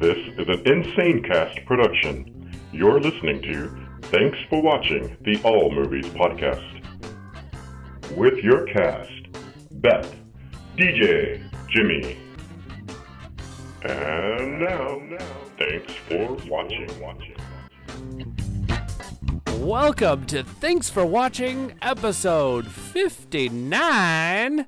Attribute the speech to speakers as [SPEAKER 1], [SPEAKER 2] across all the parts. [SPEAKER 1] This is an Insanecast production. You're listening to Thanks for Watching the All Movies Podcast. With your cast, Beth, DJ, Jimmy. And now, thanks for watching.
[SPEAKER 2] Welcome to Thanks for Watching, episode 59.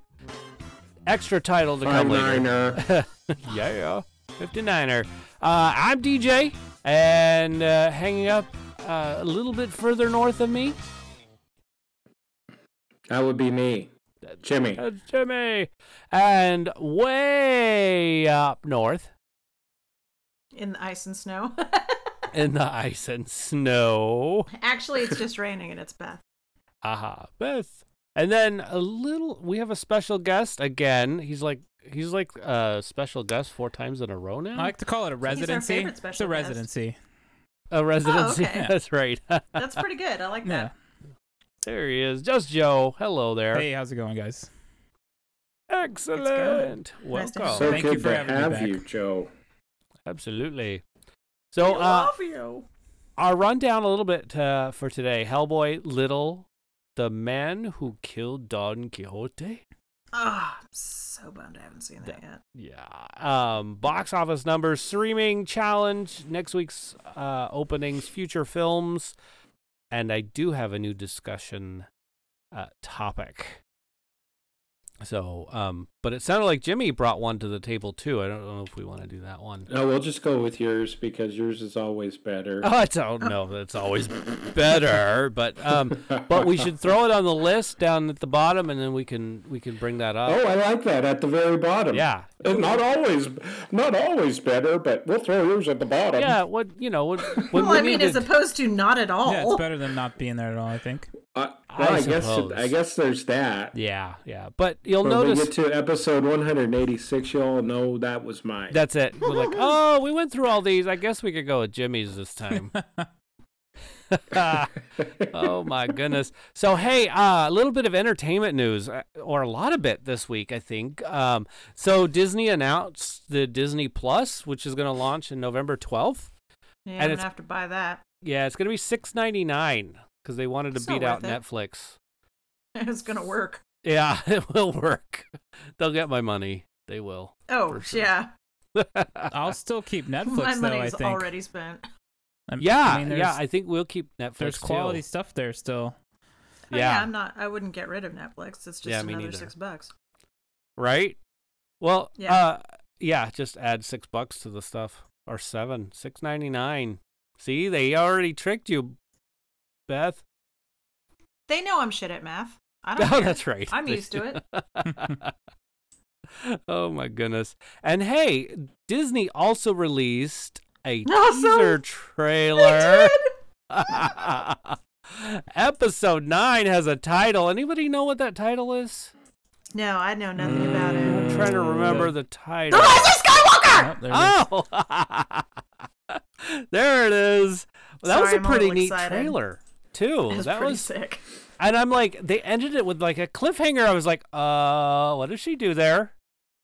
[SPEAKER 2] Extra title to come later.
[SPEAKER 3] uh,
[SPEAKER 2] yeah, 59er. Uh, I'm DJ, and uh, hanging up uh, a little bit further north of me,
[SPEAKER 3] That would be me. Jimmy.
[SPEAKER 2] uh, Jimmy. And way up north
[SPEAKER 4] in the ice and snow.
[SPEAKER 2] in the ice and snow.
[SPEAKER 4] Actually, it's just raining and it's Beth.
[SPEAKER 2] Aha, Beth. And then a little, we have a special guest again. He's like, he's like a special guest four times in a row
[SPEAKER 4] Mm.
[SPEAKER 2] now.
[SPEAKER 5] I like to call it a residency.
[SPEAKER 4] favorite
[SPEAKER 5] It's
[SPEAKER 4] special
[SPEAKER 5] a
[SPEAKER 4] guest.
[SPEAKER 5] residency.
[SPEAKER 2] A residency.
[SPEAKER 4] Oh, okay.
[SPEAKER 2] That's right.
[SPEAKER 4] That's pretty good. I like
[SPEAKER 5] Yeah.
[SPEAKER 4] that.
[SPEAKER 2] there he is. Just Joe. Hello there.
[SPEAKER 5] Hey, how's it going, guys?
[SPEAKER 2] Excellent.
[SPEAKER 4] Nice to
[SPEAKER 2] Welcome.
[SPEAKER 4] have
[SPEAKER 3] So
[SPEAKER 5] Thank
[SPEAKER 3] good
[SPEAKER 5] you for
[SPEAKER 3] to
[SPEAKER 5] having me
[SPEAKER 3] have
[SPEAKER 5] back.
[SPEAKER 3] you, Joe.
[SPEAKER 2] Absolutely.
[SPEAKER 4] Oh,
[SPEAKER 2] So, uh,
[SPEAKER 4] you.
[SPEAKER 2] our rundown a little bit uh, for today Hellboy Little, The Man Who Killed Don Quixote.
[SPEAKER 4] Oh, I'm so bummed I haven't seen that yet.
[SPEAKER 2] Yeah. Um, box office numbers, streaming challenge, next week's uh, openings, future films, and I do have a new discussion uh, topic. So, um, but it sounded like Jimmy brought one to the table too. I don't know if we want to do that one.
[SPEAKER 3] No, Uh, we'll just go with yours because yours is always better.
[SPEAKER 2] I don't know. That's always better, but um, but we should throw it on the list down at the bottom, and then we can we can bring that up.
[SPEAKER 3] Oh, I like that at the very bottom.
[SPEAKER 2] Yeah.
[SPEAKER 3] Uh, Not always, not always better, but we'll throw yours at the bottom.
[SPEAKER 2] Yeah. What you know? What, when
[SPEAKER 4] well,
[SPEAKER 2] we
[SPEAKER 4] I mean,
[SPEAKER 2] need
[SPEAKER 4] as
[SPEAKER 2] to-
[SPEAKER 4] opposed to not at all.
[SPEAKER 5] Yeah, it's better than not being there at all. I think.
[SPEAKER 3] I,
[SPEAKER 2] I
[SPEAKER 3] well, I guess
[SPEAKER 2] suppose.
[SPEAKER 3] I guess there's that.
[SPEAKER 2] Yeah, yeah. But you'll
[SPEAKER 3] when we
[SPEAKER 2] notice
[SPEAKER 3] get to episode 186, y'all know that was mine.
[SPEAKER 2] that's it. We're like, oh, we went through all these. I guess we could go with Jimmy's this time. oh my goodness. So hey, uh, a little bit of entertainment news, uh, or a lot of it this week, I think. Um, so Disney announced the Disney Plus, which is going to launch in November twelfth.
[SPEAKER 4] Yeah,
[SPEAKER 2] and
[SPEAKER 4] I'm
[SPEAKER 2] it's-
[SPEAKER 4] gonna have to buy that.
[SPEAKER 2] Yeah, it's going to be six ninety nine because they wanted to
[SPEAKER 4] It's not
[SPEAKER 2] beat out
[SPEAKER 4] worth it.
[SPEAKER 2] Netflix.
[SPEAKER 4] It's gonna work.
[SPEAKER 2] Yeah, it will work. They'll get my money. They will.
[SPEAKER 4] Oh
[SPEAKER 2] For sure.
[SPEAKER 4] yeah,
[SPEAKER 5] I'll still keep Netflix
[SPEAKER 4] my
[SPEAKER 5] though.
[SPEAKER 4] money
[SPEAKER 5] I
[SPEAKER 4] is
[SPEAKER 5] think.
[SPEAKER 4] already spent. Oh,
[SPEAKER 5] I'm-
[SPEAKER 2] yeah,
[SPEAKER 5] I mean, there's,
[SPEAKER 2] yeah. I think we'll keep Netflix.
[SPEAKER 5] there's
[SPEAKER 2] too.
[SPEAKER 5] quality stuff there still.
[SPEAKER 4] Oh,
[SPEAKER 2] Yeah.
[SPEAKER 4] I'm not. I wouldn't get rid of Netflix. It's just
[SPEAKER 2] Yeah, me
[SPEAKER 4] another
[SPEAKER 2] neither.
[SPEAKER 4] six bucks.
[SPEAKER 2] right? Well,
[SPEAKER 4] Yeah.
[SPEAKER 2] uh, yeah, just add six bucks to the stuff or seven, six ninety nine. See, they already tricked you, Beth.
[SPEAKER 4] They know I'm shit at math. I
[SPEAKER 2] No,
[SPEAKER 4] don't. care.
[SPEAKER 2] that's right.
[SPEAKER 4] I'm
[SPEAKER 2] They
[SPEAKER 4] used to it.
[SPEAKER 2] oh my goodness! And hey, Disney also released a
[SPEAKER 4] Awesome.
[SPEAKER 2] teaser
[SPEAKER 4] They
[SPEAKER 2] trailer.
[SPEAKER 4] did.
[SPEAKER 2] Episode nine has a title. Anybody know what that title is?
[SPEAKER 4] No, I know nothing about it.
[SPEAKER 2] I'm trying to remember the title.
[SPEAKER 4] The Rise of Skywalker.
[SPEAKER 5] Oh, there it is.
[SPEAKER 2] Oh, there it is. Well, that was
[SPEAKER 4] Sorry,
[SPEAKER 2] a
[SPEAKER 4] I'm a little
[SPEAKER 2] pretty neat
[SPEAKER 4] excited.
[SPEAKER 2] trailer too.
[SPEAKER 4] That's
[SPEAKER 2] that
[SPEAKER 4] pretty
[SPEAKER 2] was,
[SPEAKER 4] sick.
[SPEAKER 2] and I'm like, they ended it with like a cliffhanger. I was like, uh, what does she do there?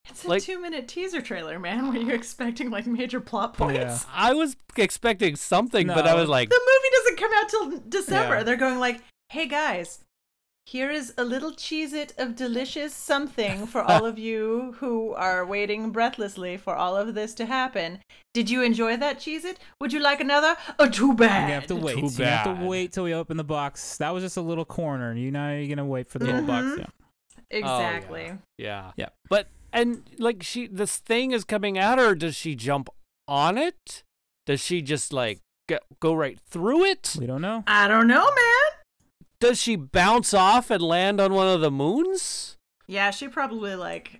[SPEAKER 4] It's a
[SPEAKER 2] Like-
[SPEAKER 4] two-minute teaser trailer, man. Were you expecting like major plot points?
[SPEAKER 5] Yeah.
[SPEAKER 2] I was expecting something, but I
[SPEAKER 5] No.
[SPEAKER 2] was like, oh,
[SPEAKER 4] The movie doesn't come out till December.
[SPEAKER 5] Yeah.
[SPEAKER 4] They're going like, "Hey guys, here is a little Cheez-It of delicious something for all of you who are waiting breathlessly for all of this to happen. Did you enjoy that Cheez-It? Would you like another? Oh, too bad.
[SPEAKER 5] You have to wait.
[SPEAKER 2] Too
[SPEAKER 5] You have
[SPEAKER 2] bad.
[SPEAKER 5] to wait till we open the box. That was just a little corner. and You know you're gonna wait for the whole
[SPEAKER 4] Mm-hmm.
[SPEAKER 5] box. Yeah.
[SPEAKER 4] Exactly.
[SPEAKER 2] Oh, yeah. yeah,
[SPEAKER 5] Yeah.
[SPEAKER 2] But and like she, this thing is coming at her. Does she jump on it? Does she just like go, go right through it?
[SPEAKER 5] We don't know.
[SPEAKER 4] I don't know, man.
[SPEAKER 2] Does she bounce off and land on one of the moons?
[SPEAKER 4] Yeah, she probably like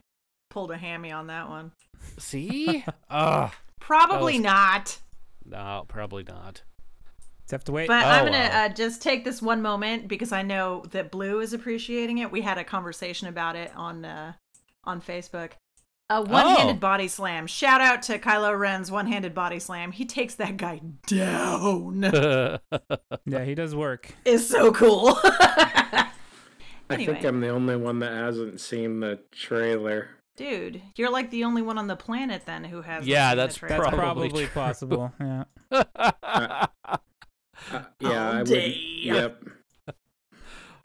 [SPEAKER 4] pulled a hammy on that one.
[SPEAKER 2] See? Ugh.
[SPEAKER 4] Probably
[SPEAKER 2] was-
[SPEAKER 4] not.
[SPEAKER 2] No, probably not.
[SPEAKER 5] Just have to wait.
[SPEAKER 4] But
[SPEAKER 2] Oh,
[SPEAKER 4] I'm gonna
[SPEAKER 2] wow.
[SPEAKER 4] uh, just take this one moment because I know that Blue is appreciating it. We had a conversation about it on uh, on Facebook. A one-handed
[SPEAKER 2] Oh.
[SPEAKER 4] body slam. Shout out to Kylo Ren's one-handed body slam. He takes that guy down.
[SPEAKER 5] yeah, he does work.
[SPEAKER 4] It's so cool.
[SPEAKER 3] I
[SPEAKER 4] anyway.
[SPEAKER 3] think I'm the only one that hasn't seen the trailer.
[SPEAKER 4] Dude, you're like the only one on the planet then who has.
[SPEAKER 2] Yeah,
[SPEAKER 4] the
[SPEAKER 2] that's
[SPEAKER 4] trade.
[SPEAKER 5] That's
[SPEAKER 2] Probably
[SPEAKER 5] probably,
[SPEAKER 2] true.
[SPEAKER 5] possible. Yeah.
[SPEAKER 3] Uh, yeah,
[SPEAKER 4] All
[SPEAKER 3] I would.
[SPEAKER 4] day.
[SPEAKER 3] Yep.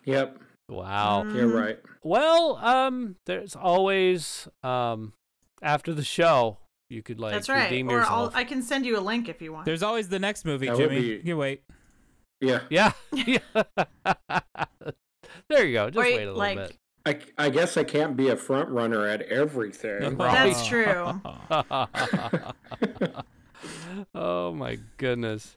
[SPEAKER 3] Yep.
[SPEAKER 2] wow.
[SPEAKER 4] Mm.
[SPEAKER 3] You're right.
[SPEAKER 2] Well, um, there's always um, after the show you could like
[SPEAKER 4] That's right.
[SPEAKER 2] redeem
[SPEAKER 4] Or I'll,
[SPEAKER 2] yourself.
[SPEAKER 4] I can send you a link if you want.
[SPEAKER 5] There's always the next movie,
[SPEAKER 3] That would
[SPEAKER 5] Jimmy.
[SPEAKER 3] be-
[SPEAKER 5] You can wait.
[SPEAKER 3] Yeah.
[SPEAKER 2] Yeah. yeah. there you go. Just
[SPEAKER 4] Wait,
[SPEAKER 2] wait a little
[SPEAKER 4] like-
[SPEAKER 2] bit.
[SPEAKER 3] I, I guess I can't be a front runner at everything.
[SPEAKER 2] No.
[SPEAKER 4] That's true.
[SPEAKER 2] oh my goodness.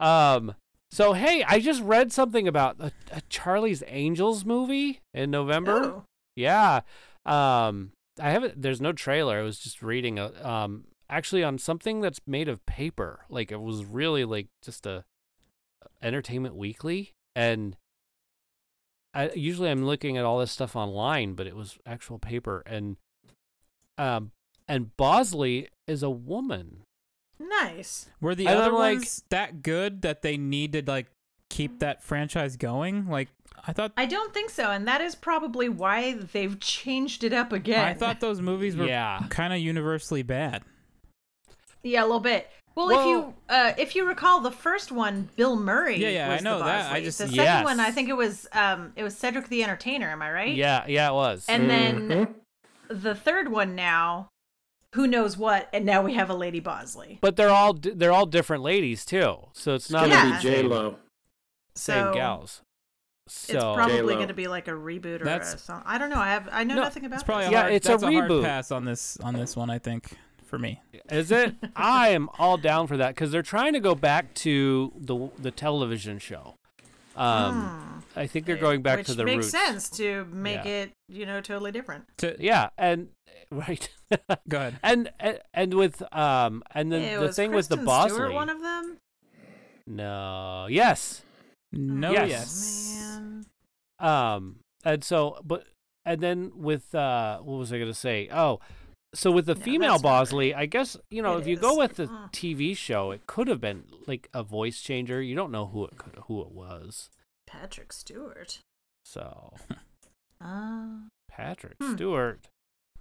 [SPEAKER 2] Um. So hey, I just read something about a, a Charlie's Angels movie in November.
[SPEAKER 4] Oh.
[SPEAKER 2] Yeah. Um I haven't there's no trailer. I was just reading a um actually on something that's made of paper. Like it was really like just a entertainment weekly and I usually I'm looking at all this stuff online, but it was actual paper and um and Bosley is a woman.
[SPEAKER 4] Nice.
[SPEAKER 5] Were the
[SPEAKER 2] And
[SPEAKER 5] other
[SPEAKER 2] I'm like-
[SPEAKER 5] ones that good that they need to like keep that franchise going? Like I thought.
[SPEAKER 4] I don't think so, and that is probably why they've changed it up again.
[SPEAKER 5] I thought those movies were
[SPEAKER 2] Yeah.
[SPEAKER 5] kind of universally bad.
[SPEAKER 4] Yeah, a little bit. Well, if
[SPEAKER 2] Well-
[SPEAKER 4] you uh, if you recall the first one, Bill Murray.
[SPEAKER 5] Yeah, yeah, I
[SPEAKER 4] was the
[SPEAKER 5] know that. I
[SPEAKER 4] Bosley.
[SPEAKER 5] just-
[SPEAKER 4] the
[SPEAKER 2] Yes.
[SPEAKER 4] second one, I think it was um, it was Cedric the Entertainer. Am I right?
[SPEAKER 2] Yeah, yeah, it was.
[SPEAKER 4] And then
[SPEAKER 3] Mhm.
[SPEAKER 4] the third one now, who knows what? And now we have a Lady Bosley.
[SPEAKER 2] but they're all di- they're all different ladies too. So it's not
[SPEAKER 3] Gonna
[SPEAKER 4] Yeah.
[SPEAKER 2] the
[SPEAKER 3] be J Lo.
[SPEAKER 2] same
[SPEAKER 4] So-
[SPEAKER 2] gals. So
[SPEAKER 4] it's probably
[SPEAKER 3] J-Lo.
[SPEAKER 4] going to be like a reboot or
[SPEAKER 5] That's-
[SPEAKER 4] a song. I don't know. I have I know
[SPEAKER 2] No,
[SPEAKER 4] nothing about
[SPEAKER 5] It's probably
[SPEAKER 4] this.
[SPEAKER 5] a
[SPEAKER 2] Yeah,
[SPEAKER 5] hard,
[SPEAKER 2] it's a
[SPEAKER 5] that's a, hard
[SPEAKER 2] reboot.
[SPEAKER 5] pass on this on this one. I think for me.
[SPEAKER 2] Is it? I am all down for that because they're trying to go back to the the television show. Um, I think they're going back
[SPEAKER 4] Ah. Which
[SPEAKER 2] to the
[SPEAKER 4] makes
[SPEAKER 2] roots.
[SPEAKER 4] sense to make
[SPEAKER 2] Yeah.
[SPEAKER 4] it you know totally different.
[SPEAKER 5] To,
[SPEAKER 2] Yeah, and right,
[SPEAKER 5] Go ahead.
[SPEAKER 2] and, and and with um, and then
[SPEAKER 4] It
[SPEAKER 2] the
[SPEAKER 4] was
[SPEAKER 2] thing with
[SPEAKER 4] Kristen
[SPEAKER 2] the
[SPEAKER 4] Stewart
[SPEAKER 2] Bosley.
[SPEAKER 4] one of them.
[SPEAKER 2] no, yes,
[SPEAKER 5] No.
[SPEAKER 2] Yes.
[SPEAKER 5] Yes.
[SPEAKER 4] Oh, Man.
[SPEAKER 2] um, and so, but and then with uh, what was I gonna say? Oh, so with the
[SPEAKER 4] No,
[SPEAKER 2] female
[SPEAKER 4] that's not right.
[SPEAKER 2] Bosley, I guess you know
[SPEAKER 4] It
[SPEAKER 2] if you go
[SPEAKER 4] is.
[SPEAKER 2] with the
[SPEAKER 4] Mm.
[SPEAKER 2] TV show, it could have been like a voice changer. You don't know who it could who it was.
[SPEAKER 4] Patrick Stewart.
[SPEAKER 2] So
[SPEAKER 4] Oh.
[SPEAKER 2] Patrick
[SPEAKER 4] Hmm.
[SPEAKER 2] Stewart.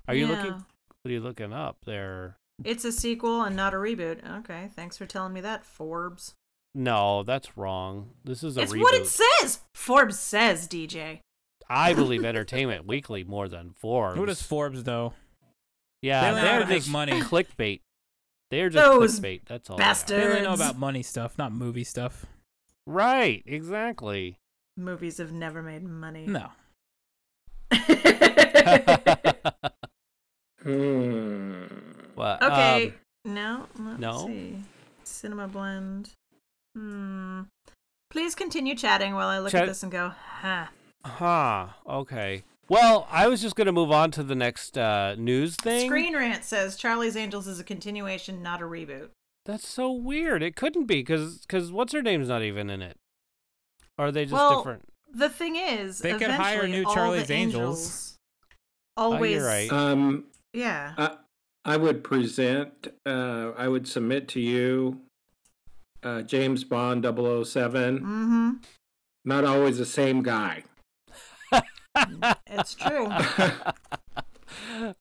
[SPEAKER 2] Are you looking?
[SPEAKER 4] Yeah.
[SPEAKER 2] What are you looking up there?
[SPEAKER 4] It's a sequel and not a reboot. Okay, thanks for telling me that, Forbes.
[SPEAKER 2] No, that's wrong. This is a
[SPEAKER 4] It's
[SPEAKER 2] reboot.
[SPEAKER 4] what it says. Forbes says, DJ.
[SPEAKER 2] I believe Entertainment Weekly more than Forbes.
[SPEAKER 5] Who does Forbes though? They
[SPEAKER 2] Yeah,
[SPEAKER 5] only know
[SPEAKER 2] they're
[SPEAKER 5] how to make
[SPEAKER 2] just
[SPEAKER 5] money.
[SPEAKER 2] clickbait. They're just
[SPEAKER 4] Those
[SPEAKER 2] clickbait. That's all. they are.
[SPEAKER 5] They
[SPEAKER 4] bastards.
[SPEAKER 5] only know
[SPEAKER 4] Nerds.
[SPEAKER 5] about money stuff, not movie stuff.
[SPEAKER 2] Right. Exactly.
[SPEAKER 4] Movies have never made money.
[SPEAKER 5] No.
[SPEAKER 4] okay.
[SPEAKER 3] Hmm.
[SPEAKER 2] Well, um,
[SPEAKER 4] no. Let's
[SPEAKER 2] no?
[SPEAKER 4] See. Cinema Blend. Hmm. Please continue chatting while I look
[SPEAKER 2] Chat-
[SPEAKER 4] at this and go, huh.
[SPEAKER 2] um, huh. Okay. Well, I was just gonna move on to the next uh, news thing.
[SPEAKER 4] Screen Rant says Charlie's Angels is a continuation, not a reboot.
[SPEAKER 2] That's so weird. It couldn't be because because what's her name's not even in it. Or are they just
[SPEAKER 4] Well,
[SPEAKER 2] different?
[SPEAKER 4] The thing is,
[SPEAKER 5] They could hire
[SPEAKER 4] eventually
[SPEAKER 5] new
[SPEAKER 4] all the
[SPEAKER 5] Charlie's Angels.
[SPEAKER 4] Always,
[SPEAKER 2] Oh, right.
[SPEAKER 3] Um,
[SPEAKER 4] yeah.
[SPEAKER 3] I, I would present, uh, I would submit to you uh, James Bond 007.
[SPEAKER 4] Mm-hmm.
[SPEAKER 3] Not always the same guy.
[SPEAKER 4] It's true.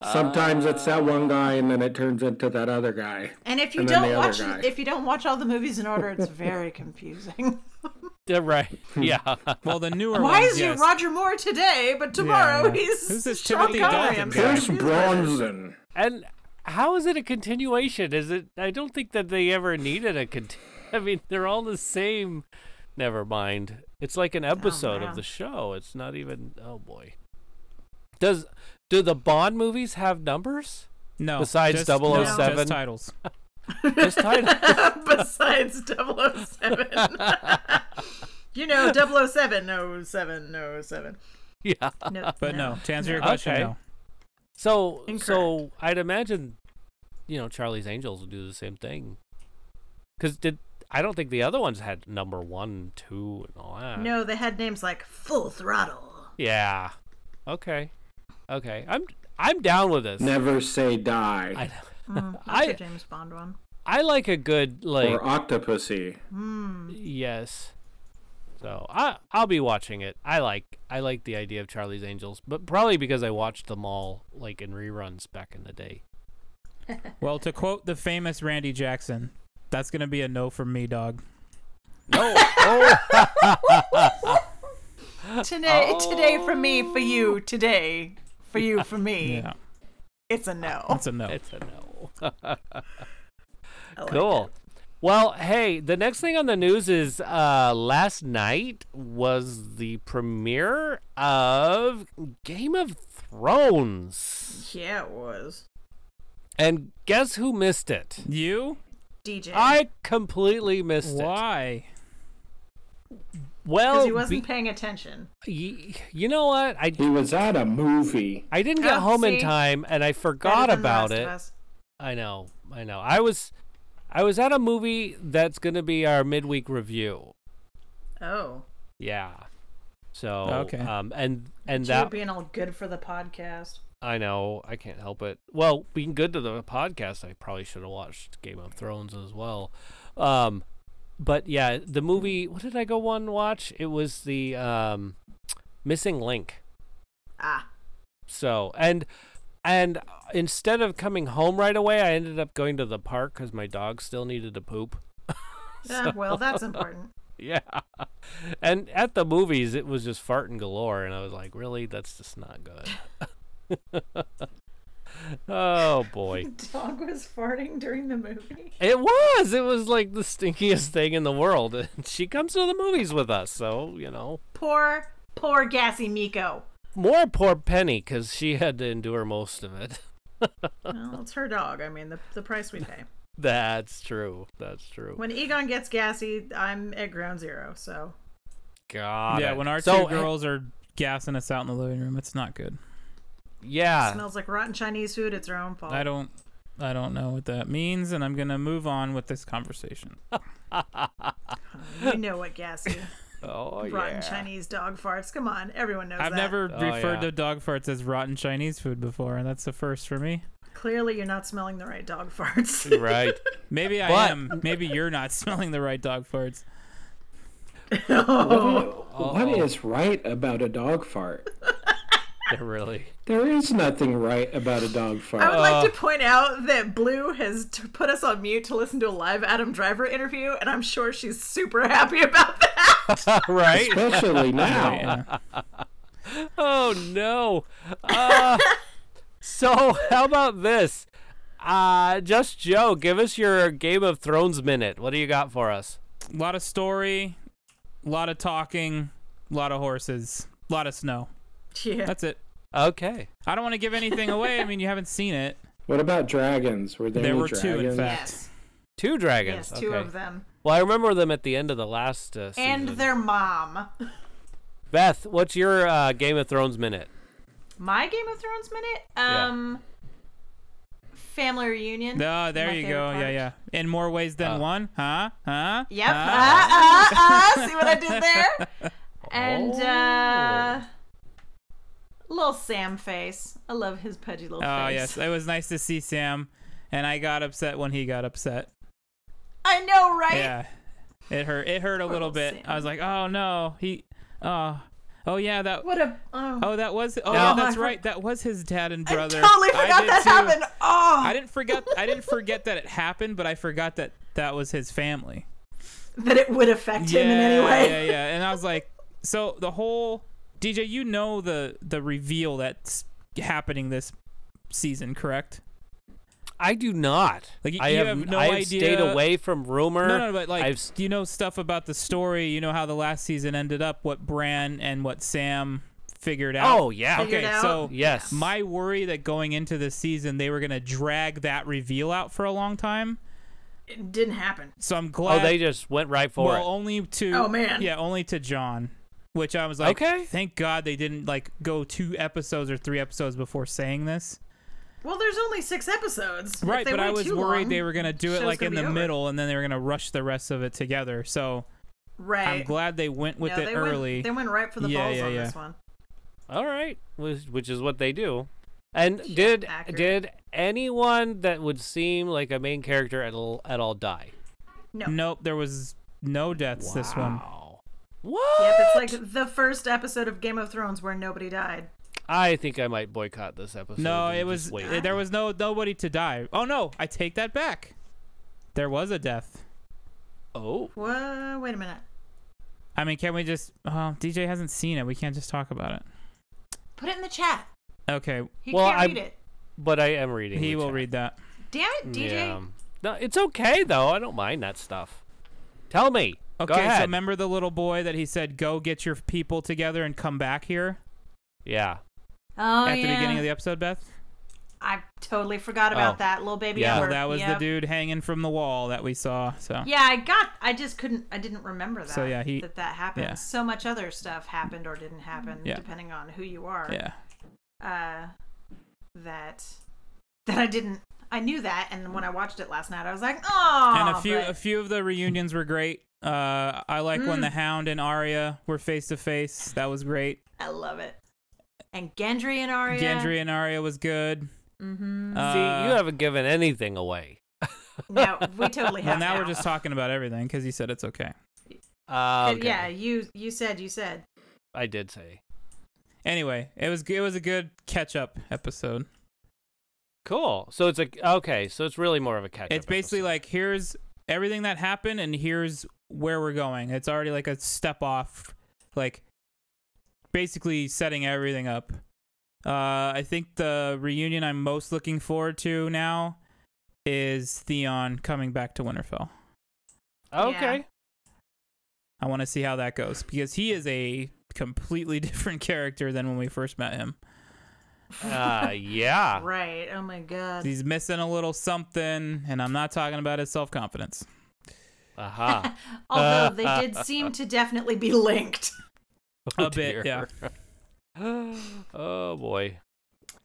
[SPEAKER 3] Sometimes it's that one guy and then it turns into that other guy.
[SPEAKER 4] And if you
[SPEAKER 3] And then
[SPEAKER 4] don't
[SPEAKER 3] the
[SPEAKER 4] watch,
[SPEAKER 3] other guy.
[SPEAKER 4] if you don't watch all the movies in order, it's very confusing.
[SPEAKER 2] Yeah, right. Yeah.
[SPEAKER 5] Well, the newer
[SPEAKER 4] Why
[SPEAKER 5] ones,
[SPEAKER 4] is
[SPEAKER 5] yes.
[SPEAKER 4] he Roger Moore today, but tomorrow
[SPEAKER 5] yeah.
[SPEAKER 4] he's
[SPEAKER 5] Who's this
[SPEAKER 4] Sean
[SPEAKER 5] Timothy
[SPEAKER 4] Connery?
[SPEAKER 5] Dalton
[SPEAKER 4] I'm
[SPEAKER 5] guy?
[SPEAKER 4] so
[SPEAKER 3] Pierce
[SPEAKER 4] confused.
[SPEAKER 3] Bronson.
[SPEAKER 2] and how is it a continuation? Is it? I don't think that they ever needed a cont. I mean, they're all the same. Never mind. It's like an episode of
[SPEAKER 4] man.
[SPEAKER 2] the show. It's not even. Oh boy. Does do the Bond movies have numbers?
[SPEAKER 5] no.
[SPEAKER 2] Besides
[SPEAKER 5] just,
[SPEAKER 2] 007?
[SPEAKER 5] just titles.
[SPEAKER 2] Just title.
[SPEAKER 4] Besides 007. you know, 007, 07, 07.
[SPEAKER 2] yeah.
[SPEAKER 4] No,
[SPEAKER 5] But no. To answer your question,
[SPEAKER 2] Okay.
[SPEAKER 5] no.
[SPEAKER 2] So so
[SPEAKER 4] Incorrect.
[SPEAKER 2] I'd imagine, you know, Charlie's Angels would do the same thing. Because did I don't think the other ones had number one, two, and all that.
[SPEAKER 4] No, they had names like Full Throttle.
[SPEAKER 2] Yeah. Okay. Okay. I'm I'm down with this.
[SPEAKER 3] Never say die.
[SPEAKER 2] I
[SPEAKER 4] Mm, that's
[SPEAKER 2] I-
[SPEAKER 4] a James Bond one.
[SPEAKER 2] I like a good like
[SPEAKER 3] or Octopussy.
[SPEAKER 4] Mm.
[SPEAKER 2] yes. So I I'll be watching it. I like I like the idea of Charlie's Angels, but probably because I watched them all like in reruns back in the day.
[SPEAKER 5] Well, to quote the famous Randy Jackson, that's gonna be a no from me, dog.
[SPEAKER 2] No, oh,
[SPEAKER 4] Today, today for me, for you, today for you, for me.
[SPEAKER 5] Oh. Yeah,
[SPEAKER 4] It's a no.
[SPEAKER 5] that's a no.
[SPEAKER 2] it's a no.
[SPEAKER 4] I like
[SPEAKER 2] cool. Well, hey, the next thing on the news is uh, last night was the premiere of Game of Thrones.
[SPEAKER 4] it. Yeah, it was
[SPEAKER 2] And guess who missed it?
[SPEAKER 5] You?
[SPEAKER 4] DJ.
[SPEAKER 2] I completely missed it.
[SPEAKER 5] Why?
[SPEAKER 4] because
[SPEAKER 2] Well,
[SPEAKER 4] he wasn't
[SPEAKER 2] be-
[SPEAKER 4] paying attention.
[SPEAKER 2] y- you know what? I,
[SPEAKER 3] He was at a movie.
[SPEAKER 2] I didn't get
[SPEAKER 4] Oh,
[SPEAKER 2] home in
[SPEAKER 4] see?
[SPEAKER 2] time and I
[SPEAKER 4] Better
[SPEAKER 2] forgot
[SPEAKER 4] than the
[SPEAKER 2] about
[SPEAKER 4] rest of
[SPEAKER 2] it.
[SPEAKER 4] us.
[SPEAKER 2] I know. I know. I was I was at a movie that's going to be our midweek review.
[SPEAKER 4] Oh,
[SPEAKER 2] Yeah. So
[SPEAKER 5] Okay.
[SPEAKER 2] um and and
[SPEAKER 4] you
[SPEAKER 2] that
[SPEAKER 4] being all good for the podcast.
[SPEAKER 2] I know, I can't help it. Well, being good to the podcast, I probably should have watched Game of Thrones as well. Um, but yeah, the movie. What did I go one watch? It was the um, Missing Link.
[SPEAKER 4] Ah,
[SPEAKER 2] So and and instead of coming home right away, I ended up going to the park because my dog still needed to poop.
[SPEAKER 4] yeah, Eh, well, that's important.
[SPEAKER 2] Yeah. And at the movies, it was just farting galore, and I was like, really, that's just not good. oh boy.
[SPEAKER 4] Dog was farting during the movie.
[SPEAKER 2] It was. It was like the stinkiest thing in the world. And she comes to the movies with us, so you know.
[SPEAKER 4] Poor, poor gassy Miko.
[SPEAKER 2] More poor Penny, because she had to endure most of it.
[SPEAKER 4] Well, it's her dog. I mean, the the price we pay.
[SPEAKER 2] That's true. That's true.
[SPEAKER 4] When Egon gets gassy, I'm at ground zero. So
[SPEAKER 2] God.
[SPEAKER 5] yeah, when our two girls are gassing us out in the living room, it's not good.
[SPEAKER 2] Yeah.
[SPEAKER 4] smells like rotten Chinese food. It's her own fault.
[SPEAKER 5] I don't I don't know what that means and I'm going to move on with this conversation.
[SPEAKER 4] You know what gassy,
[SPEAKER 2] oh
[SPEAKER 4] rotten
[SPEAKER 2] yeah.
[SPEAKER 4] Chinese dog farts. Come on, everyone knows
[SPEAKER 5] I've
[SPEAKER 4] that.
[SPEAKER 5] never
[SPEAKER 2] Oh,
[SPEAKER 5] referred
[SPEAKER 2] yeah.
[SPEAKER 5] to dog farts as rotten Chinese food before, and that's the first for me.
[SPEAKER 4] Clearly, you're not smelling the right dog farts.
[SPEAKER 2] right.
[SPEAKER 5] Maybe I
[SPEAKER 2] But-
[SPEAKER 5] am. Maybe you're not smelling the right dog farts.
[SPEAKER 2] Oh.
[SPEAKER 3] What is right about a dog fart?
[SPEAKER 2] really.
[SPEAKER 3] There is nothing right about a dog
[SPEAKER 4] I would
[SPEAKER 3] fart.
[SPEAKER 4] like
[SPEAKER 5] Uh,
[SPEAKER 4] to point out that Blue has t- put us on mute to listen to a live Adam Driver interview, and I'm sure she's super happy about that.
[SPEAKER 2] right.
[SPEAKER 3] Especially now.
[SPEAKER 5] Yeah.
[SPEAKER 2] Oh no. Uh, so how about this? Uh, just Joe, give us your Game of Thrones minute. What do you got for us?
[SPEAKER 5] A lot of story, a lot of talking, a lot of horses, a lot of snow.
[SPEAKER 4] Yeah.
[SPEAKER 5] That's it.
[SPEAKER 2] Okay.
[SPEAKER 5] I don't want to give anything away. I mean, you haven't seen it.
[SPEAKER 3] What about dragons? Were there,
[SPEAKER 5] There
[SPEAKER 3] any
[SPEAKER 5] were two, in
[SPEAKER 3] dragons?
[SPEAKER 5] fact.
[SPEAKER 4] yes,
[SPEAKER 2] Two dragons.
[SPEAKER 4] yes, two
[SPEAKER 2] okay.
[SPEAKER 4] of them,
[SPEAKER 2] Well, I remember them at the end of the last uh,
[SPEAKER 4] and
[SPEAKER 2] season.
[SPEAKER 4] their mom.
[SPEAKER 2] Beth, what's your uh, Game of Thrones minute?
[SPEAKER 4] My Game of Thrones minute,
[SPEAKER 2] Yeah.
[SPEAKER 4] um, family reunion.
[SPEAKER 5] No, there
[SPEAKER 4] My
[SPEAKER 5] you
[SPEAKER 4] favorite
[SPEAKER 5] go. Yeah,
[SPEAKER 4] part.
[SPEAKER 5] yeah. In more ways than one, huh? Huh?
[SPEAKER 4] Yep.
[SPEAKER 5] Huh?
[SPEAKER 4] Ah, ah, ah. See what I did there? And uh
[SPEAKER 5] Oh.
[SPEAKER 4] little Sam face. I love his pudgy little
[SPEAKER 5] Oh
[SPEAKER 4] face.
[SPEAKER 5] yes, it was nice to see Sam, and I got upset when he got upset.
[SPEAKER 4] I know, right?
[SPEAKER 5] Yeah, it hurt. It hurt a
[SPEAKER 4] little
[SPEAKER 5] little bit.
[SPEAKER 4] Sam.
[SPEAKER 5] I was like, oh no, he, oh, oh yeah, that.
[SPEAKER 4] What a oh,
[SPEAKER 5] Oh, that was. Oh,
[SPEAKER 2] Now-
[SPEAKER 5] yeah, that's right. That was his dad and
[SPEAKER 4] I
[SPEAKER 5] brother.
[SPEAKER 4] totally forgot
[SPEAKER 5] did
[SPEAKER 4] that
[SPEAKER 5] too.
[SPEAKER 4] happened. Oh
[SPEAKER 5] I didn't forget. I didn't forget that it happened, but I forgot that that was his family.
[SPEAKER 4] that it would affect him in any way.
[SPEAKER 5] Yeah, yeah. And I was like, so the whole DJ, you know the the reveal that's happening this season, correct?
[SPEAKER 2] I do not.
[SPEAKER 5] Like, y-
[SPEAKER 2] I
[SPEAKER 5] you
[SPEAKER 2] have,
[SPEAKER 5] have no
[SPEAKER 2] I have
[SPEAKER 5] idea-
[SPEAKER 2] stayed away from rumor.
[SPEAKER 5] No, no, but like,
[SPEAKER 2] I've
[SPEAKER 5] do you know stuff about the story? You know how the last season ended up, what Bran and what Sam figured out.
[SPEAKER 2] Oh, yeah.
[SPEAKER 5] Okay,
[SPEAKER 4] Figured out.
[SPEAKER 5] so
[SPEAKER 2] Yes. Oh,
[SPEAKER 5] my worry that going into this season they were gonna drag that reveal out for a long time.
[SPEAKER 4] It didn't happen.
[SPEAKER 5] So I'm
[SPEAKER 2] oh,
[SPEAKER 5] glad.
[SPEAKER 2] they just went right for
[SPEAKER 5] well,
[SPEAKER 2] it.
[SPEAKER 5] only to
[SPEAKER 4] Oh, man.
[SPEAKER 5] yeah, only to John, which I was like,
[SPEAKER 2] Okay.
[SPEAKER 5] thank God they didn't like go two episodes or three episodes before saying this.
[SPEAKER 4] Well, there's only six episodes.
[SPEAKER 5] Right,
[SPEAKER 4] if they
[SPEAKER 5] but
[SPEAKER 4] wait
[SPEAKER 5] I was
[SPEAKER 4] too
[SPEAKER 5] worried
[SPEAKER 4] long,
[SPEAKER 5] they were gonna do it
[SPEAKER 4] show's
[SPEAKER 5] like
[SPEAKER 4] gonna
[SPEAKER 5] in
[SPEAKER 4] be
[SPEAKER 5] the
[SPEAKER 4] over.
[SPEAKER 5] middle and then they were gonna rush the rest of it together. So
[SPEAKER 4] Right.
[SPEAKER 5] I'm glad they went with
[SPEAKER 4] No,
[SPEAKER 5] it
[SPEAKER 4] they
[SPEAKER 5] early.
[SPEAKER 4] Went, they went right for the
[SPEAKER 5] Yeah,
[SPEAKER 4] balls
[SPEAKER 5] yeah,
[SPEAKER 4] on
[SPEAKER 5] yeah.
[SPEAKER 4] this one.
[SPEAKER 2] All right, which, which is what they do. And did
[SPEAKER 4] accurate.
[SPEAKER 2] did anyone that would seem like a main character at all at all die?
[SPEAKER 4] No.
[SPEAKER 5] Nope, there was no deaths this one.
[SPEAKER 2] Wow. What?
[SPEAKER 4] Yep, it's like the first episode of Game of Thrones where nobody died.
[SPEAKER 2] I think I might boycott this episode.
[SPEAKER 5] No,
[SPEAKER 2] and
[SPEAKER 5] it
[SPEAKER 2] just
[SPEAKER 5] was eh,
[SPEAKER 2] wait.
[SPEAKER 5] there was no nobody to die. Oh no, I take that back. There was a death.
[SPEAKER 2] Oh,
[SPEAKER 4] Whoa, wait a minute.
[SPEAKER 5] I mean, can we just? Oh, DJ hasn't seen it. We can't just talk about it.
[SPEAKER 4] Put it in the chat.
[SPEAKER 5] Okay,
[SPEAKER 4] He
[SPEAKER 2] Well,
[SPEAKER 4] can't
[SPEAKER 2] I-
[SPEAKER 4] read it.
[SPEAKER 2] but I am reading.
[SPEAKER 5] he
[SPEAKER 2] the
[SPEAKER 5] will
[SPEAKER 2] chat.
[SPEAKER 5] read that.
[SPEAKER 4] Damn it, DJ.
[SPEAKER 2] Yeah. No, it's okay though. I don't mind that stuff. Tell me.
[SPEAKER 5] Okay,
[SPEAKER 2] Go ahead.
[SPEAKER 5] so remember the little boy that he said, "Go get your people together and come back here"
[SPEAKER 2] yeah.
[SPEAKER 4] Oh,
[SPEAKER 5] at the
[SPEAKER 4] yeah.
[SPEAKER 5] beginning of the episode, Beth.
[SPEAKER 4] I totally forgot about
[SPEAKER 2] Oh.
[SPEAKER 4] that little baby
[SPEAKER 2] Yeah.
[SPEAKER 5] So
[SPEAKER 4] Edward.
[SPEAKER 5] that was
[SPEAKER 4] Yep.
[SPEAKER 5] the dude hanging from the wall that we saw. So
[SPEAKER 4] Yeah, I got. I just couldn't. I didn't remember that.
[SPEAKER 5] So, yeah, he-
[SPEAKER 4] that that happened.
[SPEAKER 5] yeah.
[SPEAKER 4] So much other stuff happened or didn't happen,
[SPEAKER 5] Yeah.
[SPEAKER 4] depending on who you are.
[SPEAKER 5] yeah.
[SPEAKER 4] Uh, that that I didn't. I knew that, and when I watched it last night, I was like, oh.
[SPEAKER 5] and a few a few of the reunions were great. Uh, I like
[SPEAKER 4] Mm.
[SPEAKER 5] when the Hound and Arya were face to face. That was great.
[SPEAKER 4] I love it. And Gendry and Arya.
[SPEAKER 5] Gendry and Arya was good.
[SPEAKER 4] Oh, Mm-hmm.
[SPEAKER 5] Uh,
[SPEAKER 2] See, you haven't given anything away.
[SPEAKER 4] No, we totally
[SPEAKER 5] well,
[SPEAKER 4] have.
[SPEAKER 5] now we're just talking about everything because you said it's okay. Oh,
[SPEAKER 2] Uh, okay.
[SPEAKER 4] Yeah, you you said you said.
[SPEAKER 2] I did say.
[SPEAKER 5] Anyway, it was it was a good catch up episode.
[SPEAKER 2] Cool. So it's like okay. So it's really more of a catch.
[SPEAKER 5] it's basically like here's everything that happened and here's where we're going. It's already like a step off, like basically setting everything up. Uh, I think the reunion I'm most looking forward to now is Theon coming back to Winterfell.
[SPEAKER 2] okay.
[SPEAKER 5] I want to see how that goes because he is a completely different character than when we first met him.
[SPEAKER 2] Uh,
[SPEAKER 5] Ah.
[SPEAKER 2] yeah.
[SPEAKER 4] Right. Oh my god.
[SPEAKER 5] He's missing a little something, and I'm not talking about his self confidence.
[SPEAKER 2] Aha.
[SPEAKER 5] uh,
[SPEAKER 4] Although they did seem to definitely be linked.
[SPEAKER 5] A bit, yeah.
[SPEAKER 2] yeah. oh boy.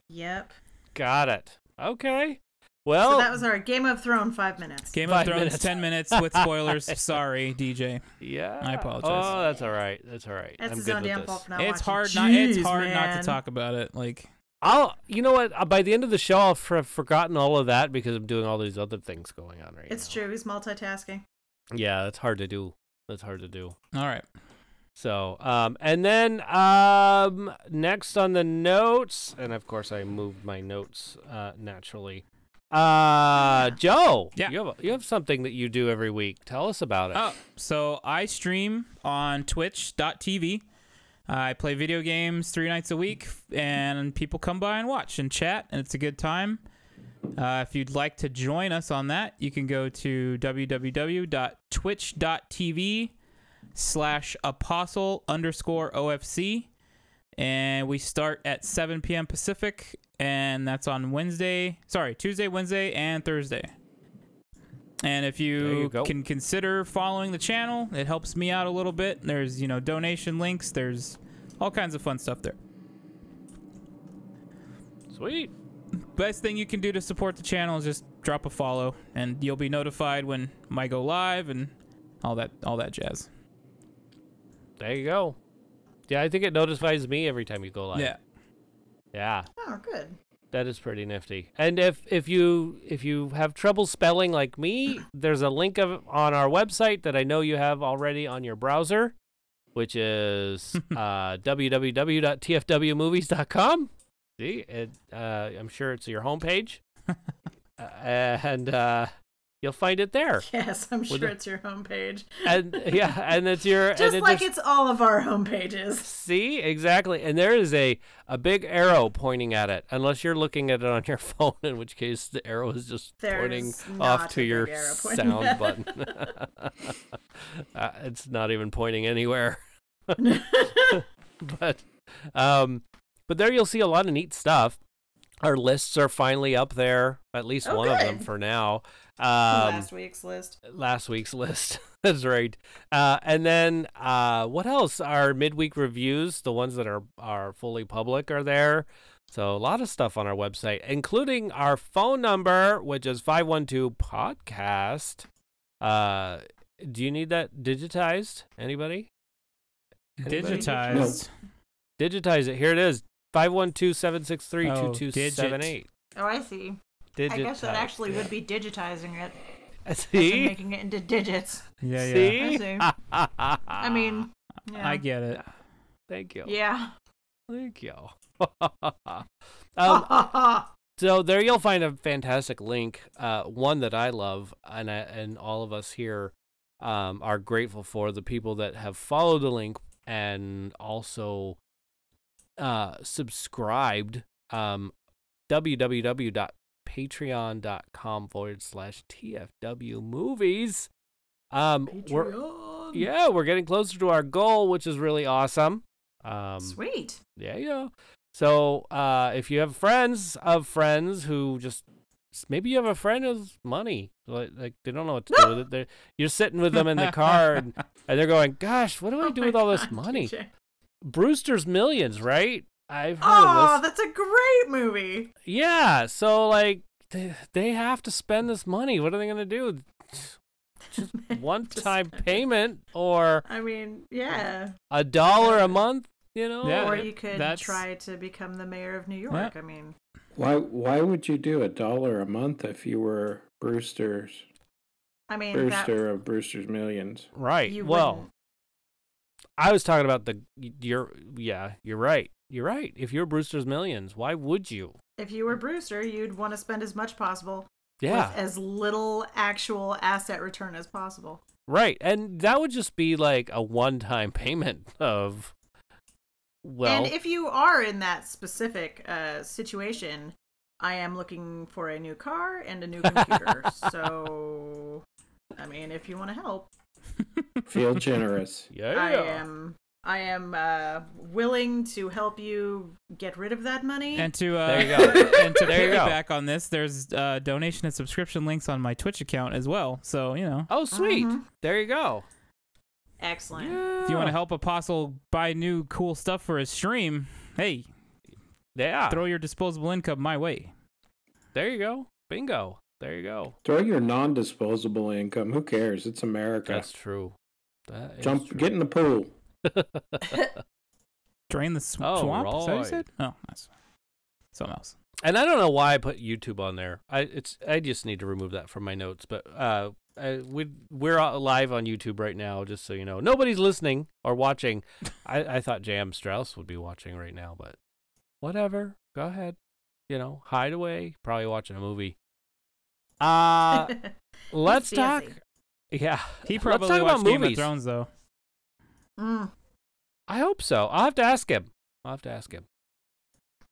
[SPEAKER 4] Yep.
[SPEAKER 2] Got it. Okay. Well,
[SPEAKER 5] Oh.
[SPEAKER 4] so that was our Game of Thrones five minutes.
[SPEAKER 5] Game
[SPEAKER 2] Five
[SPEAKER 5] of Thrones,
[SPEAKER 2] minutes.
[SPEAKER 5] 10 minutes with spoilers. Sorry, DJ.
[SPEAKER 2] yeah.
[SPEAKER 5] I apologize.
[SPEAKER 2] Oh, that's all right. That's all right.
[SPEAKER 4] That's
[SPEAKER 2] I'm
[SPEAKER 4] his
[SPEAKER 2] good
[SPEAKER 4] own
[SPEAKER 2] with
[SPEAKER 4] damn
[SPEAKER 2] this.
[SPEAKER 4] fault for not
[SPEAKER 5] it's
[SPEAKER 4] watching.
[SPEAKER 5] hard not it's
[SPEAKER 4] Jeez,
[SPEAKER 5] hard not
[SPEAKER 4] man.
[SPEAKER 5] to talk about it. Like
[SPEAKER 2] I'll. You know what? Uh, By the end of the show, I'll f- have forgotten all of that because I'm doing all these other things going on right
[SPEAKER 4] It's
[SPEAKER 2] now.
[SPEAKER 4] true. He's multitasking.
[SPEAKER 2] Yeah, that's hard to do. That's hard to do.
[SPEAKER 5] all right.
[SPEAKER 2] So, um, and then um, next on the notes, and of course I moved my notes uh, naturally. Uh, Joe,
[SPEAKER 5] Yeah.
[SPEAKER 2] you have you have something that you do every week. Tell us about it.
[SPEAKER 5] Oh, so I stream on twitch.tv. I play video games three nights a week, and people come by and watch and chat, and it's a good time. Uh, if you'd like to join us on that, you can go to www.twitch.tv slash apostle underscore OFC. And we start at 7 p.m. Pacific, and that's on Wednesday, sorry, Tuesday, Wednesday, and Thursday. And if
[SPEAKER 2] There
[SPEAKER 5] you,
[SPEAKER 2] you go.
[SPEAKER 5] can consider following the channel, it helps me out a little bit. There's, you know, donation links, there's all kinds of fun stuff there.
[SPEAKER 2] Sweet.
[SPEAKER 5] best thing you can do to support the channel is just drop a follow and you'll be notified when I go live and all that all that jazz.
[SPEAKER 2] There you go. Yeah, I think it notifies me every time you go live.
[SPEAKER 5] Yeah.
[SPEAKER 2] Yeah.
[SPEAKER 4] Oh, good.
[SPEAKER 2] That is pretty nifty. And if if you if you have trouble spelling like me, there's a link of, on our website that I know you have already on your browser, which is uh, www.tfwmovies.com. See, it, uh, I'm sure it's your homepage, uh, and uh, you'll find it there.
[SPEAKER 4] Yes, I'm sure
[SPEAKER 2] the-
[SPEAKER 4] it's your homepage.
[SPEAKER 2] And yeah, and it's your and
[SPEAKER 4] Just
[SPEAKER 2] it
[SPEAKER 4] like
[SPEAKER 2] just-
[SPEAKER 4] it's all of our homepages.
[SPEAKER 2] See, exactly. And there is a, a big arrow pointing at it, unless you're looking at it on your phone, in which case the arrow is just
[SPEAKER 4] There's
[SPEAKER 2] pointing
[SPEAKER 4] not
[SPEAKER 2] off
[SPEAKER 4] a
[SPEAKER 2] to
[SPEAKER 4] big
[SPEAKER 2] your
[SPEAKER 4] arrow pointing
[SPEAKER 2] sound
[SPEAKER 4] at
[SPEAKER 2] button. uh, it's not even pointing anywhere. Um, but um but there you'll see a lot of neat stuff. Our lists are finally up there, at least
[SPEAKER 4] Oh,
[SPEAKER 2] one of them
[SPEAKER 4] good.
[SPEAKER 2] for now. Um,
[SPEAKER 4] Last week's list.
[SPEAKER 2] last week's list. That's right. Uh, and then uh, what else? Our midweek reviews, the ones that are are fully public, are there. So a lot of stuff on our website, including our phone number, which is five one two podcast. Uh, do you need that digitized? Anybody? Anybody?
[SPEAKER 5] Digitized.
[SPEAKER 2] Digitize it. Here it is. 512-763-2278.
[SPEAKER 4] Oh, I see.
[SPEAKER 2] Digitized.
[SPEAKER 4] I guess that actually would be digitizing it and
[SPEAKER 2] See?
[SPEAKER 4] making it into digits.
[SPEAKER 5] Yeah, yeah.
[SPEAKER 2] See?
[SPEAKER 4] I see. I mean, Yeah.
[SPEAKER 5] I get it.
[SPEAKER 2] Thank Ah, you.
[SPEAKER 4] Yeah.
[SPEAKER 2] Thank you. um, so there you'll find a fantastic link, uh, one that I love, and I, and all of us here um, are grateful for the people that have followed the link and also uh, subscribed. Um, www.patreon.com forward slash TFW movies. Um, we're, yeah, we're getting closer to our goal, which is really awesome. Um,
[SPEAKER 4] Sweet.
[SPEAKER 2] yeah, yeah. So uh, if you have friends of friends who just maybe you have a friend who's money, like, like they don't know what to do with it. They're, you're sitting with them in the car and, and they're going, "Gosh, what do I
[SPEAKER 4] Oh
[SPEAKER 2] do
[SPEAKER 4] my
[SPEAKER 2] with all this
[SPEAKER 4] God,
[SPEAKER 2] money?"
[SPEAKER 4] TJ.
[SPEAKER 2] Brewster's Millions, right? I've heard
[SPEAKER 4] Oh,
[SPEAKER 2] of this.
[SPEAKER 4] that's a great movie.
[SPEAKER 2] Yeah, so like they, they have to spend this money. What are they gonna do? One time payment or
[SPEAKER 4] I mean, yeah.
[SPEAKER 2] a dollar a month? You know?
[SPEAKER 5] Yeah,
[SPEAKER 4] or you could
[SPEAKER 5] that's-
[SPEAKER 4] try to become the mayor of New York.
[SPEAKER 5] Yeah.
[SPEAKER 4] I mean,
[SPEAKER 3] Why why would you do a dollar a month if you were Brewster's
[SPEAKER 4] I mean
[SPEAKER 3] Brewster of Brewster's Millions?
[SPEAKER 4] that
[SPEAKER 2] Right.
[SPEAKER 4] you
[SPEAKER 2] well.
[SPEAKER 4] wouldn't-
[SPEAKER 2] I was talking about the you're yeah, you're right. You're right. If you're Brewster's Millions, why would you?
[SPEAKER 4] if you were Brewster, you'd want to spend as much possible
[SPEAKER 2] Yeah.
[SPEAKER 4] with as little actual asset return as possible.
[SPEAKER 2] right. And that would just be like a one-time payment of well,
[SPEAKER 4] and if you are in that specific uh, situation, I am looking for a new car and a new computer. so, I mean, if you want to help,
[SPEAKER 3] Feel generous.
[SPEAKER 2] yeah.
[SPEAKER 4] I am. I am uh, willing to help you get rid of that money.
[SPEAKER 5] And to uh,
[SPEAKER 2] There you go.
[SPEAKER 5] and to
[SPEAKER 2] There you go.
[SPEAKER 5] piggyback on this, there's uh, donation and subscription links on my Twitch account as well. So you know,
[SPEAKER 2] Oh, sweet.
[SPEAKER 4] Mhm.
[SPEAKER 2] There you go.
[SPEAKER 4] Excellent.
[SPEAKER 5] if you
[SPEAKER 2] Yeah.
[SPEAKER 5] want to
[SPEAKER 4] Ah.
[SPEAKER 5] help Apostle buy new cool stuff for his stream, hey,
[SPEAKER 2] Yeah.
[SPEAKER 5] throw your disposable income my way.
[SPEAKER 2] There you go. Bingo. There you go.
[SPEAKER 3] Throw your non disposable income. Who cares? It's America.
[SPEAKER 2] That's true. That is
[SPEAKER 3] Jump
[SPEAKER 2] true.
[SPEAKER 3] get in the pool.
[SPEAKER 5] Drain the sw-
[SPEAKER 2] Oh,
[SPEAKER 5] swamp. Is that what you
[SPEAKER 2] right.
[SPEAKER 5] said? Oh, that's something else.
[SPEAKER 2] and I don't know why I put YouTube on there. I it's I just need to remove that from my notes. But uh, I, we we're all live on YouTube right now, just so you know. Nobody's listening or watching. I, I thought Jam Strauss would be watching right now, but whatever. Go ahead. You know, hide away. Probably watching a movie. Uh let's talk.
[SPEAKER 4] fancy.
[SPEAKER 2] Yeah,
[SPEAKER 5] He probably
[SPEAKER 2] let's talk
[SPEAKER 5] watched
[SPEAKER 2] about
[SPEAKER 5] Game
[SPEAKER 2] movies.
[SPEAKER 5] of Thrones though.
[SPEAKER 4] Mm.
[SPEAKER 2] I hope so. I'll have to ask him. I'll have to ask him.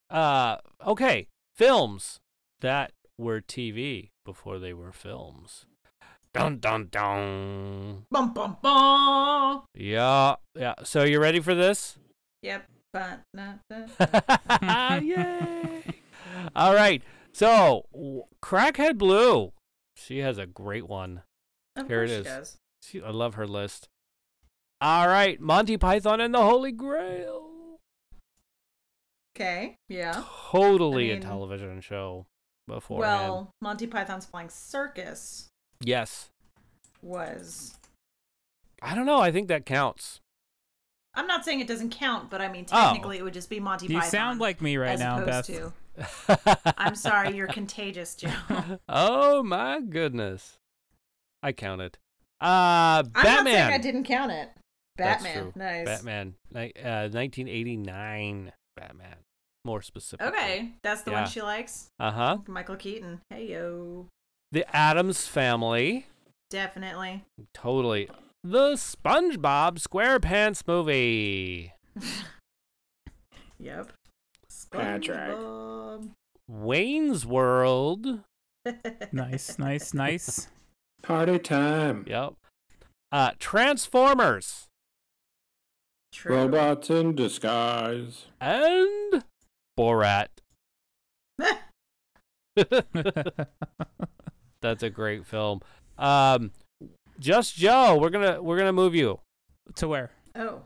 [SPEAKER 2] Uh, okay, films that were TV before they were films. Dun dun dun.
[SPEAKER 4] Bum bum bum.
[SPEAKER 2] Yeah, yeah. So you ready for this?
[SPEAKER 4] Yep. But not that.
[SPEAKER 2] Yay! All right. So w- Crackhead Blue, she has a great one.
[SPEAKER 4] Of
[SPEAKER 2] Here it
[SPEAKER 4] course she
[SPEAKER 2] is.
[SPEAKER 4] does.
[SPEAKER 2] She, I love her list. All right, Monty Python and the Holy Grail.
[SPEAKER 4] Okay. Yeah.
[SPEAKER 2] Totally
[SPEAKER 4] mean-
[SPEAKER 2] a television show beforehand.
[SPEAKER 4] Well, Monty Python's Flying Circus
[SPEAKER 2] Yes.
[SPEAKER 4] was.
[SPEAKER 2] I don't know. I think that counts.
[SPEAKER 4] I'm not saying it doesn't count, but I mean
[SPEAKER 2] Oh.
[SPEAKER 4] technically it would just be Monty
[SPEAKER 5] You
[SPEAKER 4] Python.
[SPEAKER 5] sound like me right
[SPEAKER 4] as
[SPEAKER 5] now,
[SPEAKER 4] opposed
[SPEAKER 5] Beth.
[SPEAKER 4] to. I'm sorry, you're contagious, Joe.
[SPEAKER 2] oh my goodness. I counted. Uh
[SPEAKER 4] I'm not
[SPEAKER 2] Batman.
[SPEAKER 4] saying I didn't count it.
[SPEAKER 2] That's
[SPEAKER 4] Batman,
[SPEAKER 2] true.
[SPEAKER 4] nice.
[SPEAKER 2] Batman. Ni- uh, 1989 Batman. More specifically.
[SPEAKER 4] Okay, that's the
[SPEAKER 2] Yeah.
[SPEAKER 4] one she likes.
[SPEAKER 2] Uh-huh.
[SPEAKER 4] Michael Keaton. Hey yo,
[SPEAKER 2] The Adams Family.
[SPEAKER 4] definitely.
[SPEAKER 2] Totally. The SpongeBob SquarePants movie.
[SPEAKER 4] Yep.
[SPEAKER 3] Patrick.
[SPEAKER 4] SpongeBob.
[SPEAKER 2] Wayne's World.
[SPEAKER 5] nice, nice, nice.
[SPEAKER 3] Party time.
[SPEAKER 2] Yep. Uh Transformers.
[SPEAKER 4] True.
[SPEAKER 3] Robots in disguise.
[SPEAKER 2] and Borat. That's a great film. Um, just Joe, we're gonna we're gonna move you
[SPEAKER 5] to where?
[SPEAKER 4] Oh,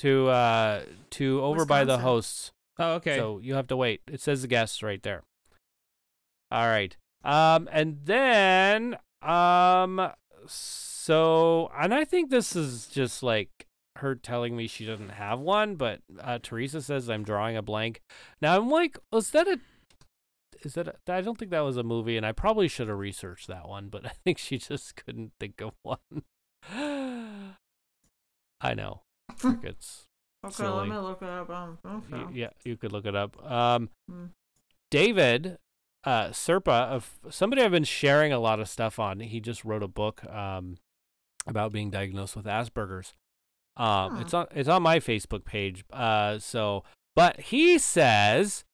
[SPEAKER 2] to uh to over by the
[SPEAKER 4] Wisconsin.
[SPEAKER 2] hosts.
[SPEAKER 5] Oh, okay.
[SPEAKER 2] So you have to wait. It says the guests right there. All right. Um, and then um, so and I think this is just like her telling me she doesn't have one, but uh, Teresa says I'm drawing a blank. Now I'm like, was that a? Is that a, I don't think that was a movie, and I probably should have researched that one, but I think she just couldn't think of one. I know. Crickets.
[SPEAKER 4] Okay,
[SPEAKER 2] Silly.
[SPEAKER 4] let me look it up. Um,
[SPEAKER 2] Y-
[SPEAKER 4] okay.
[SPEAKER 2] yeah, you could look it up. Um,
[SPEAKER 4] Mm.
[SPEAKER 2] David uh, Serpa of somebody I've been sharing a lot of stuff on. He just wrote a book um, about being diagnosed with Asperger's. Um,
[SPEAKER 4] Hmm.
[SPEAKER 2] It's on it's on my Facebook page. Uh, so, but he says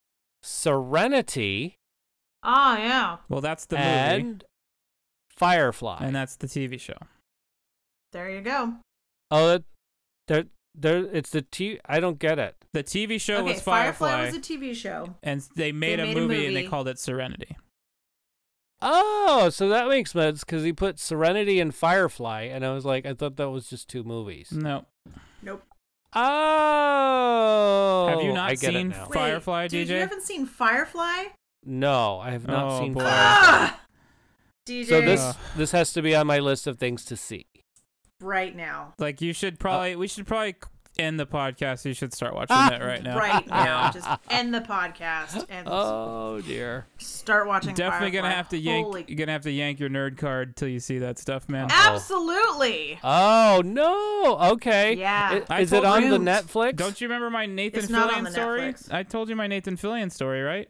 [SPEAKER 2] Serenity
[SPEAKER 4] Ah, yeah.
[SPEAKER 5] Well, that's the
[SPEAKER 2] and
[SPEAKER 5] movie,
[SPEAKER 2] Firefly.
[SPEAKER 5] and that's the TV show.
[SPEAKER 4] There you go.
[SPEAKER 2] oh, that- there, there. It's the T. I don't get it.
[SPEAKER 5] The TV show
[SPEAKER 4] okay,
[SPEAKER 5] was Firefly,
[SPEAKER 4] was a TV show.
[SPEAKER 5] and they
[SPEAKER 4] They
[SPEAKER 5] made,
[SPEAKER 4] made
[SPEAKER 5] a,
[SPEAKER 4] a
[SPEAKER 5] movie and they
[SPEAKER 4] movie.
[SPEAKER 5] called it Serenity.
[SPEAKER 2] Oh, so that makes sense because he put Serenity and Firefly, and I was like, I thought that was just two movies.
[SPEAKER 4] Mm.
[SPEAKER 5] No,
[SPEAKER 4] Nope.
[SPEAKER 2] Oh,
[SPEAKER 5] have you not
[SPEAKER 2] I get it
[SPEAKER 5] seen
[SPEAKER 2] now.
[SPEAKER 4] Wait,
[SPEAKER 5] Firefly,
[SPEAKER 4] dude,
[SPEAKER 5] DJ?
[SPEAKER 4] You haven't seen Firefly?
[SPEAKER 2] No, I have not
[SPEAKER 5] Oh,
[SPEAKER 2] seen
[SPEAKER 5] boy.
[SPEAKER 2] Firefly.
[SPEAKER 4] Ah! DJ,
[SPEAKER 2] So this
[SPEAKER 5] Ugh.
[SPEAKER 2] this has to be on my list of things to see.
[SPEAKER 4] right now.
[SPEAKER 5] Like you
[SPEAKER 2] Oh.
[SPEAKER 5] should probably, we should probably end the podcast. You should start watching that right now.
[SPEAKER 4] Ah, Right now. Just end the podcast and
[SPEAKER 2] Oh dear.
[SPEAKER 4] start watching
[SPEAKER 5] Definitely
[SPEAKER 4] Firefly.
[SPEAKER 5] gonna have to yank. Oh.
[SPEAKER 4] Holy-
[SPEAKER 5] You're gonna have to yank your nerd card till you see that stuff, man.
[SPEAKER 2] Ah,
[SPEAKER 4] Absolutely.
[SPEAKER 2] Oh no. Okay.
[SPEAKER 4] Yeah.
[SPEAKER 2] I-
[SPEAKER 5] I
[SPEAKER 2] Is it
[SPEAKER 5] told
[SPEAKER 2] on
[SPEAKER 4] you.
[SPEAKER 2] the Netflix?
[SPEAKER 5] Don't you remember my Nathan
[SPEAKER 4] It's
[SPEAKER 5] Fillion
[SPEAKER 4] not on the
[SPEAKER 5] story?
[SPEAKER 4] Netflix.
[SPEAKER 5] I told you my Nathan Fillion story, right?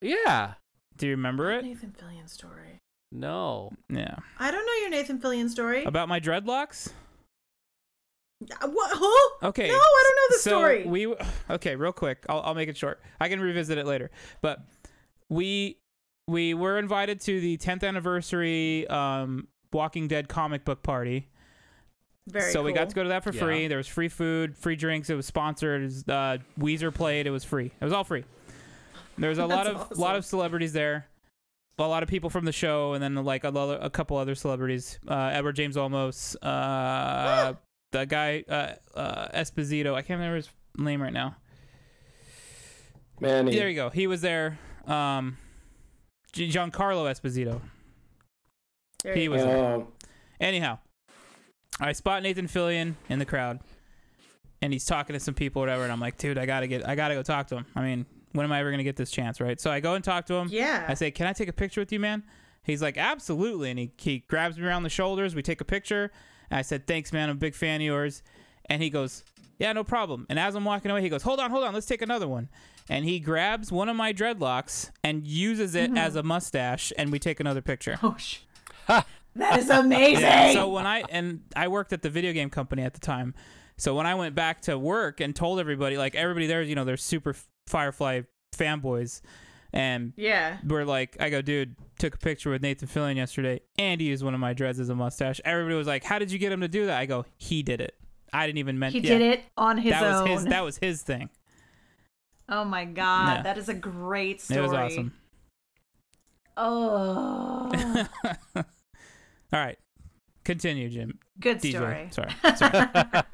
[SPEAKER 2] Yeah.
[SPEAKER 5] Do you remember it?
[SPEAKER 4] Nathan Fillion story.
[SPEAKER 2] No.
[SPEAKER 5] Yeah.
[SPEAKER 4] I don't know your Nathan Fillion story.
[SPEAKER 5] About my dreadlocks?
[SPEAKER 4] Uh, what? Who?
[SPEAKER 5] Okay.
[SPEAKER 4] No, I don't know the
[SPEAKER 5] so
[SPEAKER 4] story.
[SPEAKER 5] We okay, real quick. I'll I'll make it short. I can revisit it later. But we we were invited to the 10th anniversary um Walking Dead comic book party.
[SPEAKER 4] Very
[SPEAKER 5] so we got
[SPEAKER 4] cool.
[SPEAKER 5] to go to that for
[SPEAKER 2] Yeah.
[SPEAKER 5] free. There was free food, free drinks. It was sponsored. It was, uh, Weezer played. It was free. It was all free. There was a lot of
[SPEAKER 4] That's
[SPEAKER 5] lot
[SPEAKER 4] awesome.
[SPEAKER 5] of celebrities there, a lot of people from the show, and then like a, lo- a couple other celebrities. Uh, Edward James Olmos, uh, the guy uh, uh, Esposito. I can't remember his name right now.
[SPEAKER 3] Manny.
[SPEAKER 5] There you go. He was there. Um, G- Giancarlo Esposito.
[SPEAKER 4] There
[SPEAKER 5] He
[SPEAKER 4] you
[SPEAKER 5] was
[SPEAKER 4] go.
[SPEAKER 5] there.
[SPEAKER 3] Oh,
[SPEAKER 5] Anyhow, I spot Nathan Fillion in the crowd, and he's talking to some people, or whatever. And I'm like, dude, I gotta get, I gotta go talk to him. I mean, when am I ever gonna get this chance, right? So I go and talk to him.
[SPEAKER 4] Yeah.
[SPEAKER 5] I say, can I take a picture with you, man? He's like, absolutely. And he, he grabs me around the shoulders. We take a picture. And I said, thanks, man. I'm a big fan of yours. And he goes, yeah, no problem. And as I'm walking away, he goes, hold on, hold on. Let's take another one. And he grabs one of my dreadlocks and uses it as a mustache. And we take another picture.
[SPEAKER 4] Oh, sh- that is amazing.
[SPEAKER 5] So when I and I worked at the video game company at the time, so when I went back to work and told everybody, like everybody there, you know, they're super Firefly fanboys, and
[SPEAKER 4] yeah.
[SPEAKER 5] we're like, I go, dude, took a picture with Nathan Fillion yesterday, and he used one of my dreads as a mustache. Everybody was like, how did you get him to do that? I go, he did it. I didn't even
[SPEAKER 4] He
[SPEAKER 5] mention
[SPEAKER 4] did it on his
[SPEAKER 5] That
[SPEAKER 4] own.
[SPEAKER 5] was his. That was his thing.
[SPEAKER 4] oh my god,
[SPEAKER 5] No.
[SPEAKER 4] that is a great story.
[SPEAKER 5] It was awesome.
[SPEAKER 4] Oh,
[SPEAKER 5] All right, continue, Jim.
[SPEAKER 4] good story.
[SPEAKER 5] DJ, sorry.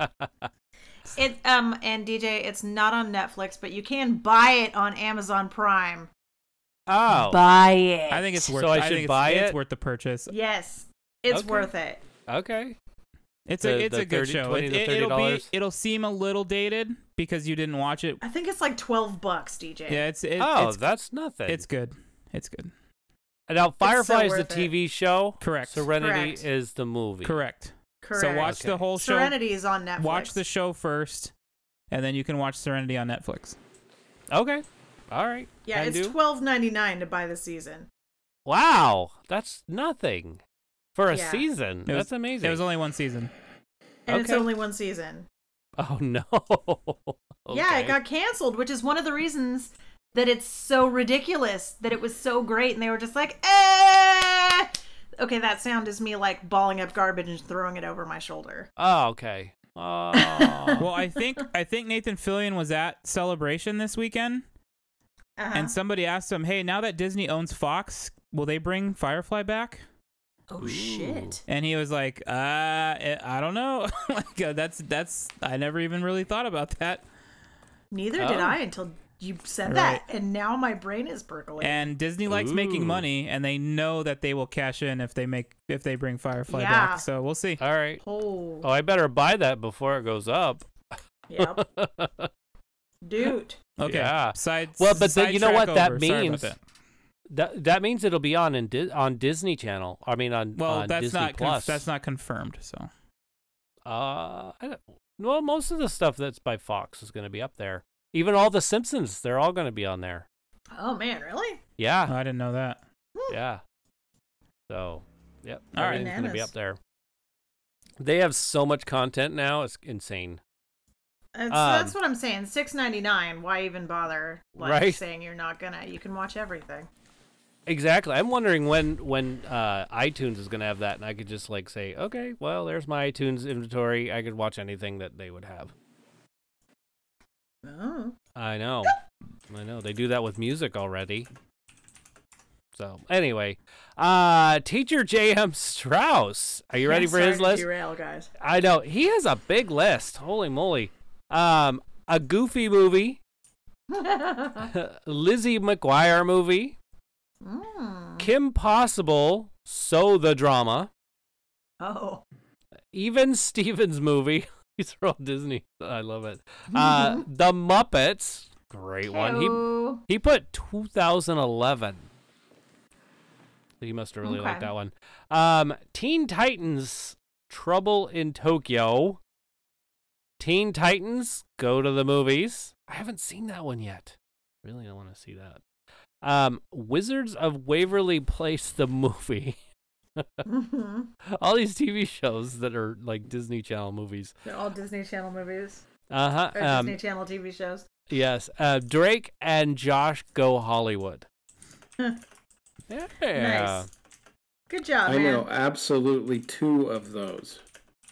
[SPEAKER 4] It um and DJ, it's not on Netflix, but you can buy it on Amazon Prime.
[SPEAKER 2] oh.
[SPEAKER 4] Buy it.
[SPEAKER 5] I think it's worth.
[SPEAKER 2] So I
[SPEAKER 5] think
[SPEAKER 2] should
[SPEAKER 5] it's-
[SPEAKER 2] buy
[SPEAKER 5] It's
[SPEAKER 2] it?
[SPEAKER 5] worth the purchase.
[SPEAKER 4] yes, it's
[SPEAKER 2] Okay.
[SPEAKER 4] worth it.
[SPEAKER 2] Okay.
[SPEAKER 5] It's
[SPEAKER 2] The-
[SPEAKER 5] a it's
[SPEAKER 2] the
[SPEAKER 5] a good
[SPEAKER 2] 30
[SPEAKER 5] show.
[SPEAKER 2] 20
[SPEAKER 5] It,
[SPEAKER 2] to
[SPEAKER 5] it, it'll be
[SPEAKER 2] $30.
[SPEAKER 5] it'll seem a little dated because you didn't watch it.
[SPEAKER 4] I think it's like twelve bucks, DJ.
[SPEAKER 5] Yeah, it's it,
[SPEAKER 2] oh,
[SPEAKER 5] it's
[SPEAKER 2] that's nothing.
[SPEAKER 5] it's good. It's good.
[SPEAKER 2] now Firefly is the
[SPEAKER 4] worth it.
[SPEAKER 2] TV show.
[SPEAKER 5] Correct.
[SPEAKER 2] Serenity
[SPEAKER 4] Correct.
[SPEAKER 2] is the movie.
[SPEAKER 5] Correct.
[SPEAKER 4] Correct.
[SPEAKER 5] So watch the
[SPEAKER 2] Okay.
[SPEAKER 5] whole show.
[SPEAKER 4] Serenity is on Netflix.
[SPEAKER 5] Watch the show first, and then you can watch Serenity on Netflix.
[SPEAKER 2] Okay. All right.
[SPEAKER 4] yeah,
[SPEAKER 2] Can
[SPEAKER 4] it's
[SPEAKER 2] do.
[SPEAKER 4] twelve ninety nine to buy the season.
[SPEAKER 2] Wow, that's nothing for a
[SPEAKER 4] Yeah.
[SPEAKER 2] season.
[SPEAKER 5] It was-
[SPEAKER 2] Mm, that's amazing.
[SPEAKER 5] It was only one season.
[SPEAKER 4] And it's
[SPEAKER 2] Okay.
[SPEAKER 4] only one season.
[SPEAKER 2] oh no.
[SPEAKER 4] Yeah,
[SPEAKER 2] Okay.
[SPEAKER 4] it got canceled, which is one of the reasons that it's so ridiculous that it was so great, and they were just like, eh. Okay, that sound is me like balling up garbage and throwing it over my shoulder.
[SPEAKER 2] Oh, okay. Oh.
[SPEAKER 5] Well, I think I think Nathan Fillion was at Celebration this weekend,
[SPEAKER 4] Uh-huh.
[SPEAKER 5] and somebody asked him, "Hey, now that Disney owns Fox, will they bring Firefly back?"
[SPEAKER 4] oh shit!
[SPEAKER 5] And he was like, "Uh, I I don't know. like uh, that's that's I never even really thought about that."
[SPEAKER 4] Neither did
[SPEAKER 2] Oh.
[SPEAKER 4] I until you said
[SPEAKER 5] Right.
[SPEAKER 4] that, and now my brain is percolating.
[SPEAKER 5] And Disney likes making
[SPEAKER 2] Ooh.
[SPEAKER 5] money, and they know that they will cash in if they make if they bring Firefly
[SPEAKER 4] Yeah.
[SPEAKER 5] back. So we'll see.
[SPEAKER 2] All right.
[SPEAKER 4] oh,
[SPEAKER 2] Oh, I better buy that before it goes up.
[SPEAKER 4] yep, dude.
[SPEAKER 5] Okay.
[SPEAKER 2] Yeah.
[SPEAKER 5] Side.
[SPEAKER 2] Well, but the- you know
[SPEAKER 5] sidetrack
[SPEAKER 2] what that
[SPEAKER 5] over. Sorry about
[SPEAKER 2] means?
[SPEAKER 5] that.
[SPEAKER 2] That that means it'll be on in Di- on Disney Channel. I mean on
[SPEAKER 5] Well,
[SPEAKER 2] on
[SPEAKER 5] that's
[SPEAKER 2] Disney
[SPEAKER 5] not conf-
[SPEAKER 2] Plus.
[SPEAKER 5] that's not confirmed. So
[SPEAKER 2] Uh, I don't- well, most of the stuff that's by Fox is going to be up there. Even all the Simpsons, they're all going to be on there.
[SPEAKER 4] Oh man, really? Hmm.
[SPEAKER 5] Oh,
[SPEAKER 2] Yeah,
[SPEAKER 5] I didn't know that.
[SPEAKER 2] yeah. So, yep,
[SPEAKER 5] All right.
[SPEAKER 2] everything's going to be
[SPEAKER 4] Bananas.
[SPEAKER 2] up there. They have so much content now; it's insane.
[SPEAKER 4] That's,
[SPEAKER 2] Um,
[SPEAKER 4] that's what I'm saying. Six ninety nine. Why even bother? Like,
[SPEAKER 2] Right.
[SPEAKER 4] Saying you're not gonna. You can watch everything.
[SPEAKER 2] Exactly. I'm wondering when when uh, iTunes is going to have that, and I could just like say, okay, well, there's my iTunes inventory. I could watch anything that they would have.
[SPEAKER 4] Oh.
[SPEAKER 2] I know. I know. They do that with music already. So anyway, uh teacher J.M. Strauss. Are you ready
[SPEAKER 4] I'm
[SPEAKER 2] for his
[SPEAKER 4] sorry to
[SPEAKER 2] list?
[SPEAKER 4] Derail, guys.
[SPEAKER 2] I know. He has a big list. Holy moly. Um a goofy movie, Lizzie McGuire movie,
[SPEAKER 4] Mm.
[SPEAKER 2] Kim Possible, So the Drama,
[SPEAKER 4] Oh.
[SPEAKER 2] even Stevens movie. These are all Disney. I love it. Uh The Muppets. Great one. He
[SPEAKER 4] Heyo.
[SPEAKER 2] He put 2011. So He must have really liked
[SPEAKER 4] Okay.
[SPEAKER 2] that one. Um, Teen Titans Trouble in Tokyo. Teen Titans Go to the Movies. I haven't seen that one yet. Really don't want to see that. Um, Wizards of Waverly Place the movie.
[SPEAKER 4] Mhm.
[SPEAKER 2] All these TV shows that are like Disney Channel movies.
[SPEAKER 4] They're all Disney Channel movies
[SPEAKER 2] Uh
[SPEAKER 4] or
[SPEAKER 2] huh. Um,
[SPEAKER 4] Disney Channel TV shows.
[SPEAKER 2] yes. Uh, Drake and Josh Go Hollywood.
[SPEAKER 4] Huh.
[SPEAKER 2] Yeah.
[SPEAKER 4] Nice. Good job,
[SPEAKER 3] I
[SPEAKER 4] Oh, man.
[SPEAKER 3] know absolutely two of those.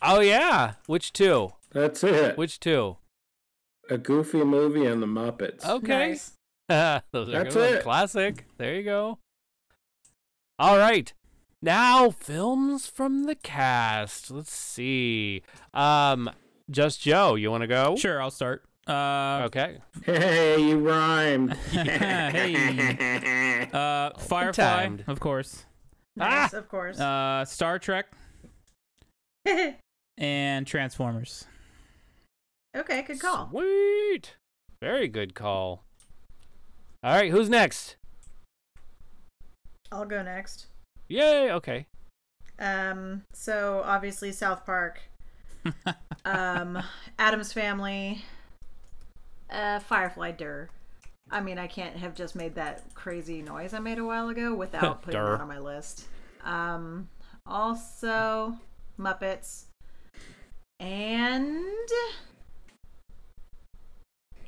[SPEAKER 2] Oh yeah, which two?
[SPEAKER 3] That's it.
[SPEAKER 2] Which two?
[SPEAKER 3] a goofy movie and the Muppets.
[SPEAKER 2] Okay,
[SPEAKER 4] Nice.
[SPEAKER 2] those are
[SPEAKER 3] That's
[SPEAKER 2] good ones.
[SPEAKER 3] it.
[SPEAKER 2] Classic. There you go. All right, now films from the cast. Let's see. Um, just Joe, you want to go?
[SPEAKER 5] Sure, I'll start. Uh,
[SPEAKER 2] Okay.
[SPEAKER 3] Hey, you rhymed.
[SPEAKER 5] hey. Uh, Firefly,
[SPEAKER 2] timed.
[SPEAKER 5] of course.
[SPEAKER 2] Ah.
[SPEAKER 4] Nice, of course.
[SPEAKER 5] Uh, Star Trek and Transformers.
[SPEAKER 4] okay, good call.
[SPEAKER 2] Sweet. Very good call. All right, who's next?
[SPEAKER 4] I'll go next.
[SPEAKER 2] Yay. Okay.
[SPEAKER 4] Um, so obviously South Park, um, Adam's Family, uh, Firefly Durr. I mean, I can't have just made that crazy noise I made a while ago without putting
[SPEAKER 2] Durr.
[SPEAKER 4] that on my list. Um, also Muppets and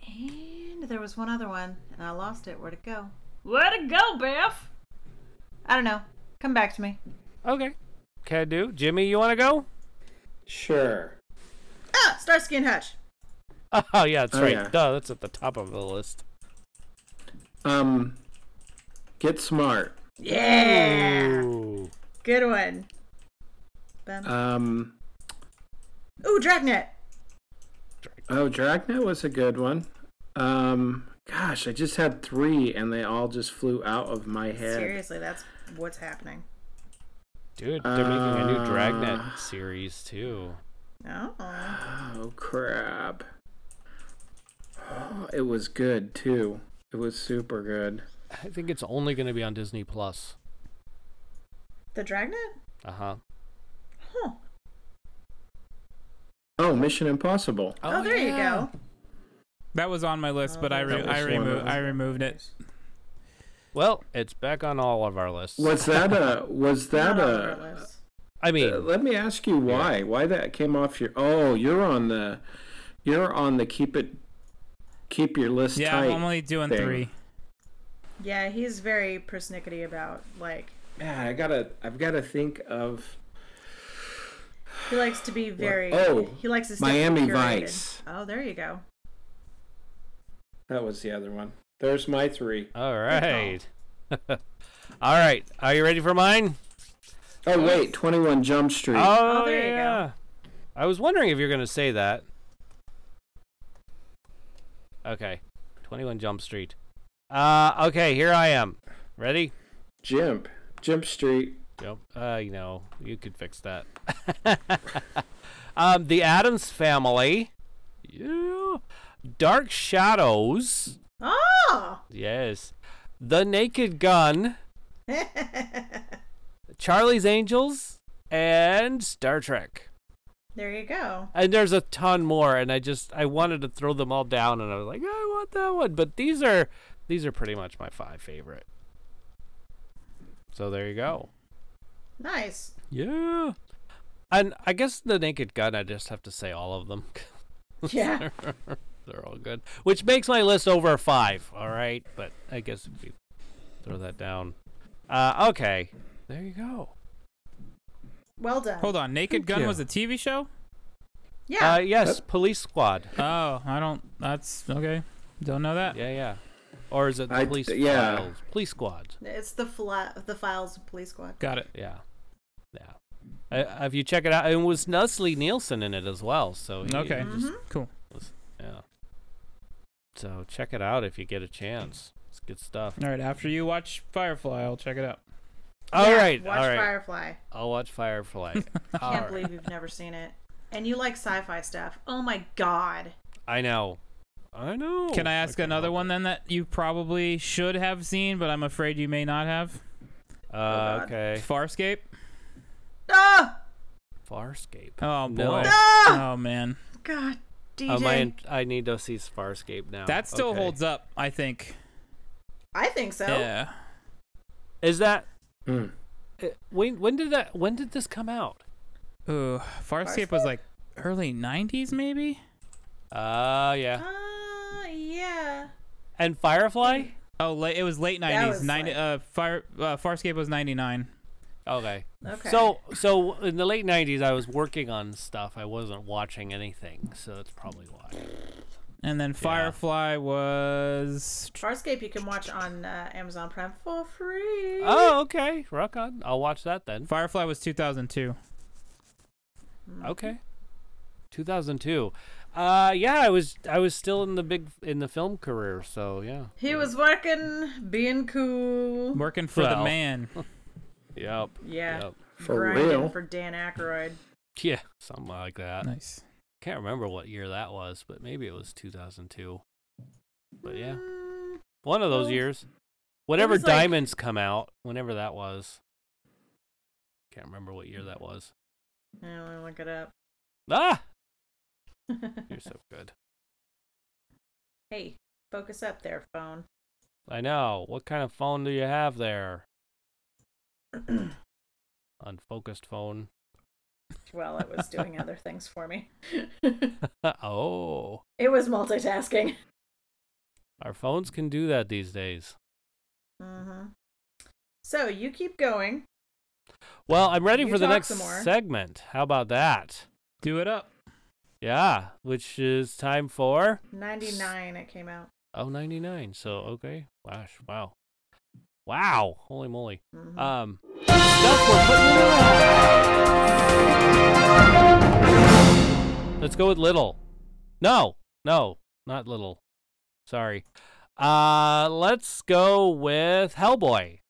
[SPEAKER 4] and there was one other one and I lost it. Where'd it go? Where'd it go, Biff? I don't know. Come back to me.
[SPEAKER 2] Okay. Can I do? Jimmy, you want to go?
[SPEAKER 3] sure.
[SPEAKER 4] Ah, Starsky and Hutch.
[SPEAKER 2] Oh yeah, that's
[SPEAKER 3] Oh,
[SPEAKER 2] right.
[SPEAKER 3] yeah.
[SPEAKER 2] Duh, that's at the top of the list.
[SPEAKER 3] Um, Get Smart.
[SPEAKER 4] Yeah,
[SPEAKER 2] Ooh.
[SPEAKER 4] good one. Bum.
[SPEAKER 3] Um,
[SPEAKER 4] Ooh, Dragnet.
[SPEAKER 3] oh, Dragnet was a good one. Um, gosh, I just had three and they all just flew out of my head.
[SPEAKER 4] Seriously, that's what's happening.
[SPEAKER 2] Dude, they're making a new
[SPEAKER 3] Uh,
[SPEAKER 2] Dragnet series too.
[SPEAKER 4] Oh,
[SPEAKER 3] Oh, crap. Oh, it was good, too. It was super good.
[SPEAKER 2] I think it's only going to be on Disney Plus.
[SPEAKER 4] the Dragnet?
[SPEAKER 2] Uh huh.
[SPEAKER 4] Huh.
[SPEAKER 3] Oh, Mission Impossible.
[SPEAKER 4] Oh, there you go.
[SPEAKER 5] That was on my list, but I re-
[SPEAKER 3] Oh, That was one
[SPEAKER 5] I
[SPEAKER 3] of
[SPEAKER 5] removed
[SPEAKER 3] them.
[SPEAKER 5] I removed it.
[SPEAKER 2] Well, it's back on all of our lists.
[SPEAKER 3] Was that a. Was that uh,
[SPEAKER 4] Not on our
[SPEAKER 3] a.
[SPEAKER 4] list.
[SPEAKER 2] I mean,
[SPEAKER 3] Uh, let me ask you why. Why that came off your. Oh, you're on the. You're on the keep it. Keep your list
[SPEAKER 5] Yeah,
[SPEAKER 3] tight.
[SPEAKER 5] I'm only doing
[SPEAKER 3] thing.
[SPEAKER 5] three.
[SPEAKER 4] Yeah, he's very persnickety about like
[SPEAKER 3] Man, I gotta. I've gotta think of.
[SPEAKER 4] he likes to be very.
[SPEAKER 3] Oh,
[SPEAKER 4] he likes to stay
[SPEAKER 3] Miami
[SPEAKER 4] curated.
[SPEAKER 3] Vice.
[SPEAKER 4] Oh, there you go.
[SPEAKER 3] That was the other one. There's my three.
[SPEAKER 2] all right. all right. Are you ready for mine?
[SPEAKER 3] Oh wait, 21 Jump Street.
[SPEAKER 2] Oh,
[SPEAKER 4] there you go.
[SPEAKER 2] yeah. I was wondering if you're going to say that. Okay. 21 Jump Street. Uh, okay, here I am. Ready?
[SPEAKER 3] Jump. Jump Street.
[SPEAKER 2] Yep. Uh, you know, you could fix that. um, the Adams Family. Yeah. Dark Shadows.
[SPEAKER 4] Oh,
[SPEAKER 2] Yes. The Naked Gun. Charlie's Angels and Star Trek.
[SPEAKER 4] There you go.
[SPEAKER 2] and there's a ton more and i just i wanted to throw them all down and i was like i want that one but these are these are pretty much my five favorite so there you go
[SPEAKER 4] Nice.
[SPEAKER 2] yeah and i guess the naked gun i just have to say all of them
[SPEAKER 4] Yeah.
[SPEAKER 2] they're all good which makes my list over five all right but i guess if we throw that down uh okay there you go
[SPEAKER 4] Well done.
[SPEAKER 5] Hold on, Naked
[SPEAKER 2] Thank
[SPEAKER 5] Gun
[SPEAKER 2] you.
[SPEAKER 5] was a TV show?
[SPEAKER 4] Yeah.
[SPEAKER 2] uh yes police squad
[SPEAKER 5] Oh, I don't. That's okay. Don't know that.
[SPEAKER 2] yeah yeah or is it the
[SPEAKER 3] I-
[SPEAKER 2] police
[SPEAKER 3] yeah.
[SPEAKER 2] files? police squad
[SPEAKER 4] it's the fla- the files of police squad.
[SPEAKER 5] Got it.
[SPEAKER 2] Yeah, yeah. Uh, if you check it out, and it was Leslie Nielsen in it as well. So he-
[SPEAKER 5] Okay,
[SPEAKER 4] Mm-hmm.
[SPEAKER 2] just-
[SPEAKER 5] cool.
[SPEAKER 2] yeah. So check it out if you get a chance. It's good stuff.
[SPEAKER 5] All right, after you watch Firefly, I'll check it out.
[SPEAKER 2] All
[SPEAKER 4] Yeah,
[SPEAKER 2] right,
[SPEAKER 4] Watch
[SPEAKER 2] all right.
[SPEAKER 4] Firefly.
[SPEAKER 2] I'll watch Firefly. All
[SPEAKER 4] Can't
[SPEAKER 2] right.
[SPEAKER 4] believe you've never seen it. And you like sci-fi stuff. Oh my god.
[SPEAKER 2] I know. I know.
[SPEAKER 5] Can I ask
[SPEAKER 2] can't
[SPEAKER 5] another
[SPEAKER 2] help
[SPEAKER 5] one then that you probably should have seen, but I'm afraid you may not have?
[SPEAKER 2] it. Uh,
[SPEAKER 4] Oh God.
[SPEAKER 2] okay.
[SPEAKER 5] Farscape.
[SPEAKER 4] Ah!
[SPEAKER 2] Farscape.
[SPEAKER 5] Oh boy.
[SPEAKER 2] No.
[SPEAKER 4] Ah!
[SPEAKER 5] Oh man,
[SPEAKER 4] God. DJ.
[SPEAKER 2] Um, Uh, I, I need to see Farscape now.
[SPEAKER 5] that still
[SPEAKER 2] Oh, Okay.
[SPEAKER 5] holds up. I think.
[SPEAKER 4] I think so.
[SPEAKER 5] Yeah.
[SPEAKER 2] Is that
[SPEAKER 3] Hmm.
[SPEAKER 2] uh, when? When did that? When did this come out?
[SPEAKER 5] Ooh, Farscape was like early '90s, maybe.
[SPEAKER 2] Uh yeah.
[SPEAKER 4] Uh, yeah.
[SPEAKER 2] And Firefly.
[SPEAKER 5] Oh, late, it was late
[SPEAKER 4] That
[SPEAKER 5] '90s.
[SPEAKER 4] was,
[SPEAKER 5] 90,
[SPEAKER 4] like-
[SPEAKER 5] uh, Fire, uh, Farscape was '99.
[SPEAKER 2] Okay.
[SPEAKER 4] Okay.
[SPEAKER 2] So so in the late '90s, I was working on stuff. I wasn't watching anything, so that's probably why.
[SPEAKER 5] And then Firefly was
[SPEAKER 4] Farscape you can watch on uh, Amazon Prime for free.
[SPEAKER 2] Oh, okay. Rock on. I'll watch that then.
[SPEAKER 5] Firefly was 2002.
[SPEAKER 2] Okay. 2002. Uh, yeah, I was I was still in the big in the film career, so yeah.
[SPEAKER 4] He was working, being cool.
[SPEAKER 5] Working for the
[SPEAKER 2] Well.
[SPEAKER 5] man.
[SPEAKER 2] Yep.
[SPEAKER 4] Yeah.
[SPEAKER 2] Yep.
[SPEAKER 3] For
[SPEAKER 4] grinding
[SPEAKER 3] real.
[SPEAKER 4] for Dan Aykroyd.
[SPEAKER 2] Yeah, something like that.
[SPEAKER 5] nice.
[SPEAKER 2] Can't remember what year that was, but maybe it was 2002. But yeah,
[SPEAKER 4] Mm,
[SPEAKER 2] one of those
[SPEAKER 4] well,
[SPEAKER 2] years. Whatever
[SPEAKER 4] was like-
[SPEAKER 2] Diamonds come out, whenever that was. Can't remember what year that was.
[SPEAKER 4] I want to look it up.
[SPEAKER 2] Ah, you're so good.
[SPEAKER 4] hey, focus up there, phone.
[SPEAKER 2] I know. What kind of phone do you have there? Unfocused phone.
[SPEAKER 4] Well, it was doing other things for me.
[SPEAKER 2] oh,
[SPEAKER 4] it was multitasking.
[SPEAKER 2] our phones can do that these days.
[SPEAKER 4] hmm So you keep going.
[SPEAKER 2] Well, I'm ready
[SPEAKER 4] You
[SPEAKER 2] for the
[SPEAKER 4] talk
[SPEAKER 2] next
[SPEAKER 4] some more.
[SPEAKER 2] segment. How about that?
[SPEAKER 5] Do it up.
[SPEAKER 2] Yeah, which is time for
[SPEAKER 4] 99, it came out.
[SPEAKER 2] oh 99. So okay, Wow. wow, wow, holy moly.
[SPEAKER 4] Mhm.
[SPEAKER 2] Um, stuff we're putting in our- Let's go with little. No, no, not little. Sorry. Uh, let's go with Hellboy.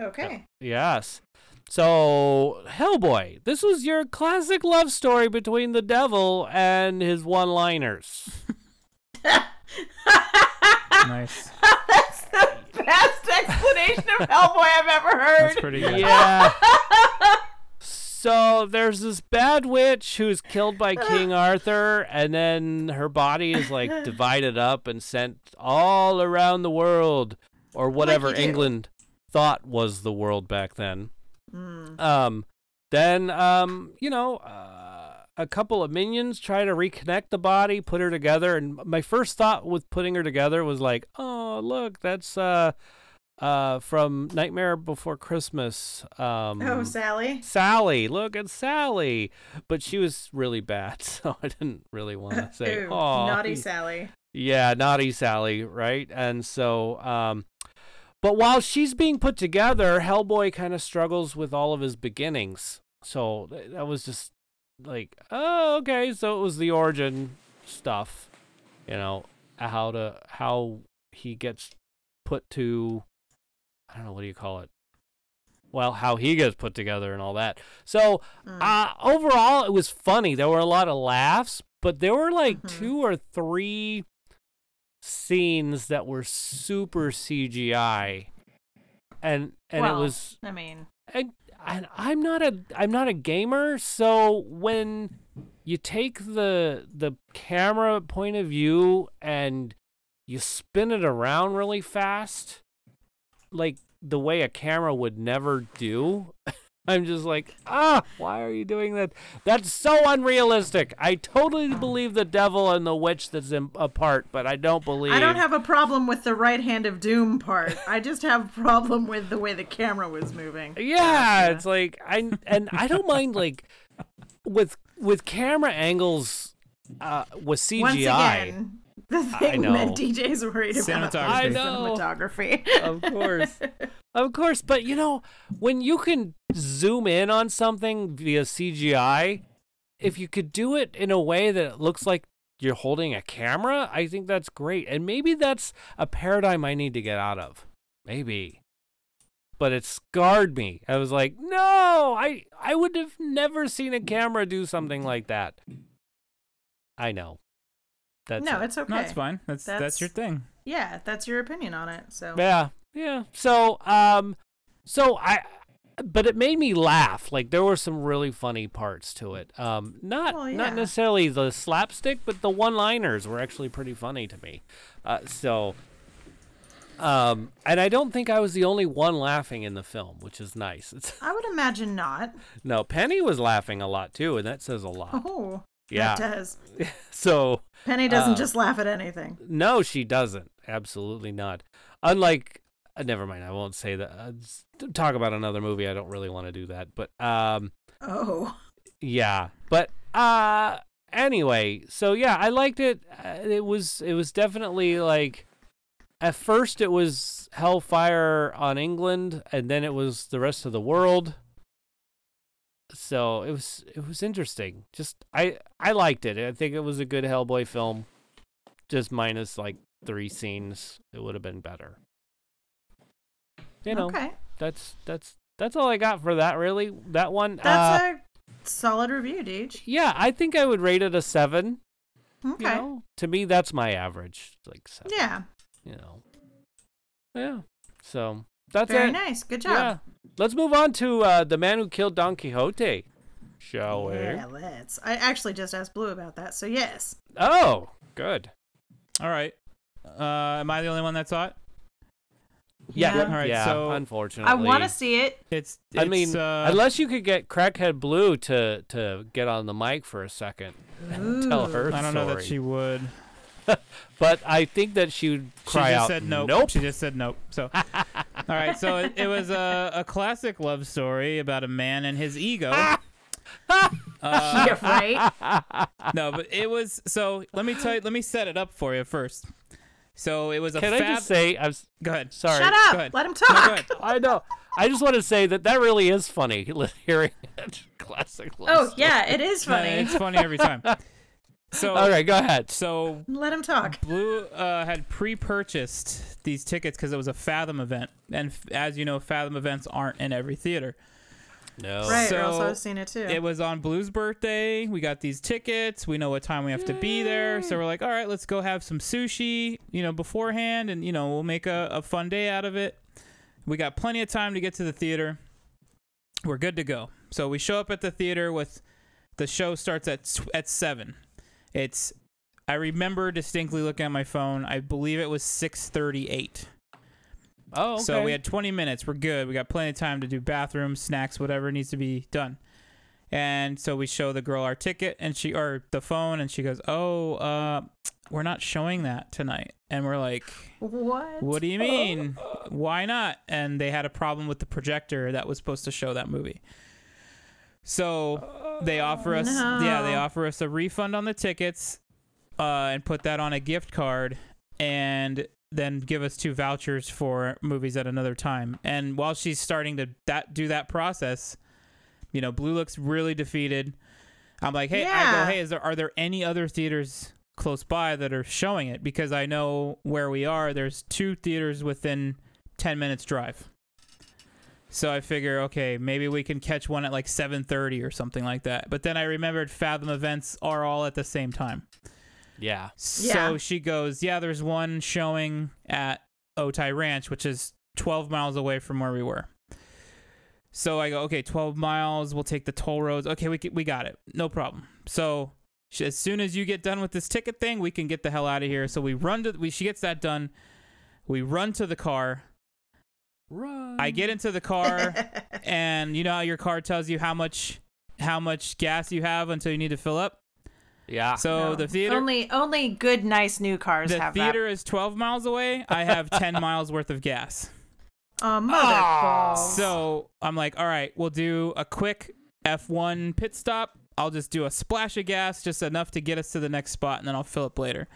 [SPEAKER 4] Okay.
[SPEAKER 2] Yes. So, Hellboy, this was your classic love story between the devil and his one liners.
[SPEAKER 4] Ah!
[SPEAKER 5] Nice.
[SPEAKER 4] That's the best explanation of Hellboy I've ever
[SPEAKER 5] That's
[SPEAKER 4] heard.
[SPEAKER 5] pretty good.
[SPEAKER 2] yeah. So there's this bad witch who's killed by King Arthur, and then her body is like divided up and sent all around the world, or whatever
[SPEAKER 4] you do.
[SPEAKER 2] England thought was the world back then.
[SPEAKER 4] Hmm.
[SPEAKER 2] Um, then um, you know, uh, a couple of minions try to reconnect the body, put her together, and my first thought with putting her together was like, oh look, that's uh, uh, from Nightmare Before Christmas. Um,
[SPEAKER 4] oh, Sally.
[SPEAKER 2] Sally, look at Sally. But she was really bad, so I didn't really want to say,
[SPEAKER 4] Ooh,
[SPEAKER 2] oh,
[SPEAKER 4] naughty Sally.
[SPEAKER 2] yeah, naughty Sally, right? And so, um, but while she's being put together, Hellboy kind of struggles with all of his beginnings. So th- that was just like, oh, okay. So it was the origin stuff, you know, how to how he gets put to, I don't know, what do you call it? Well, how he gets put together and all that. So uh, overall, it was funny. There were a lot of laughs, but there were like two or three scenes that were super CGI, and and
[SPEAKER 4] well,
[SPEAKER 2] it was
[SPEAKER 4] I mean,
[SPEAKER 2] and, and I'm not a I'm not a gamer, so when you take the the camera point of view and you spin it around really fast, like the way a camera would never do. I'm just like, ah, why are you doing that? That's so unrealistic. I totally believe the devil and the witch that's in, apart, but I don't believe.
[SPEAKER 4] I don't have a problem with the right hand of doom part. I just have a problem with the way the camera was moving.
[SPEAKER 2] yeah it's like i and i don't mind like with with camera angles uh with cgi
[SPEAKER 4] Once again, the thing
[SPEAKER 2] know.
[SPEAKER 4] that DJ's worried about
[SPEAKER 5] Cinematography.
[SPEAKER 2] I
[SPEAKER 4] is
[SPEAKER 2] know. Oh,
[SPEAKER 4] cinematography.
[SPEAKER 2] of course of course but you know when you can zoom in on something via cgi if you could do it in a way that it looks like you're holding a camera i think that's great and maybe that's a paradigm i need to get out of maybe but it scarred me i was like no i i would have never seen a camera do something like that i know that's
[SPEAKER 4] no,
[SPEAKER 2] it.
[SPEAKER 4] it's okay.
[SPEAKER 5] No, that's fine. That's, that's
[SPEAKER 4] That's-
[SPEAKER 5] your thing.
[SPEAKER 4] Yeah, that's your opinion on it. So
[SPEAKER 2] Yeah, yeah. So, um, so I, but it made me laugh. Like there were some really funny parts to it. Um, not
[SPEAKER 4] Well,
[SPEAKER 2] not
[SPEAKER 4] Oh, yeah.
[SPEAKER 2] necessarily the slapstick, but the one-liners were actually pretty funny to me. Uh, so, um, and I don't think I was the only one laughing in the film, which is nice. It's,
[SPEAKER 4] I would imagine not.
[SPEAKER 2] no, Penny was laughing a lot too, and that says a lot.
[SPEAKER 4] Oh,
[SPEAKER 2] Yeah.
[SPEAKER 4] that does.
[SPEAKER 2] So,
[SPEAKER 4] Penny doesn't
[SPEAKER 2] Uh,
[SPEAKER 4] just laugh at anything.
[SPEAKER 2] No, she doesn't. Absolutely not. Unlike, uh, never mind. I won't say that. Uh, s- talk about another movie. I don't really want to do that. But um,
[SPEAKER 4] Oh,
[SPEAKER 2] yeah. But uh, anyway. So yeah, I liked it. Uh, It was it was definitely like. At first, it was Hellfire on England, and then it was the rest of the world. So it was it was interesting. Just I I liked it. I think it was a good Hellboy film. Just minus like three scenes, it would have been better. You know,
[SPEAKER 4] okay.
[SPEAKER 2] that's that's that's all I got for that. Really, that one. uh,
[SPEAKER 4] That's a solid review, Deej.
[SPEAKER 2] yeah, I think I would rate it a seven.
[SPEAKER 4] Okay.
[SPEAKER 2] You know, to me, that's my average, like seven.
[SPEAKER 4] yeah.
[SPEAKER 2] You know. Yeah. So that's
[SPEAKER 4] Very
[SPEAKER 2] it.
[SPEAKER 4] nice. Good
[SPEAKER 2] Yeah.
[SPEAKER 4] job.
[SPEAKER 2] Let's move on to uh, the man who killed Don Quixote, shall we?
[SPEAKER 4] Yeah, let's. I actually just asked Blue about that, so yes.
[SPEAKER 2] Oh, good.
[SPEAKER 5] All right. Uh, am I the only one that saw it?
[SPEAKER 2] Yeah.
[SPEAKER 4] Yeah.
[SPEAKER 5] All right.
[SPEAKER 2] yeah.
[SPEAKER 5] so
[SPEAKER 2] unfortunately,
[SPEAKER 4] I want to see it.
[SPEAKER 5] it's, it's.
[SPEAKER 2] I mean,
[SPEAKER 5] uh,
[SPEAKER 2] unless you could get Crackhead Blue to to get on the mic for a second and tell
[SPEAKER 4] Ooh.
[SPEAKER 2] her
[SPEAKER 5] I don't know that
[SPEAKER 2] story.
[SPEAKER 5] she would.
[SPEAKER 2] But I think that she would cry
[SPEAKER 5] she just
[SPEAKER 2] out.
[SPEAKER 5] said nope.
[SPEAKER 2] Nope.
[SPEAKER 5] She just said nope. So, all right. So it, it was a, a classic love story about a man and his ego.
[SPEAKER 2] Uh.
[SPEAKER 4] Yeah, right?
[SPEAKER 5] no, but it was. So let me tell you. Let me set it up for you first. So it was a.
[SPEAKER 2] Can I
[SPEAKER 5] fab-
[SPEAKER 2] just say? I'm s-
[SPEAKER 5] Go ahead.
[SPEAKER 2] sorry.
[SPEAKER 4] Shut
[SPEAKER 5] go
[SPEAKER 4] up.
[SPEAKER 5] ahead.
[SPEAKER 4] Let him
[SPEAKER 5] No, go
[SPEAKER 4] talk.
[SPEAKER 5] ahead.
[SPEAKER 2] I know. I just want to say that that really is funny li- hearing it. Classic. love
[SPEAKER 4] oh,
[SPEAKER 2] story.
[SPEAKER 4] yeah, it is
[SPEAKER 5] No,
[SPEAKER 4] funny.
[SPEAKER 5] it's funny every time. So
[SPEAKER 2] All right, go ahead.
[SPEAKER 5] So
[SPEAKER 4] Let him talk.
[SPEAKER 5] Blue uh, had pre-purchased these tickets because it was a Fathom event, and f- as you know, Fathom events aren't in every theater.
[SPEAKER 2] No.
[SPEAKER 4] Right,
[SPEAKER 5] So,
[SPEAKER 4] or else I have seen it too.
[SPEAKER 5] It was on Blue's birthday. We got these tickets. We know what time we have to be there, so we're like, all right, let's go have some sushi, you know, beforehand, and you know, we'll make a, a fun day out of it. We got plenty of time to get to the theater. We're good to go. So we show up at the theater with the show starts at s- at seven. It's I remember distinctly looking at my phone. I believe it was six thirty eight.
[SPEAKER 2] Oh, okay.
[SPEAKER 5] So we had 20 minutes. We're good. We got plenty of time to do bathrooms, snacks, whatever needs to be done. And so we show the girl our ticket and she or the phone and she goes, "Oh, uh, we're not showing that tonight." And we're like,
[SPEAKER 4] what?
[SPEAKER 5] "What do you mean? Why not?" And they had a problem with the projector that was supposed to show that movie. So they offer us
[SPEAKER 4] no.
[SPEAKER 5] yeah, they offer us a refund on the tickets uh, and put that on a gift card and then give us two vouchers for movies at another time. And while she's starting to that do that process, you know, Blue looks really defeated. I'm like, hey, I
[SPEAKER 4] Yeah.
[SPEAKER 5] go, hey, is there are there any other theaters close by that are showing it? Because I know where we are. There's two theaters within ten minutes drive. So I figure, okay, maybe we can catch one at like 7:30 or something like that. But then I remembered Fathom events are all at the same time.
[SPEAKER 2] yeah.
[SPEAKER 5] So
[SPEAKER 4] Yeah.
[SPEAKER 5] she goes, Yeah, there's one showing at Otai Ranch, which is 12 miles away from where we were. So I go, okay, 12 miles. We'll take the toll roads. Okay, we, c- we got it. No problem. So sh- as soon as you get done with this ticket thing, we can get the hell out of here. So we run to, we, she gets that done. We run to the car.
[SPEAKER 2] Run.
[SPEAKER 5] I get into the car, and you know how your car tells you how much how much gas you have until you need to fill up.
[SPEAKER 2] Yeah.
[SPEAKER 5] So
[SPEAKER 4] Ah, No.
[SPEAKER 5] the theater
[SPEAKER 4] Only only good, nice new cars
[SPEAKER 5] the
[SPEAKER 4] have
[SPEAKER 5] theater is 12 miles away. I have 10 miles worth of gas.
[SPEAKER 4] that. Oh, mother
[SPEAKER 2] Ah.
[SPEAKER 4] balls.
[SPEAKER 5] So I'm like, all right, we'll do a quick F1 pit stop. I'll just do a splash of gas, just enough to get us to the next spot, and then I'll fill up later.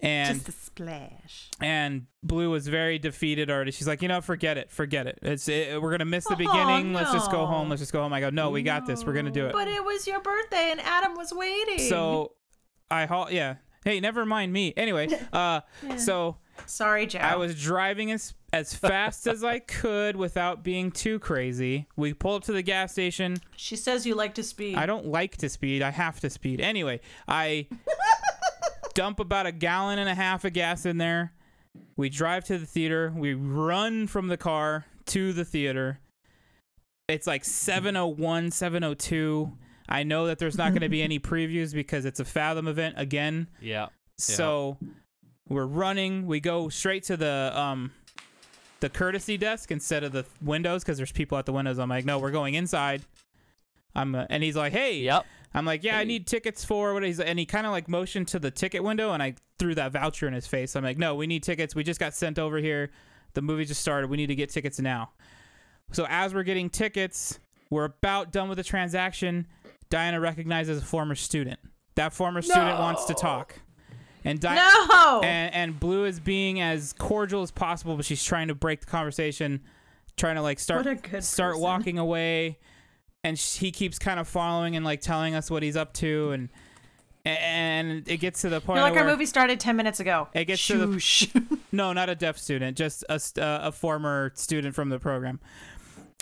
[SPEAKER 5] And
[SPEAKER 4] Just a splash.
[SPEAKER 5] and Blue was very defeated already. She's like, you know, forget it, forget it. It's it, we're gonna miss the
[SPEAKER 4] Oh,
[SPEAKER 5] beginning. Let's just go
[SPEAKER 4] no.
[SPEAKER 5] home. Let's just go home. I go, no, we got this. We're gonna do it.
[SPEAKER 4] But it was your birthday, and Adam was waiting.
[SPEAKER 5] Uh, So I haul. Yeah. Hey, never mind me. Anyway, uh, so
[SPEAKER 4] sorry, Joe.
[SPEAKER 5] I was driving as as fast as I could without being too crazy. We pull up to the gas station.
[SPEAKER 4] She says you like to speak.
[SPEAKER 5] I don't like to speed. I have to speed. Anyway, I dump about a gallon and a half of gas in there. We drive to the theater. We run from the car to the theater. It's like 701, 702. I know that there's not going to be any previews because it's a Fathom event again.
[SPEAKER 2] yeah.
[SPEAKER 5] So we're running. We go straight to the um the courtesy desk instead of the windows because there's people at the windows. I'm like, no, we're going inside. I'm uh, and he's like, hey.
[SPEAKER 2] Yep.
[SPEAKER 5] I'm like, yeah, I need tickets for what he's and he kind of like motioned to the ticket window and I threw that voucher in his face. I'm like, no, we need tickets. We just got sent over here. The movie just started. We need to get tickets now. So as we're getting tickets, we're about done with the transaction. Diana recognizes a former student. That former student wants to talk. And Diana
[SPEAKER 4] no.
[SPEAKER 5] and, and Blue is being as cordial as possible, but she's trying to break the conversation, trying to like start
[SPEAKER 4] What a good
[SPEAKER 5] start
[SPEAKER 4] person.
[SPEAKER 5] walking away, and sh- he keeps kind of following and like telling us what he's up to, and and it gets to the point
[SPEAKER 4] You're like
[SPEAKER 5] where
[SPEAKER 4] our movie started ten minutes ago.
[SPEAKER 5] It gets to the-
[SPEAKER 4] Shoosh.
[SPEAKER 5] no, not a deaf student, just a st- uh, a former student from the program,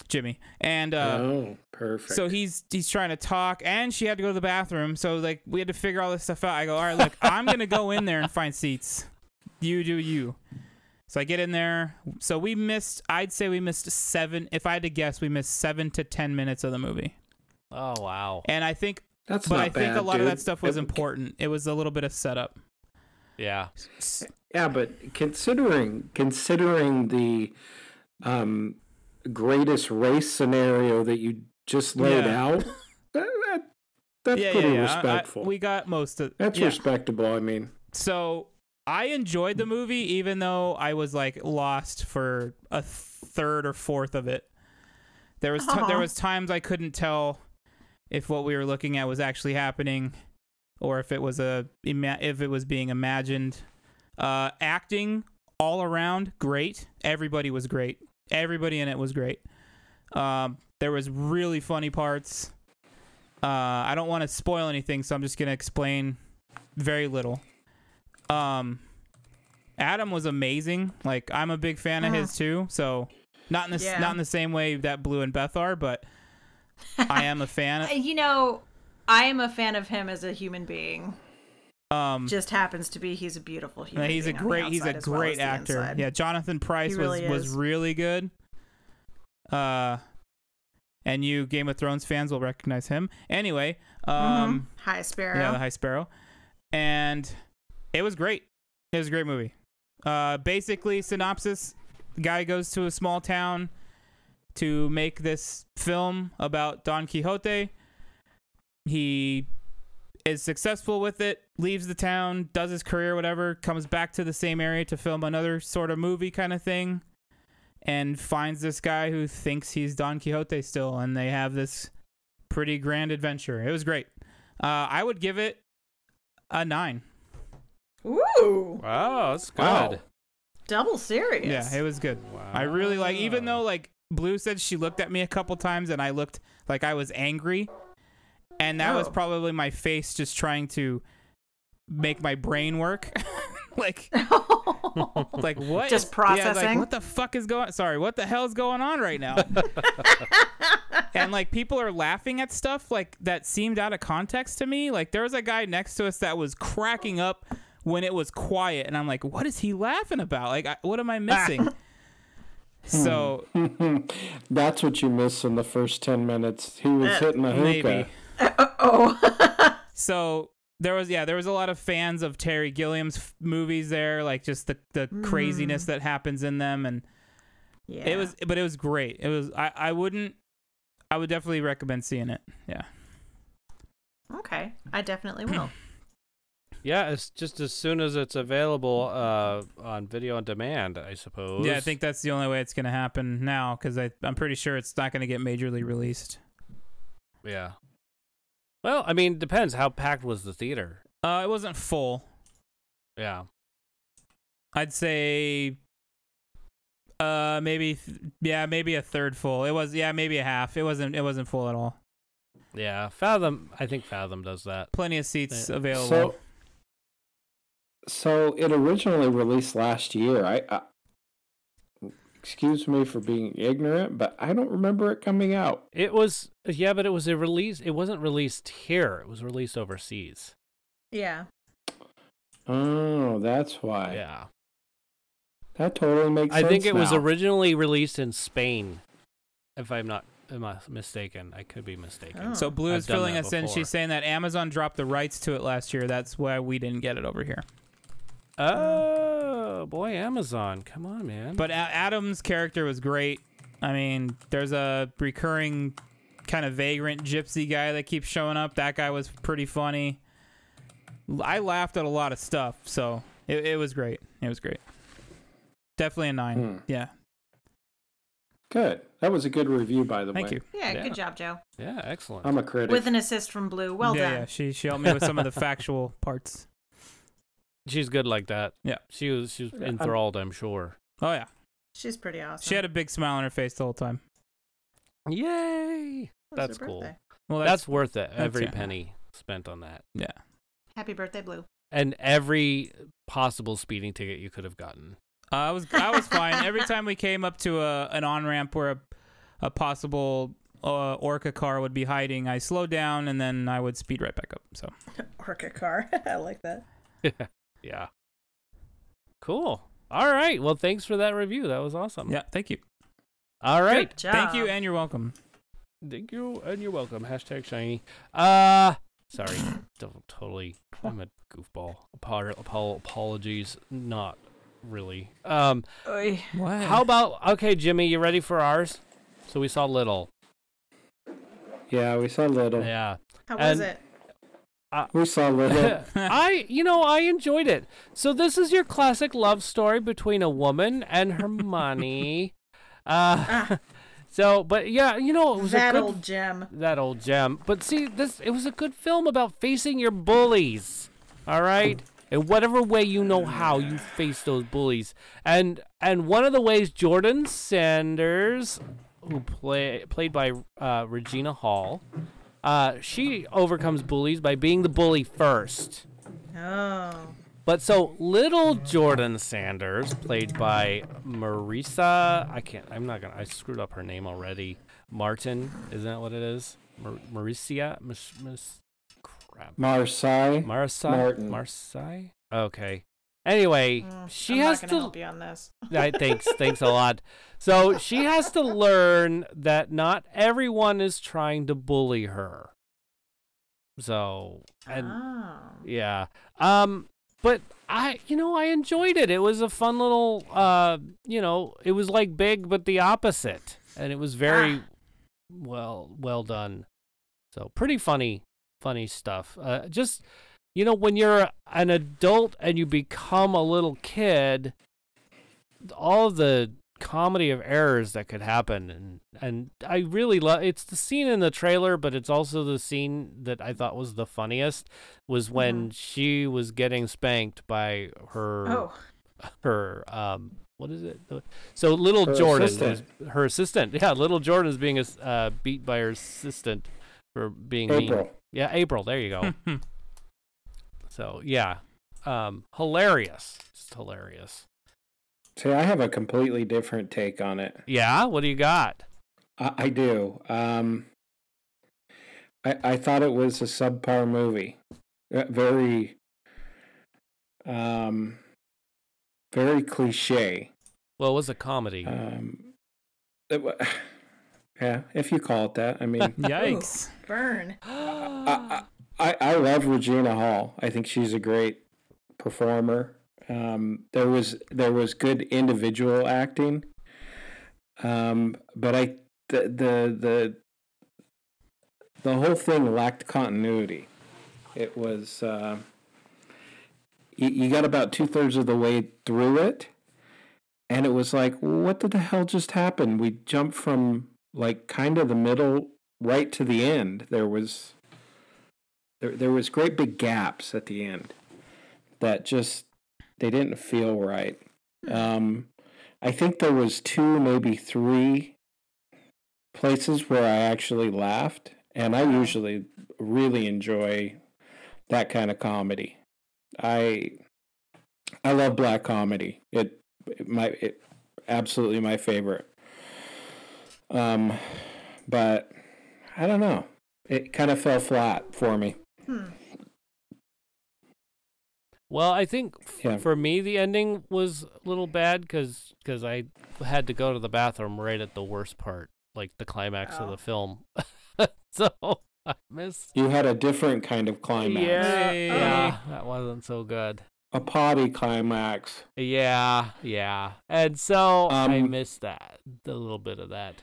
[SPEAKER 5] Jimmy, and uh,
[SPEAKER 3] oh, perfect.
[SPEAKER 5] so he's he's trying to talk, and she had to go to the bathroom. So like we had to figure all this stuff out. I go, all right, look, I'm gonna go in there and find seats. You do you. So I get in there. So we missed. I'd say we missed seven. If I had to guess, we missed seven to ten minutes of the movie.
[SPEAKER 2] Oh wow.
[SPEAKER 5] And I think,
[SPEAKER 3] that's
[SPEAKER 5] but
[SPEAKER 3] not
[SPEAKER 5] I think
[SPEAKER 3] bad,
[SPEAKER 5] a lot of
[SPEAKER 3] dude.
[SPEAKER 5] that stuff was
[SPEAKER 3] It-
[SPEAKER 5] important. It was a little bit of setup.
[SPEAKER 2] Yeah.
[SPEAKER 3] Yeah, but considering considering the um, greatest race scenario that you just laid
[SPEAKER 5] Yeah.
[SPEAKER 3] out, that, that- that's
[SPEAKER 5] yeah,
[SPEAKER 3] pretty
[SPEAKER 5] yeah, yeah. I- I-
[SPEAKER 3] respectful.
[SPEAKER 5] we got most of.
[SPEAKER 3] that's
[SPEAKER 5] yeah.
[SPEAKER 3] respectable. I mean,
[SPEAKER 5] so I enjoyed the movie, even though I was like lost for a third or fourth of it. There was t-
[SPEAKER 4] Aw.
[SPEAKER 5] there was times I couldn't tell if what we were looking at was actually happening, or if it was a ima- if it was being imagined. Uh, acting all around great. Everybody was great. Everybody in it was great. Um, there was really funny parts. Uh, I don't want to spoil anything, so I'm just gonna explain very little. Um, Adam was amazing. Like I'm a big fan of his too. So not in the s-
[SPEAKER 4] Uh-huh. Yeah.
[SPEAKER 5] not in the same way that Blue and Beth are, but I am a fan.
[SPEAKER 4] Uh, you know, I am a fan of him as a human being.
[SPEAKER 5] Um,
[SPEAKER 4] Just happens to be he's a beautiful human.
[SPEAKER 5] he's a
[SPEAKER 4] being on the
[SPEAKER 5] great he's a
[SPEAKER 4] outside as well
[SPEAKER 5] great
[SPEAKER 4] as the
[SPEAKER 5] actor.
[SPEAKER 4] inside.
[SPEAKER 5] Yeah, Jonathan Price
[SPEAKER 4] He
[SPEAKER 5] was
[SPEAKER 4] really
[SPEAKER 5] was
[SPEAKER 4] is.
[SPEAKER 5] really good. Uh, and you Game of Thrones fans will recognize him. Anyway, um.
[SPEAKER 4] Mm-hmm. Hi Sparrow.
[SPEAKER 5] Yeah, the High Sparrow, and it was great. It was a great movie. Uh, basically, synopsis: guy goes to a small town to make this film about Don Quixote. He is successful with it, leaves the town, does his career, whatever, comes back to the same area to film another sort of movie kind of thing, and finds this guy who thinks he's Don Quixote still, and they have this pretty grand adventure. It was great. Uh, I would give it a nine.
[SPEAKER 4] Ooh,
[SPEAKER 2] Oh, that's good.
[SPEAKER 3] Wow.
[SPEAKER 4] double serious.
[SPEAKER 5] Yeah, it was good. I really like, even though like Blue said she looked at me a couple times and I looked like I was angry, and that was
[SPEAKER 4] Oh.
[SPEAKER 5] probably my face just trying to make my brain work. like, like what?
[SPEAKER 4] Just
[SPEAKER 5] is- Yeah, like,
[SPEAKER 4] processing.
[SPEAKER 5] what the fuck is going? Sorry, what the hell's going on right now? and like people are laughing at stuff like that seemed out of context to me. Like there was a guy next to us that was cracking up when it was quiet, and I'm like, what is he laughing about? Like, I, what am I missing? So
[SPEAKER 3] Hmm. That's what you miss in the first 10 minutes. He was hitting a hookah.
[SPEAKER 5] maybe.
[SPEAKER 4] oh.
[SPEAKER 5] So there was yeah, there was a lot of fans of Terry Gilliam's f- movies there, like just the the
[SPEAKER 4] Mm-hmm.
[SPEAKER 5] craziness that happens in them and
[SPEAKER 4] yeah.
[SPEAKER 5] It was, but it was great. It was. I, I wouldn't. I would definitely recommend seeing it. Yeah.
[SPEAKER 4] Okay. I definitely will.
[SPEAKER 2] Yeah, it's just as soon as it's available uh, on video on demand, I suppose.
[SPEAKER 5] Yeah, I think that's the only way it's gonna happen now because I I'm pretty sure it's not gonna get majorly released.
[SPEAKER 2] Yeah. Well, I mean, depends how packed was the theater.
[SPEAKER 5] Uh, it wasn't full.
[SPEAKER 2] Yeah.
[SPEAKER 5] I'd say. Uh, maybe yeah, maybe a third full. It was yeah, maybe a half. It wasn't it wasn't full at all.
[SPEAKER 2] Yeah, Fathom. I think Fathom does that.
[SPEAKER 5] Plenty of seats
[SPEAKER 2] Yeah.
[SPEAKER 5] available.
[SPEAKER 3] So, so it originally released last year. I, I excuse me for being ignorant, but I don't remember it coming out.
[SPEAKER 2] It was yeah, but it was a release. It wasn't released here. It was released overseas.
[SPEAKER 4] Yeah.
[SPEAKER 3] Oh, that's why.
[SPEAKER 2] Yeah,
[SPEAKER 3] That totally makes
[SPEAKER 2] I
[SPEAKER 3] sense.
[SPEAKER 2] think it was
[SPEAKER 3] now.
[SPEAKER 2] originally released in Spain, if I'm not am I mistaken. I could be mistaken.
[SPEAKER 4] Oh.
[SPEAKER 5] So Blue
[SPEAKER 2] I've
[SPEAKER 5] is
[SPEAKER 2] done
[SPEAKER 5] filling
[SPEAKER 2] that
[SPEAKER 5] us in.
[SPEAKER 2] before.
[SPEAKER 5] She's saying that Amazon dropped the rights to it last year. That's why we didn't get it over here.
[SPEAKER 2] Oh boy, Amazon! Come on, man.
[SPEAKER 5] But A- Adam's character was great. I mean, there's a recurring kind of vagrant gypsy guy that keeps showing up. That guy was pretty funny. L- I laughed at a lot of stuff, so it, it was great. It was great. Definitely a nine.
[SPEAKER 3] Hmm.
[SPEAKER 5] Yeah.
[SPEAKER 3] good. That was a good review, by the
[SPEAKER 5] Thank
[SPEAKER 3] way.
[SPEAKER 5] you.
[SPEAKER 4] yeah.
[SPEAKER 5] Yeah.
[SPEAKER 4] Good job, Joe.
[SPEAKER 2] yeah, excellent.
[SPEAKER 3] I'm a critic.
[SPEAKER 4] With an assist from Blue. Well
[SPEAKER 5] yeah,
[SPEAKER 4] done.
[SPEAKER 5] yeah. She she helped me with some of the factual parts.
[SPEAKER 2] She's good like that.
[SPEAKER 5] Yeah.
[SPEAKER 2] she was she was
[SPEAKER 3] Yeah, I'm-
[SPEAKER 2] enthralled. I'm sure.
[SPEAKER 5] Oh yeah.
[SPEAKER 4] She's pretty awesome.
[SPEAKER 5] She had a big smile on her face the whole time.
[SPEAKER 2] Yay!
[SPEAKER 4] It was
[SPEAKER 2] That's
[SPEAKER 4] her
[SPEAKER 2] cool.
[SPEAKER 4] birthday.
[SPEAKER 5] Well,
[SPEAKER 2] That's,
[SPEAKER 5] that's,
[SPEAKER 2] worth it. Every
[SPEAKER 5] yeah.
[SPEAKER 2] penny spent on that,
[SPEAKER 5] yeah.
[SPEAKER 4] Happy birthday, Blue.
[SPEAKER 2] and every possible speeding ticket you could have gotten.
[SPEAKER 5] Uh, I was I was fine. Every time we came up to a an on ramp where a, a possible uh, orca car would be hiding, I slowed down and then I would speed right back up. So
[SPEAKER 4] Orca car. I like that.
[SPEAKER 2] Yeah. Cool. All right. Well, thanks for that review. That was awesome.
[SPEAKER 5] yeah, thank you,
[SPEAKER 2] All right.
[SPEAKER 4] Good job.
[SPEAKER 5] thank you, and you're welcome.
[SPEAKER 2] Thank you, and you're welcome. Hashtag shiny. Uh, sorry. Don't- totally. I'm a goofball. Apo- apo- apologies. Not really. Um,
[SPEAKER 4] Oy.
[SPEAKER 5] What?
[SPEAKER 2] how about okay, Jimmy? You ready for ours? So we saw Little.
[SPEAKER 3] yeah, we saw little.
[SPEAKER 2] Yeah.
[SPEAKER 4] How was
[SPEAKER 2] And-
[SPEAKER 4] it?
[SPEAKER 3] We saw
[SPEAKER 2] Oh.
[SPEAKER 3] little.
[SPEAKER 2] I, you know, I enjoyed it. So this is your classic love story between a woman and her money. Uh, so, but yeah, you know, it was
[SPEAKER 4] Ah, That
[SPEAKER 2] a good,
[SPEAKER 4] old gem.
[SPEAKER 2] that old gem. But see, this it was a good film about facing your bullies. All right, in whatever way you know how you face those bullies, and and one of the ways Jordan Sanders, who play played by uh, Regina Hall, uh, she overcomes bullies by being the bully first.
[SPEAKER 4] Oh.
[SPEAKER 2] But so little Jordan Sanders, played by Marisa, I can't, I'm not gonna, I screwed up her name already. Martin, isn't that what it is? Mar- Maricia? Miss, Miss, crap.
[SPEAKER 3] Marseille.
[SPEAKER 2] Marisa?
[SPEAKER 3] Martin.
[SPEAKER 2] Marsi? Okay. Anyway, she
[SPEAKER 4] Mm, I'm
[SPEAKER 2] has
[SPEAKER 4] not
[SPEAKER 2] to.
[SPEAKER 4] gonna help you on this.
[SPEAKER 2] I, thanks, thanks a lot. So she has to learn that not everyone is trying to bully her. So, and
[SPEAKER 4] oh.
[SPEAKER 2] yeah. Um but I you know, I enjoyed it. It was a fun little uh you know, it was like big but the opposite. And it was very
[SPEAKER 4] Ah.
[SPEAKER 2] well well done. So pretty funny funny stuff. Uh just you know, when you're an adult and you become a little kid, all the comedy of errors that could happen and and I really love it's the scene in the trailer but it's also the scene that I thought was the funniest was when she was getting spanked by her
[SPEAKER 4] Oh.
[SPEAKER 2] her um what is it The- so little
[SPEAKER 3] Her
[SPEAKER 2] Jordan
[SPEAKER 3] assistant.
[SPEAKER 2] was- her assistant yeah little Jordan is being ass- uh, beat by her assistant for being mean.
[SPEAKER 3] April.
[SPEAKER 2] yeah April there you go so yeah um hilarious just hilarious
[SPEAKER 3] See, I have a completely different take on it.
[SPEAKER 2] yeah what do you got
[SPEAKER 3] I, I do. Um, I I thought it was a subpar movie, Uh, very, um, very cliche.
[SPEAKER 2] well it was a comedy
[SPEAKER 3] Um, it wa- yeah, if you call it that. I mean,
[SPEAKER 5] Yikes.
[SPEAKER 4] Burn.
[SPEAKER 3] I, I I love Regina Hall. I think she's a great performer. Um, there was there was good individual acting, um, but I the the the the whole thing lacked continuity. It was uh, you, you got about two thirds of the way through it, and it was like, what did the hell just happened? We jumped from like kind of the middle right to the end. There was there there was great big gaps at the end that just they didn't feel right. Um, I think there was two, maybe three places where I actually laughed, and I usually really enjoy that kind of comedy. I I love black comedy. It, it my it absolutely my favorite. Um, but I don't know. It kind of fell flat for me.
[SPEAKER 4] Hmm.
[SPEAKER 2] Well, I think f-
[SPEAKER 3] Yeah.
[SPEAKER 2] for me the ending was a little bad because I had to go to the bathroom right at the worst part, like the climax of
[SPEAKER 4] Oh.
[SPEAKER 2] the film. so I missed.
[SPEAKER 3] You had a different kind of climax.
[SPEAKER 2] Yeah,
[SPEAKER 5] Hey.
[SPEAKER 2] yeah, that wasn't so good.
[SPEAKER 3] A potty climax.
[SPEAKER 2] Yeah, yeah, and so I
[SPEAKER 3] Um,
[SPEAKER 2] missed that a little bit of that.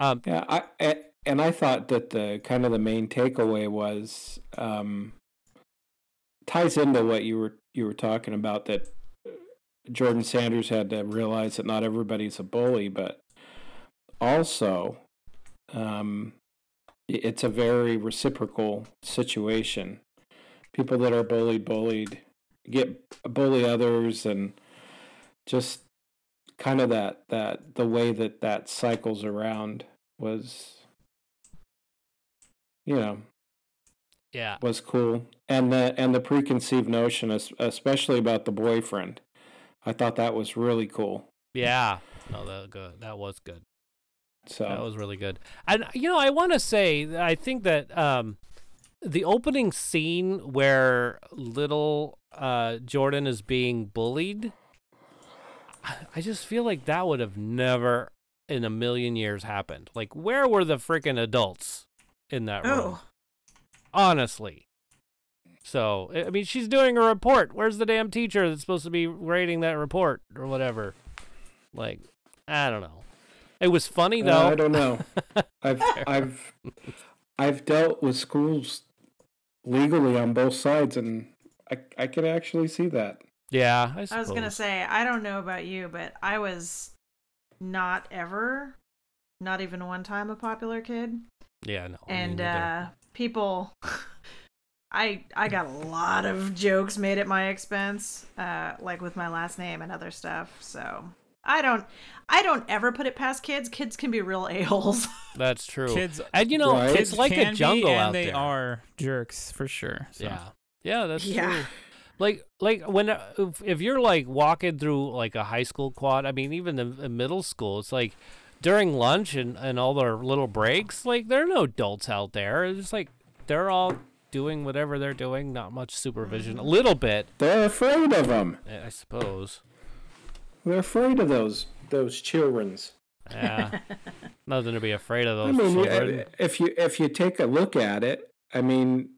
[SPEAKER 2] Um,
[SPEAKER 3] Yeah, I a- and I thought that the kind of the main takeaway was um, ties into what you were you were talking about that uh, Jordan Sanders had to realize that not everybody's a bully, but also um, i- it's a very reciprocal situation. People that are bullied, bullied, get bully others, and just kind of that that the way that that cycles around was you know
[SPEAKER 2] yeah,
[SPEAKER 3] was cool and the and the preconceived notion es- especially about the boyfriend i thought that was really cool
[SPEAKER 2] yeah. No, that good. That was good.
[SPEAKER 3] so
[SPEAKER 2] That was really good. And you know, I want to say that I think that um the opening scene where little uh Jordan is being bullied I- I just feel like that would have never in a million years happened. Like where were the freaking adults in that room?
[SPEAKER 4] Oh,
[SPEAKER 2] honestly. So I I mean, she's doing a report. Where's the damn teacher that's supposed to be grading that report or whatever? Like, I don't know. It was funny
[SPEAKER 3] Uh,
[SPEAKER 2] though.
[SPEAKER 3] i don't know i've i've i've dealt with schools legally on both sides and i i could actually see that
[SPEAKER 2] yeah, I,
[SPEAKER 4] I was gonna
[SPEAKER 2] suppose.
[SPEAKER 4] say I don't know about you, but I was not ever, not even one time, a popular kid.
[SPEAKER 2] Yeah, no. me
[SPEAKER 4] and
[SPEAKER 2] neither.
[SPEAKER 4] uh, people i i got a lot of jokes made at my expense uh, like with my last name and other stuff so i don't i don't ever put it past kids kids can be real a-holes
[SPEAKER 2] that's true.
[SPEAKER 5] Kids-
[SPEAKER 2] and you know,
[SPEAKER 3] Right.
[SPEAKER 2] it's
[SPEAKER 5] Kids
[SPEAKER 2] like
[SPEAKER 5] can
[SPEAKER 2] a
[SPEAKER 5] be,
[SPEAKER 2] jungle
[SPEAKER 5] and
[SPEAKER 2] out
[SPEAKER 5] they
[SPEAKER 2] there.
[SPEAKER 5] are jerks for sure. So.
[SPEAKER 2] Yeah, yeah, that's
[SPEAKER 4] Yeah.
[SPEAKER 2] true. Like, like when uh, if, if you're like walking through like a high school quad, I mean, even in, in middle school, it's like during lunch and and all their little breaks, like there are no adults out there. It's just like they're all doing whatever they're doing, not much supervision,
[SPEAKER 3] Mm-hmm.
[SPEAKER 2] a little bit,
[SPEAKER 3] they're afraid of them
[SPEAKER 2] I I suppose.
[SPEAKER 3] they're afraid of those those children's
[SPEAKER 2] Yeah, nothing to be afraid of. Those
[SPEAKER 3] I mean, you-
[SPEAKER 2] children.
[SPEAKER 3] if you if you take a look at it, I mean,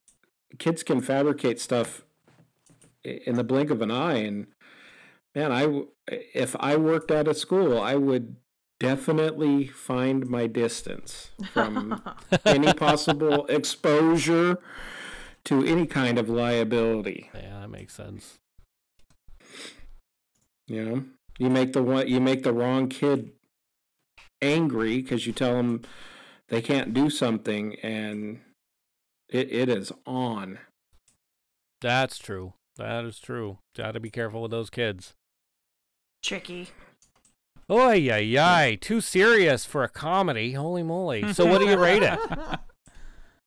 [SPEAKER 3] kids can fabricate stuff i- in the blink of an eye. And man, I w- if I worked at a school, I would definitely find my distance from any possible exposure to any kind of liability.
[SPEAKER 2] yeah, that makes sense.
[SPEAKER 3] You know, you make the one you make the wrong kid angry because you tell them they can't do something, and it, it is on.
[SPEAKER 2] That's true. That is true. Got to be careful with those kids.
[SPEAKER 4] tricky
[SPEAKER 2] Oh yeah, yeah! Too serious for a comedy. Holy moly! So what do you rate it?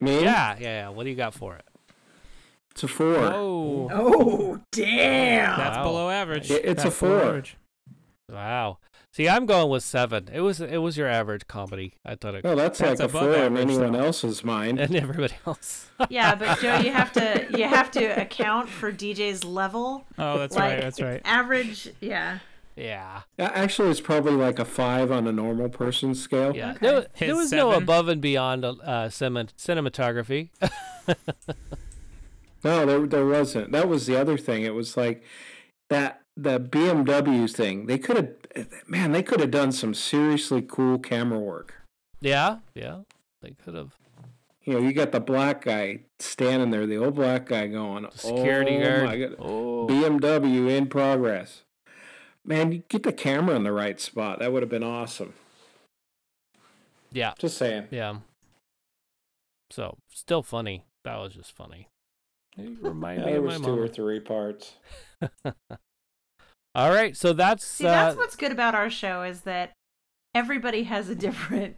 [SPEAKER 3] Me,
[SPEAKER 2] yeah, yeah, yeah. What do you got for it?
[SPEAKER 3] it's a four.
[SPEAKER 5] Whoa.
[SPEAKER 4] oh damn
[SPEAKER 5] That's
[SPEAKER 2] Wow.
[SPEAKER 5] below average.
[SPEAKER 3] It- it's a
[SPEAKER 5] That's below
[SPEAKER 3] four.
[SPEAKER 5] average.
[SPEAKER 2] Wow. See, I'm going with seven. It was it was your average comedy. I thought it
[SPEAKER 3] Well, that's,
[SPEAKER 5] That's
[SPEAKER 3] like a
[SPEAKER 5] above
[SPEAKER 3] four in
[SPEAKER 5] average,
[SPEAKER 3] anyone
[SPEAKER 5] though.
[SPEAKER 3] else's mind.
[SPEAKER 2] and everybody else.
[SPEAKER 4] yeah but joe you have to you have to account for dj's level
[SPEAKER 5] Oh, that's
[SPEAKER 4] like
[SPEAKER 5] right. That's right.
[SPEAKER 4] average yeah
[SPEAKER 2] Yeah.
[SPEAKER 3] A- Actually, it's probably like a five on a normal person scale.
[SPEAKER 2] Yeah.
[SPEAKER 4] Okay.
[SPEAKER 2] There,
[SPEAKER 5] His
[SPEAKER 2] there was no
[SPEAKER 5] seven.
[SPEAKER 2] above and beyond uh, cinema, cinematography.
[SPEAKER 3] No, there there wasn't. That was the other thing. It was like that the BMW thing. They could have, man, they could have done some seriously cool camera work.
[SPEAKER 2] yeah. Yeah. They could have.
[SPEAKER 3] You know, you got the black guy standing there, the old black guy going,
[SPEAKER 2] The security
[SPEAKER 3] oh
[SPEAKER 2] guard.
[SPEAKER 3] My God.
[SPEAKER 2] Oh.
[SPEAKER 3] BMW in progress. Man, you get the camera in the right spot. That would have been awesome.
[SPEAKER 2] yeah.
[SPEAKER 3] Just saying.
[SPEAKER 2] Yeah. So still funny. That was just funny. It reminded me
[SPEAKER 3] there
[SPEAKER 2] of my
[SPEAKER 3] was two or
[SPEAKER 2] mom.
[SPEAKER 3] three parts.
[SPEAKER 2] All right. So that's.
[SPEAKER 4] See, that's
[SPEAKER 2] uh,
[SPEAKER 4] what's good about our show is that everybody has a different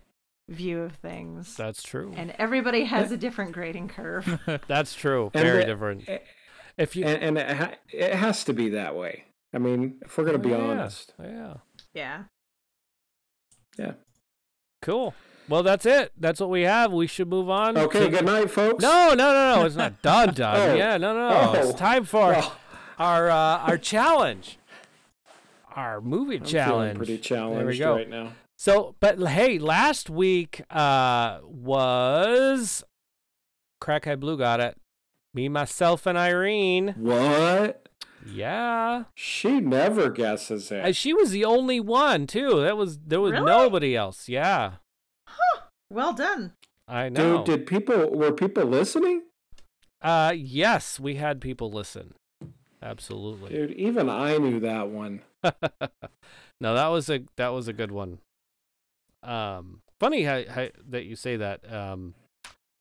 [SPEAKER 4] view of things,
[SPEAKER 2] that's true.
[SPEAKER 4] and everybody has a different grading curve.
[SPEAKER 2] That's true.
[SPEAKER 3] And
[SPEAKER 2] Very
[SPEAKER 3] the-
[SPEAKER 2] different.
[SPEAKER 3] eh,
[SPEAKER 2] If you
[SPEAKER 3] And, and it, ha- it has to be that way. I mean, if we're going to be
[SPEAKER 2] Oh, Yeah,
[SPEAKER 3] honest.
[SPEAKER 2] Yeah.
[SPEAKER 4] yeah.
[SPEAKER 3] Yeah.
[SPEAKER 2] Cool. Well, that's it. That's what we have. We should move on.
[SPEAKER 3] Okay,
[SPEAKER 2] to-
[SPEAKER 3] good night, folks.
[SPEAKER 2] No, no, no, no. It's not done, done.
[SPEAKER 3] Oh.
[SPEAKER 2] Yeah, no, no. no.
[SPEAKER 3] Oh.
[SPEAKER 2] It's time for
[SPEAKER 3] Well,
[SPEAKER 2] our uh, our challenge, our movie
[SPEAKER 3] I'm
[SPEAKER 2] challenge.
[SPEAKER 3] feeling pretty challenged
[SPEAKER 2] There we go.
[SPEAKER 3] right now.
[SPEAKER 2] So, but hey, last week uh, was Crackhead Blue got it. Me, myself, and Irene.
[SPEAKER 3] What?
[SPEAKER 2] Yeah,
[SPEAKER 3] She never guesses it.
[SPEAKER 2] and she was the only one too. That was there was
[SPEAKER 4] Really?
[SPEAKER 2] nobody else. Yeah,
[SPEAKER 4] Well done.
[SPEAKER 2] I know.
[SPEAKER 3] Dude, did people were people listening?
[SPEAKER 2] Uh, yes, we had people listen. Absolutely.
[SPEAKER 3] Dude, even I knew that one.
[SPEAKER 2] no, that was a that was a good one. Um, funny how, how that you say that. Um,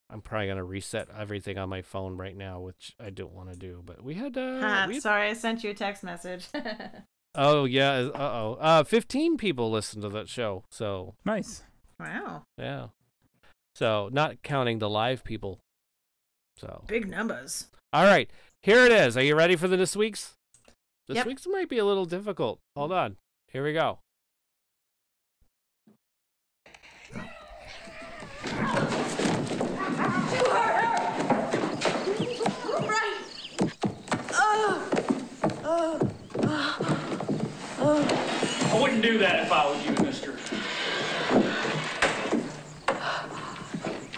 [SPEAKER 2] I'm probably gonna reset everything on my phone right now, which I don't want to do. But we had uh,
[SPEAKER 4] Ah,
[SPEAKER 2] we-
[SPEAKER 4] sorry, I sent you a text message.
[SPEAKER 2] oh yeah, uh oh, uh, 15 people listened to that show. So
[SPEAKER 5] nice.
[SPEAKER 4] wow,
[SPEAKER 2] yeah, so not counting the live people. So
[SPEAKER 4] big numbers.
[SPEAKER 2] all right, here it is. Are you ready for the this week's? This
[SPEAKER 4] Yep.
[SPEAKER 2] week's might be a little difficult. Hold on. Here we go.
[SPEAKER 6] Right. Oh. Oh. Oh.
[SPEAKER 7] I wouldn't do that if I were you, mister.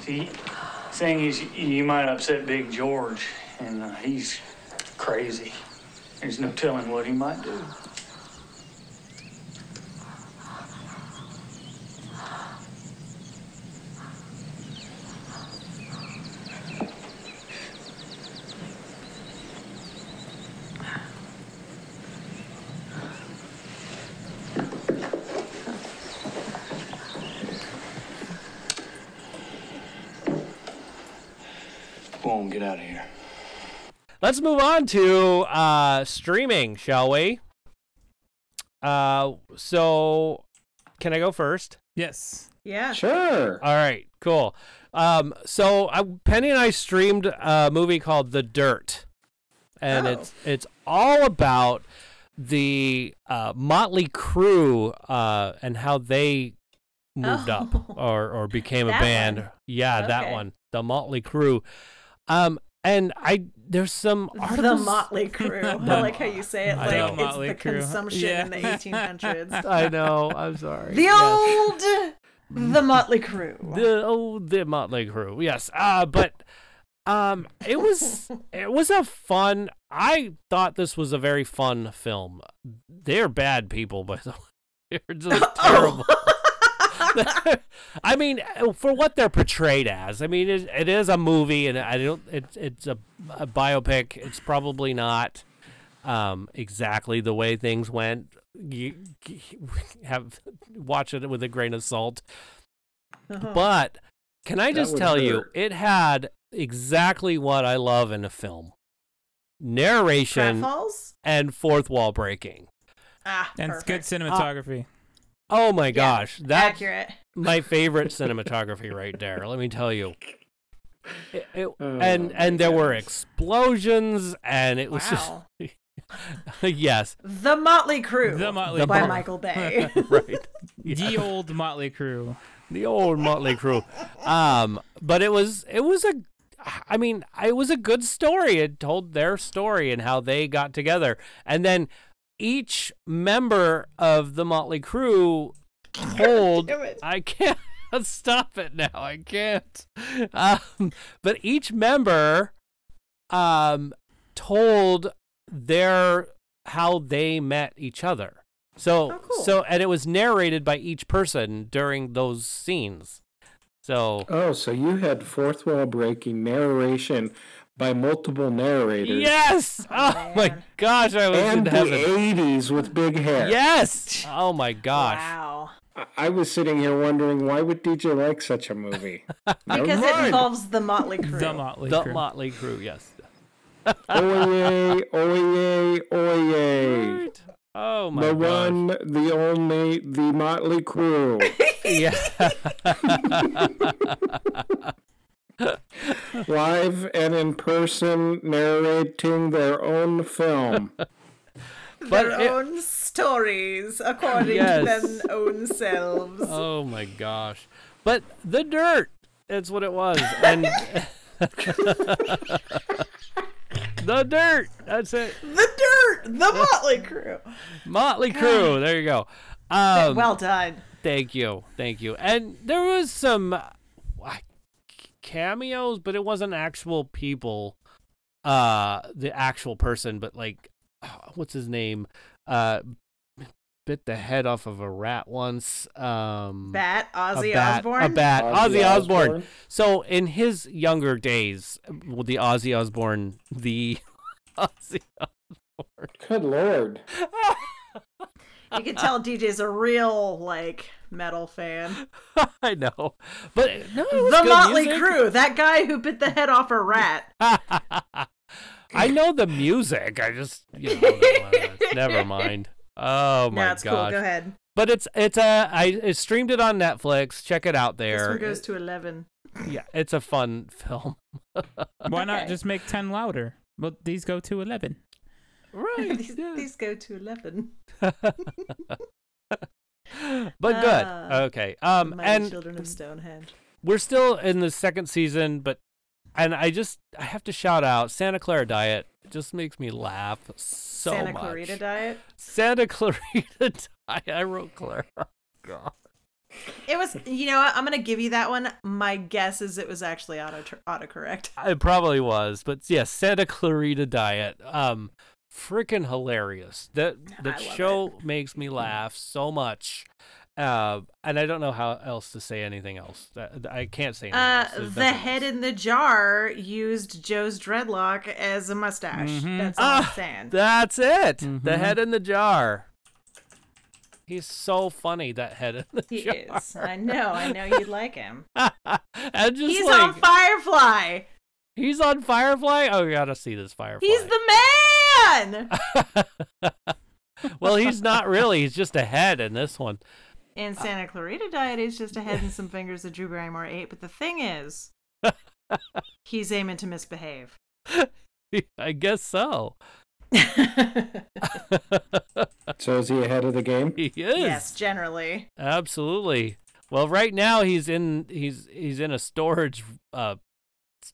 [SPEAKER 7] See, thing is, you might upset Big George, and uh, he's crazy. There's no telling what he might do. Go on, get out of here.
[SPEAKER 2] Let's move on to uh, streaming, shall we? Uh, so can I go first?
[SPEAKER 5] Yes.
[SPEAKER 4] Yeah.
[SPEAKER 3] Sure.
[SPEAKER 2] All right, cool. Um, so I, Penny and I streamed a movie called The Dirt, and
[SPEAKER 4] Oh.
[SPEAKER 2] it's it's all about the uh, Motley Crew uh, and how they moved
[SPEAKER 4] Oh.
[SPEAKER 2] up or or became a
[SPEAKER 4] That
[SPEAKER 2] band.
[SPEAKER 4] one.
[SPEAKER 2] Yeah, that
[SPEAKER 4] Okay.
[SPEAKER 2] one, the Motley Crew. Um, and I there's some
[SPEAKER 4] The
[SPEAKER 2] articles-
[SPEAKER 4] Motley Crew. I like how you say it.
[SPEAKER 2] I
[SPEAKER 4] Like
[SPEAKER 2] know.
[SPEAKER 4] it's
[SPEAKER 5] Motley
[SPEAKER 4] the
[SPEAKER 5] Crue.
[SPEAKER 4] consumption
[SPEAKER 5] Yeah.
[SPEAKER 4] in the 1800s.
[SPEAKER 2] I know. I'm sorry.
[SPEAKER 4] the
[SPEAKER 2] Yes.
[SPEAKER 4] old, the Motley Crew.
[SPEAKER 2] the oh the Motley Crew, yes. Uh but um it was it was a fun I thought this was a very fun film. They're bad people, by the way. They're just terrible. I mean, uh, for what they're portrayed as, I mean, it, it is a movie, and I don't. It's it's a, a biopic. It's probably not um, exactly the way things went. You have watch it with a grain of salt,
[SPEAKER 4] Uh-huh.
[SPEAKER 2] but can I
[SPEAKER 3] That
[SPEAKER 2] just
[SPEAKER 3] would
[SPEAKER 2] tell you,
[SPEAKER 3] hurt.
[SPEAKER 2] it had exactly what I love in a film:
[SPEAKER 4] Crab
[SPEAKER 2] narration
[SPEAKER 4] Falls.
[SPEAKER 2] and fourth wall breaking.
[SPEAKER 4] Ah,
[SPEAKER 5] And it's good
[SPEAKER 4] perfect.
[SPEAKER 2] Uh,
[SPEAKER 5] cinematography.
[SPEAKER 2] Oh my
[SPEAKER 4] Yeah,
[SPEAKER 2] gosh, that
[SPEAKER 4] accurate.
[SPEAKER 2] my favorite cinematography right there. Let me tell you. It- it-
[SPEAKER 3] Oh,
[SPEAKER 2] and
[SPEAKER 3] my
[SPEAKER 2] and there were
[SPEAKER 3] goodness.
[SPEAKER 2] explosions, and it was
[SPEAKER 4] Wow.
[SPEAKER 2] just yes,
[SPEAKER 4] The Motley Crew.
[SPEAKER 5] The Motley
[SPEAKER 2] The
[SPEAKER 4] by
[SPEAKER 2] Mo-
[SPEAKER 4] Michael Bay.
[SPEAKER 2] right.
[SPEAKER 5] The old Motley Crew.
[SPEAKER 2] the old Motley Crew. Um, but it was it was a, I mean, it was a good story. It told their story and how they got together, and then each member of the Motley Crew hold.
[SPEAKER 4] Damn it.
[SPEAKER 2] I can't stop it now. I can't. Um, but each member um, told their how they met each other. So
[SPEAKER 4] Oh, cool.
[SPEAKER 2] so and it was narrated by each person during those scenes. So
[SPEAKER 3] Oh, so you had fourth wall breaking narration by multiple narrators.
[SPEAKER 2] yes. Oh, my
[SPEAKER 4] man.
[SPEAKER 2] gosh, I was in
[SPEAKER 3] And the
[SPEAKER 2] heaven.
[SPEAKER 3] 80s with big hair.
[SPEAKER 2] Yes. Oh my gosh.
[SPEAKER 4] Wow.
[SPEAKER 3] I- I was sitting here wondering why would DJ like such a movie? Never
[SPEAKER 4] Because it
[SPEAKER 3] mind.
[SPEAKER 4] involves the Motley Crew.
[SPEAKER 5] The Motley
[SPEAKER 2] The
[SPEAKER 5] Crew.
[SPEAKER 2] Motley Crew. Yes.
[SPEAKER 3] Oye, oye, oye.
[SPEAKER 2] Oh my
[SPEAKER 3] The
[SPEAKER 2] gosh.
[SPEAKER 3] one, the only, the Motley Crew.
[SPEAKER 2] Yeah.
[SPEAKER 3] Live and in person narrating their own film.
[SPEAKER 2] But
[SPEAKER 4] Their
[SPEAKER 2] it-
[SPEAKER 4] own stories according
[SPEAKER 2] Yes.
[SPEAKER 4] to their own selves.
[SPEAKER 2] Oh my gosh. But the dirt. That's what it was. And the dirt. That's it.
[SPEAKER 4] The Dirt, the Motley Crew.
[SPEAKER 2] Motley Crew. There you go. Um,
[SPEAKER 4] well done.
[SPEAKER 2] Thank you, thank you. And there was some uh, I- cameos, but it wasn't actual people. Uh, the actual person, but like, uh, what's his name? Uh, bit the head off of a rat once. Um,
[SPEAKER 4] Bat Ozzy
[SPEAKER 2] a bat,
[SPEAKER 4] Osbourne.
[SPEAKER 2] a bat, Ozzy,
[SPEAKER 3] Ozzy
[SPEAKER 2] Osbourne.
[SPEAKER 3] Osbourne.
[SPEAKER 2] So in his younger days, well, the Ozzy Osbourne, the Ozzy.
[SPEAKER 3] Good lord.
[SPEAKER 4] You can tell DJ's a real like metal fan.
[SPEAKER 2] I know, but no, it was
[SPEAKER 4] The
[SPEAKER 2] good
[SPEAKER 4] Motley
[SPEAKER 2] music.
[SPEAKER 4] Crew, that guy who bit the head off a rat.
[SPEAKER 2] I know the music. I just you know, the- never mind. Oh my
[SPEAKER 4] no, it's
[SPEAKER 2] gosh!
[SPEAKER 4] cool. Go ahead.
[SPEAKER 2] But it's it's a I I streamed it on Netflix. Check it out
[SPEAKER 4] This
[SPEAKER 2] there.
[SPEAKER 4] one goes to eleven.
[SPEAKER 2] yeah, it's a fun film.
[SPEAKER 5] Why not
[SPEAKER 4] Okay.
[SPEAKER 5] just make 10 louder? Well, these go to 11.
[SPEAKER 2] Right.
[SPEAKER 4] these, these go to eleven.
[SPEAKER 2] But good.
[SPEAKER 4] Ah,
[SPEAKER 2] okay. Um
[SPEAKER 4] Mighty
[SPEAKER 2] and
[SPEAKER 4] Children of Stonehenge.
[SPEAKER 2] we're still in the second season, but and I just I have to shout out Santa Clara Diet. Just makes me laugh so
[SPEAKER 4] Santa
[SPEAKER 2] much.
[SPEAKER 4] Clarita Diet.
[SPEAKER 2] Santa Clarita Diet. I wrote Clara. God.
[SPEAKER 4] It was, you know, what? I'm gonna give you that one. My guess is it was actually auto autocorrect.
[SPEAKER 2] It probably was, but yes, Santa Clarita Diet. Um, freaking hilarious. That that
[SPEAKER 4] I love Mm-hmm.
[SPEAKER 2] show makes me laugh so much. Uh, and I don't know how else to say anything else. That- I can't say anything
[SPEAKER 4] Uh,
[SPEAKER 2] else. There's
[SPEAKER 4] the
[SPEAKER 2] nothing
[SPEAKER 4] head
[SPEAKER 2] else.
[SPEAKER 4] in the jar used Joe's dreadlock as a mustache. That's all
[SPEAKER 2] Ah,
[SPEAKER 4] I'm saying.
[SPEAKER 2] That's it. The head in the jar. Mm-hmm. He's so funny. That head in the
[SPEAKER 4] he
[SPEAKER 2] jar.
[SPEAKER 4] is. I know. I know you'd like him.
[SPEAKER 2] and just
[SPEAKER 4] He's
[SPEAKER 2] like
[SPEAKER 4] on Firefly.
[SPEAKER 2] he's on Firefly. Oh, you gotta see this Firefly.
[SPEAKER 4] He's the man
[SPEAKER 2] well, he's not really. He's just a head in this one.
[SPEAKER 4] in Santa Clarita Diet. He's just a head and some fingers that Drew Barrymore ate. But the thing is, he's aiming to misbehave.
[SPEAKER 2] I guess so.
[SPEAKER 3] So is he ahead of the game?
[SPEAKER 2] He is
[SPEAKER 4] yes, generally.
[SPEAKER 2] absolutely. Well, right now he's in he's he's in a storage uh s-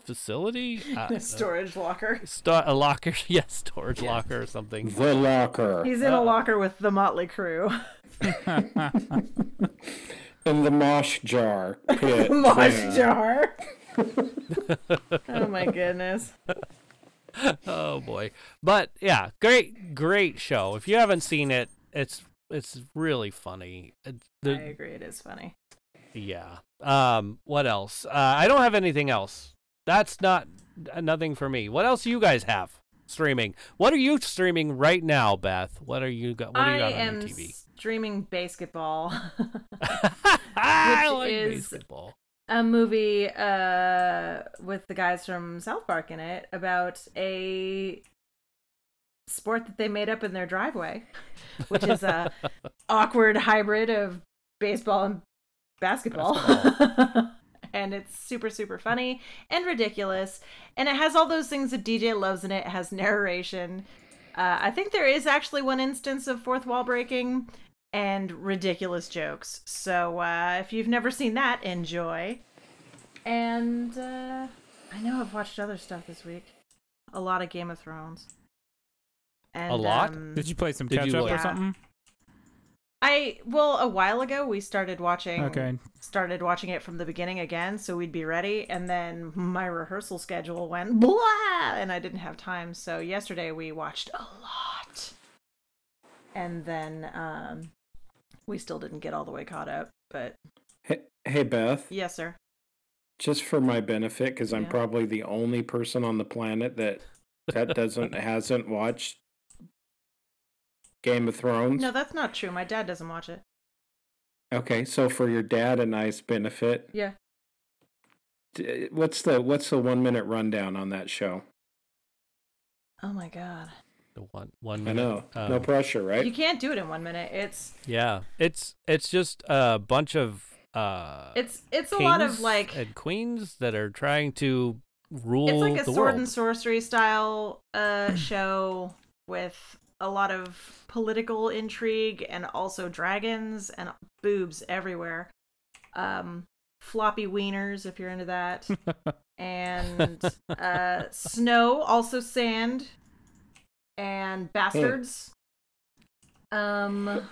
[SPEAKER 2] facility, uh,
[SPEAKER 4] A storage locker.
[SPEAKER 2] sto- a locker, yes, storage locker or something.
[SPEAKER 3] The Locker.
[SPEAKER 4] He's in a locker with the Motley Crew.
[SPEAKER 3] In the mosh jar pit.
[SPEAKER 4] Mosh jar. oh my goodness.
[SPEAKER 2] Oh boy, but yeah, great great show. If you haven't seen it, it's it's really funny. It-
[SPEAKER 4] I
[SPEAKER 2] the-
[SPEAKER 4] agree. It is funny.
[SPEAKER 2] yeah. Um, what else? Uh, I don't have anything else. That's not uh, nothing for me. What else do you guys have streaming? What are you streaming right now, Beth? What are you got? What do
[SPEAKER 4] I
[SPEAKER 2] you got
[SPEAKER 4] am
[SPEAKER 2] on your TV?
[SPEAKER 4] streaming basketball,
[SPEAKER 2] I
[SPEAKER 4] which
[SPEAKER 2] like
[SPEAKER 4] is-
[SPEAKER 2] basketball.
[SPEAKER 4] a movie uh, with the guys from South Park in it about a sport that they made up in their driveway, which is a awkward hybrid of baseball and basketball. and it's super super funny and ridiculous and it has all those things that dj loves in it it has narration uh, i think there is actually one instance of fourth wall breaking and ridiculous jokes so uh, if you've never seen that enjoy and uh, i know i've watched other stuff this week a lot of game of thrones And,
[SPEAKER 2] lot?
[SPEAKER 4] um,
[SPEAKER 5] Did you play some
[SPEAKER 2] Did
[SPEAKER 5] catch
[SPEAKER 2] you,
[SPEAKER 5] up or
[SPEAKER 2] like-
[SPEAKER 5] something?
[SPEAKER 4] I well, a while ago we started watching.
[SPEAKER 5] Okay.
[SPEAKER 4] Started watching it from the beginning again, so we'd be ready. And then my rehearsal schedule went blah, and I didn't have time. So yesterday we watched a lot, and then um, we still didn't get all the way caught up. But
[SPEAKER 3] Hey, hey Beth,
[SPEAKER 4] yes, sir.
[SPEAKER 3] just for my benefit, because I'm
[SPEAKER 4] Yeah.
[SPEAKER 3] probably the only person on the planet that that doesn't hasn't watched Game of Thrones.
[SPEAKER 4] No, that's not true. My dad doesn't watch it.
[SPEAKER 3] Okay, so for your dad and I's benefit,
[SPEAKER 4] Yeah.
[SPEAKER 3] d- what's the what's the one minute rundown on that show?
[SPEAKER 4] Oh my god.
[SPEAKER 2] The one one
[SPEAKER 3] I
[SPEAKER 2] minute.
[SPEAKER 3] know, no
[SPEAKER 2] um,
[SPEAKER 3] pressure, right?
[SPEAKER 4] You can't do it in one minute. It's
[SPEAKER 2] Yeah, it's it's just a bunch of uh,
[SPEAKER 4] it's it's a lot of
[SPEAKER 2] kings
[SPEAKER 4] like
[SPEAKER 2] and queens that are trying to rule
[SPEAKER 4] it's like
[SPEAKER 2] the
[SPEAKER 4] a sword
[SPEAKER 2] world.
[SPEAKER 4] and sorcery style uh show with a lot of political intrigue and also dragons and boobs everywhere um floppy wieners if you're into that and uh snow also sand and bastards um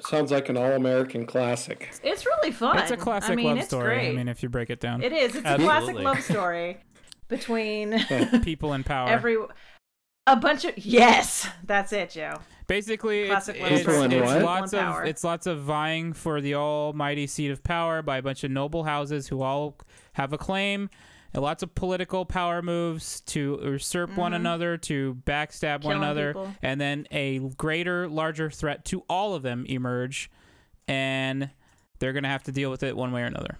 [SPEAKER 3] Sounds like an all American classic.
[SPEAKER 4] it's really fun
[SPEAKER 5] It's a classic
[SPEAKER 4] I mean,
[SPEAKER 5] love
[SPEAKER 4] it's
[SPEAKER 5] story.
[SPEAKER 4] great.
[SPEAKER 5] I mean, if you break it down,
[SPEAKER 4] it is it's a classic
[SPEAKER 2] Absolutely.
[SPEAKER 4] love story between
[SPEAKER 5] people in power.
[SPEAKER 4] every a bunch of yes that's it joe
[SPEAKER 5] Basically, it's,
[SPEAKER 4] Classic
[SPEAKER 5] it's,
[SPEAKER 3] Western
[SPEAKER 5] it's
[SPEAKER 3] Western
[SPEAKER 5] lots
[SPEAKER 4] one
[SPEAKER 5] of
[SPEAKER 4] power.
[SPEAKER 5] it's lots of vying for the almighty seat of power by a bunch of noble houses who all have a claim, and lots of political power moves to usurp one another, to backstab
[SPEAKER 4] Mm-hmm.
[SPEAKER 5] one
[SPEAKER 4] Killing
[SPEAKER 5] another,
[SPEAKER 4] people.
[SPEAKER 5] and then a greater, larger threat to all of them emerge, and they're gonna have to deal with it one way or another.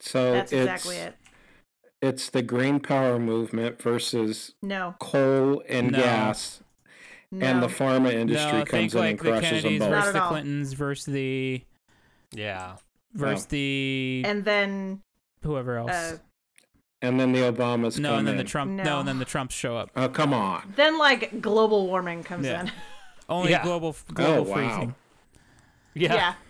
[SPEAKER 3] So
[SPEAKER 4] that's
[SPEAKER 3] it's
[SPEAKER 4] exactly it
[SPEAKER 3] it's the Green Power movement versus
[SPEAKER 4] no
[SPEAKER 3] coal and
[SPEAKER 5] No.
[SPEAKER 3] gas,
[SPEAKER 4] no
[SPEAKER 3] and the pharma industry
[SPEAKER 5] no,
[SPEAKER 3] comes
[SPEAKER 5] think
[SPEAKER 3] in
[SPEAKER 5] like
[SPEAKER 3] and
[SPEAKER 5] the
[SPEAKER 3] crushes them
[SPEAKER 5] Kennedys
[SPEAKER 3] both.
[SPEAKER 4] Not
[SPEAKER 5] versus
[SPEAKER 4] at
[SPEAKER 5] the
[SPEAKER 4] all.
[SPEAKER 5] Clintons versus the
[SPEAKER 2] Yeah,
[SPEAKER 5] versus
[SPEAKER 3] No.
[SPEAKER 5] the
[SPEAKER 4] and then
[SPEAKER 5] whoever else.
[SPEAKER 4] uh,
[SPEAKER 3] And then the Obamas
[SPEAKER 5] no,
[SPEAKER 3] come
[SPEAKER 5] and then the
[SPEAKER 3] in.
[SPEAKER 5] Trump.
[SPEAKER 4] No.
[SPEAKER 5] no, and then the Trumps show up.
[SPEAKER 3] Oh, come on.
[SPEAKER 4] then like global warming comes
[SPEAKER 5] Yeah.
[SPEAKER 4] in
[SPEAKER 5] Only
[SPEAKER 2] Yeah.
[SPEAKER 5] global global
[SPEAKER 3] Oh, wow.
[SPEAKER 5] freezing.
[SPEAKER 2] yeah.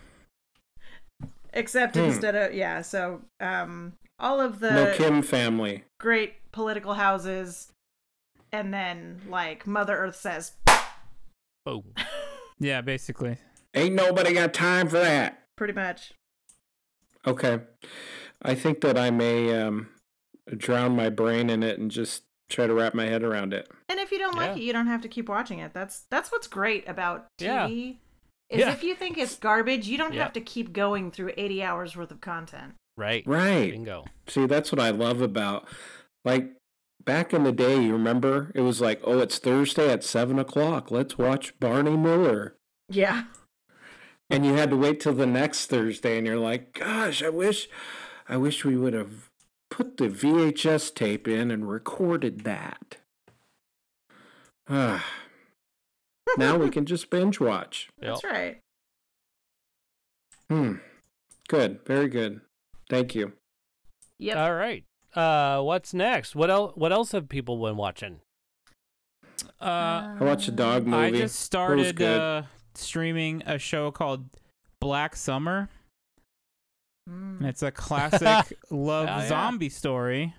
[SPEAKER 4] except
[SPEAKER 3] Hmm.
[SPEAKER 4] instead of yeah so um all of the
[SPEAKER 3] no Kim family.
[SPEAKER 4] great political houses and then like mother earth says
[SPEAKER 2] Boom.
[SPEAKER 5] Oh. Yeah, basically.
[SPEAKER 3] Ain't nobody got time for that.
[SPEAKER 4] pretty much
[SPEAKER 3] Okay. I think that I may um, drown my brain in it and just try to wrap my head around it.
[SPEAKER 4] and if you don't like
[SPEAKER 2] Yeah.
[SPEAKER 4] it you don't have to keep watching it that's that's what's great about
[SPEAKER 2] Yeah.
[SPEAKER 4] tv is
[SPEAKER 2] Yeah.
[SPEAKER 4] if you think it's garbage you don't
[SPEAKER 2] Yeah.
[SPEAKER 4] have to keep going through 80 hours worth of content
[SPEAKER 2] Right.
[SPEAKER 3] Right.
[SPEAKER 2] Bingo.
[SPEAKER 3] See, that's what I love about like back in the day. You remember it was like, oh, it's Thursday at seven o'clock. Let's watch Barney Miller.
[SPEAKER 4] yeah
[SPEAKER 3] And you had to wait till the next Thursday, and you're like, gosh, I wish, I wish we would have put the VHS tape in and recorded that. Ah. now we can just binge watch.
[SPEAKER 4] That's right.
[SPEAKER 3] Hmm. Good. Very good. Thank you.
[SPEAKER 4] Yep.
[SPEAKER 2] All right. Uh, what's next? What else? What else have people been watching?
[SPEAKER 5] Uh,
[SPEAKER 3] I watched a dog movie.
[SPEAKER 5] I just
[SPEAKER 3] That was
[SPEAKER 5] started
[SPEAKER 3] good.
[SPEAKER 5] uh, streaming a show called Black Summer,
[SPEAKER 4] Mm.
[SPEAKER 5] and it's a classic love
[SPEAKER 2] Oh, yeah.
[SPEAKER 5] zombie story.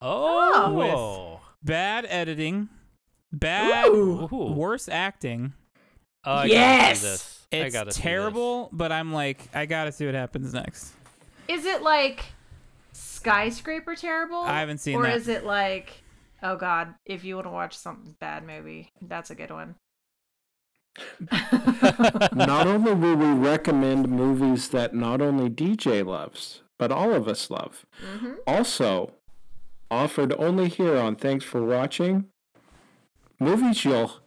[SPEAKER 2] Oh.
[SPEAKER 5] Bad editing, bad,
[SPEAKER 2] Ooh.
[SPEAKER 5] worse acting.
[SPEAKER 2] Oh, I gotta see
[SPEAKER 4] Yes!
[SPEAKER 2] this. I
[SPEAKER 5] It's
[SPEAKER 2] gotta see this.
[SPEAKER 5] terrible, but I'm like, I gotta see what happens next.
[SPEAKER 4] Is it like skyscraper terrible?
[SPEAKER 5] I haven't seen
[SPEAKER 4] or
[SPEAKER 5] that.
[SPEAKER 4] is it like oh god, if you want to watch something bad movie, that's a good one.
[SPEAKER 3] not only will we recommend movies that not only DJ loves, but all of us love. Also, offered only here on Thanks for Watching, movies you'll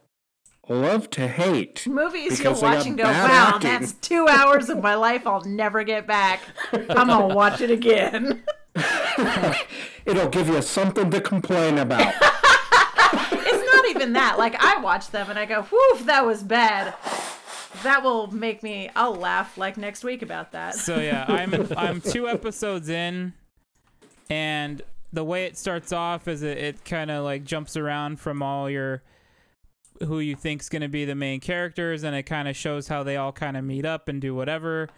[SPEAKER 3] love to hate.
[SPEAKER 4] Movies
[SPEAKER 3] Because
[SPEAKER 4] you'll
[SPEAKER 3] they
[SPEAKER 4] watch
[SPEAKER 3] got
[SPEAKER 4] and go,
[SPEAKER 3] bad
[SPEAKER 4] wow,
[SPEAKER 3] acting."
[SPEAKER 4] that's two hours of my life I'll never get back. I'm gonna watch it again.
[SPEAKER 3] It'll give you something to complain about.
[SPEAKER 4] it's not even that. Like I watch them and I go, whoof, that was bad. That will make me. I'll laugh like next week about that.
[SPEAKER 5] So yeah, I'm I'm two episodes in, and the way it starts off is it, it kind of like jumps around from all your who you think's gonna be the main characters, and it kind of shows how they all kind of meet up and do whatever,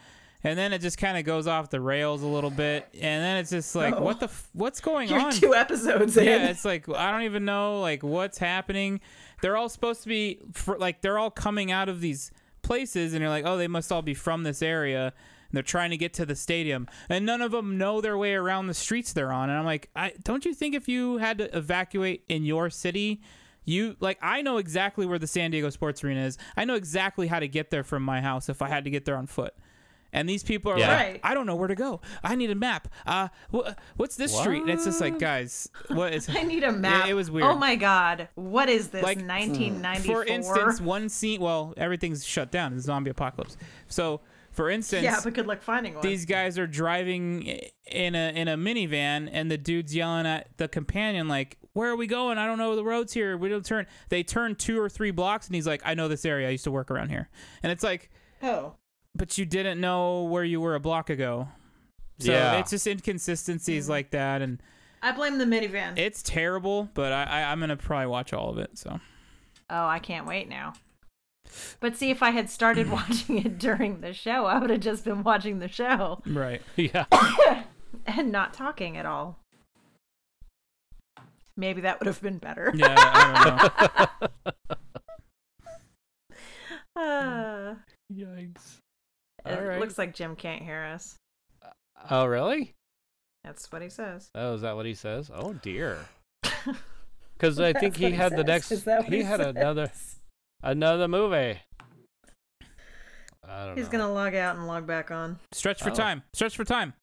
[SPEAKER 5] and then it just kind of goes off the rails a little bit, and then it's just like what the f- what's going
[SPEAKER 4] You're
[SPEAKER 5] on?
[SPEAKER 4] two episodes in.
[SPEAKER 5] yeah, it's like I don't even know like what's happening. they're all supposed to be fr like they're all coming out of these places, and you're like, oh, they must all be from this area. And they're trying to get to the stadium, and none of them know their way around the streets they're on. And I'm like, I don't you think if you had to evacuate in your city, you like I know exactly where the San Diego Sports Arena is. I know exactly how to get there from my house if I had to get there on foot. And these people are
[SPEAKER 2] Yeah.
[SPEAKER 5] like,
[SPEAKER 4] Right.
[SPEAKER 5] I don't know where to go. I need a map. Uh, wh- what's this street? And it's just like, guys, what is?
[SPEAKER 4] I need a map.
[SPEAKER 5] It, it was weird.
[SPEAKER 4] Oh my god, what is this?
[SPEAKER 5] Like,
[SPEAKER 4] 1994.
[SPEAKER 5] For instance, one scene. Well, everything's shut down. It's a zombie apocalypse. So, for instance,
[SPEAKER 4] yeah, but good luck finding one.
[SPEAKER 5] these guys are driving in a in a minivan and the dude's yelling at the companion like where are we going i don't know the roads here we don't turn they turn two or three blocks and he's like i know this area i used to work around here and it's like
[SPEAKER 4] oh,
[SPEAKER 5] but you didn't know where you were a block ago so
[SPEAKER 2] Yeah.
[SPEAKER 5] it's just inconsistencies like that and
[SPEAKER 4] I blame the minivan.
[SPEAKER 5] it's terrible but I, I i'm gonna probably watch all of it so
[SPEAKER 4] oh, I can't wait now. But see, if I had started watching it during the show, I would have just been watching the show
[SPEAKER 5] right
[SPEAKER 2] yeah.
[SPEAKER 4] and not talking at all. Maybe that would have been better.
[SPEAKER 5] yeah i don't know Hmm.
[SPEAKER 4] Uh,
[SPEAKER 2] Yikes.
[SPEAKER 4] it
[SPEAKER 2] All right.
[SPEAKER 4] looks like Jim can't hear us.
[SPEAKER 2] oh, really?
[SPEAKER 4] That's what he says.
[SPEAKER 2] Oh, is that what he says? Oh dear. Because I think
[SPEAKER 8] That's
[SPEAKER 2] he
[SPEAKER 8] what
[SPEAKER 2] had the
[SPEAKER 8] says.
[SPEAKER 2] next.
[SPEAKER 8] Is that what
[SPEAKER 2] he, had
[SPEAKER 8] says?
[SPEAKER 2] another another movie. I
[SPEAKER 5] Oh,
[SPEAKER 2] don't
[SPEAKER 4] He's
[SPEAKER 2] know.
[SPEAKER 4] gonna log out and log back on.
[SPEAKER 5] stretch for
[SPEAKER 2] Oh.
[SPEAKER 5] time stretch for time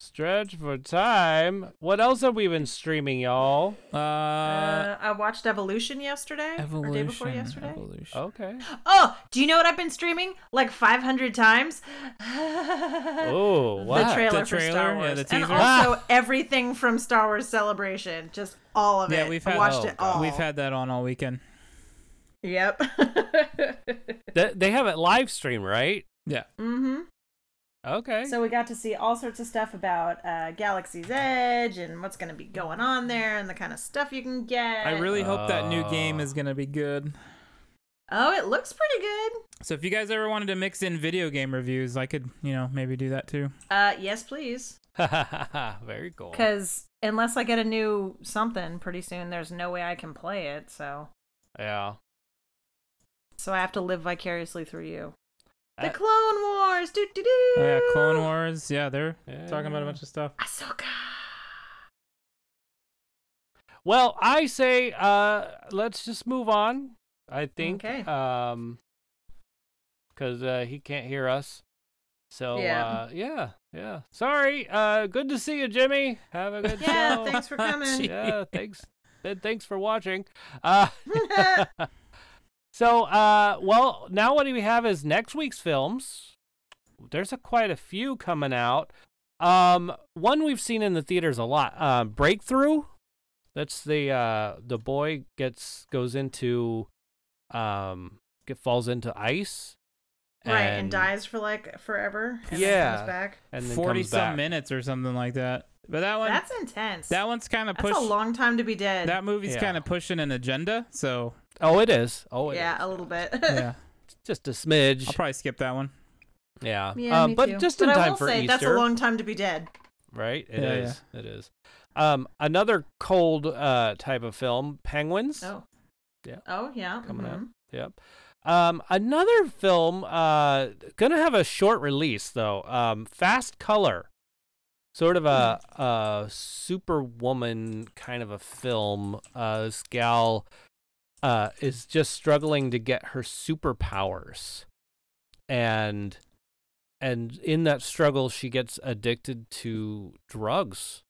[SPEAKER 2] stretch for time. What else have we been streaming, y'all?
[SPEAKER 5] uh
[SPEAKER 4] Uh, I watched Evolution yesterday.
[SPEAKER 5] evolution
[SPEAKER 4] Or day before yesterday.
[SPEAKER 5] evolution.
[SPEAKER 2] Okay.
[SPEAKER 4] Oh, do you know what I've been streaming? Like 500 times?
[SPEAKER 2] Oh, what?
[SPEAKER 4] The trailer
[SPEAKER 5] The
[SPEAKER 4] for
[SPEAKER 5] trailer?
[SPEAKER 4] Star
[SPEAKER 5] Yeah,
[SPEAKER 4] Wars.
[SPEAKER 5] the
[SPEAKER 4] and
[SPEAKER 5] teaser? Ah!
[SPEAKER 4] also everything from Star Wars Celebration. Just all of it.
[SPEAKER 5] yeah we've
[SPEAKER 4] I
[SPEAKER 5] had
[SPEAKER 4] watched
[SPEAKER 2] oh,
[SPEAKER 4] it all.
[SPEAKER 5] we've had that on all weekend
[SPEAKER 4] Yep.
[SPEAKER 2] They, they have it live stream, right?
[SPEAKER 5] yeah
[SPEAKER 4] hmm
[SPEAKER 2] Okay.
[SPEAKER 4] So we got to see all sorts of stuff about uh, Galaxy's Edge and what's going to be going on there and the kind of stuff you can get.
[SPEAKER 5] I really hope that new game
[SPEAKER 2] Ah.
[SPEAKER 5] is gonna be good.
[SPEAKER 4] Oh, it looks pretty good.
[SPEAKER 5] So if you guys ever wanted to mix in video game reviews, I could, you know, maybe do that too.
[SPEAKER 4] Uh, yes, please.
[SPEAKER 2] Very cool.
[SPEAKER 4] Because unless I get a new something pretty soon, there's no way I can play it. So,
[SPEAKER 2] Yeah.
[SPEAKER 4] so I have to live vicariously through you. the
[SPEAKER 2] Uh,
[SPEAKER 4] Clone Wars, do do do.
[SPEAKER 5] Oh, yeah, Clone Wars. Yeah, they're talking
[SPEAKER 2] Yeah.
[SPEAKER 5] about a bunch of stuff.
[SPEAKER 4] Ahsoka.
[SPEAKER 2] Well, I say uh let's just move on. I think
[SPEAKER 4] Okay.
[SPEAKER 2] um cuz uh he can't hear us. So
[SPEAKER 4] Yeah.
[SPEAKER 2] uh yeah, yeah. Sorry. Uh good to see you, Jimmy. Have a good
[SPEAKER 4] Yeah,
[SPEAKER 2] show.
[SPEAKER 4] thanks for coming.
[SPEAKER 2] Yeah, thanks. And thanks for watching. Uh So, uh, well, now what do we have is next week's films. There's a, quite a few coming out. Um, one we've seen in the theaters a lot. Uh, Breakthrough. That's the uh, the boy gets goes into, um, get falls into ice.
[SPEAKER 4] right, and dies for like forever. And
[SPEAKER 2] Yeah.
[SPEAKER 4] Then comes back.
[SPEAKER 2] and then
[SPEAKER 5] Forty
[SPEAKER 2] comes
[SPEAKER 5] some
[SPEAKER 2] back.
[SPEAKER 5] minutes or something like that. But that one,
[SPEAKER 4] That's intense.
[SPEAKER 5] that one's kind of
[SPEAKER 4] That's a
[SPEAKER 5] pushing.
[SPEAKER 4] long time to be dead.
[SPEAKER 5] That movie's
[SPEAKER 2] Yeah.
[SPEAKER 5] kind of pushing an agenda. So
[SPEAKER 2] Oh, it is. Oh, it is.
[SPEAKER 4] yeah, a little bit.
[SPEAKER 5] yeah,
[SPEAKER 2] Just a smidge.
[SPEAKER 5] I'll probably skip that one.
[SPEAKER 2] yeah.
[SPEAKER 4] Yeah,
[SPEAKER 2] um,
[SPEAKER 4] me
[SPEAKER 2] but
[SPEAKER 4] too.
[SPEAKER 2] just
[SPEAKER 4] But
[SPEAKER 2] in
[SPEAKER 4] I
[SPEAKER 2] time
[SPEAKER 4] will
[SPEAKER 2] for
[SPEAKER 4] say,
[SPEAKER 2] Easter.
[SPEAKER 4] That's a long time to be dead.
[SPEAKER 2] right? It is.
[SPEAKER 5] Yeah,
[SPEAKER 2] It is. Um, another cold uh type of film, Penguins.
[SPEAKER 4] Oh.
[SPEAKER 2] Yeah.
[SPEAKER 4] Oh yeah.
[SPEAKER 2] coming
[SPEAKER 4] mhm.
[SPEAKER 2] out. Yep. Um, another film, uh, gonna have a short release though. Um, Fast Color, sort of a, a Superwoman kind of a film. Uh, this gal, uh, is just struggling to get her superpowers, and and in that struggle, she gets addicted to drugs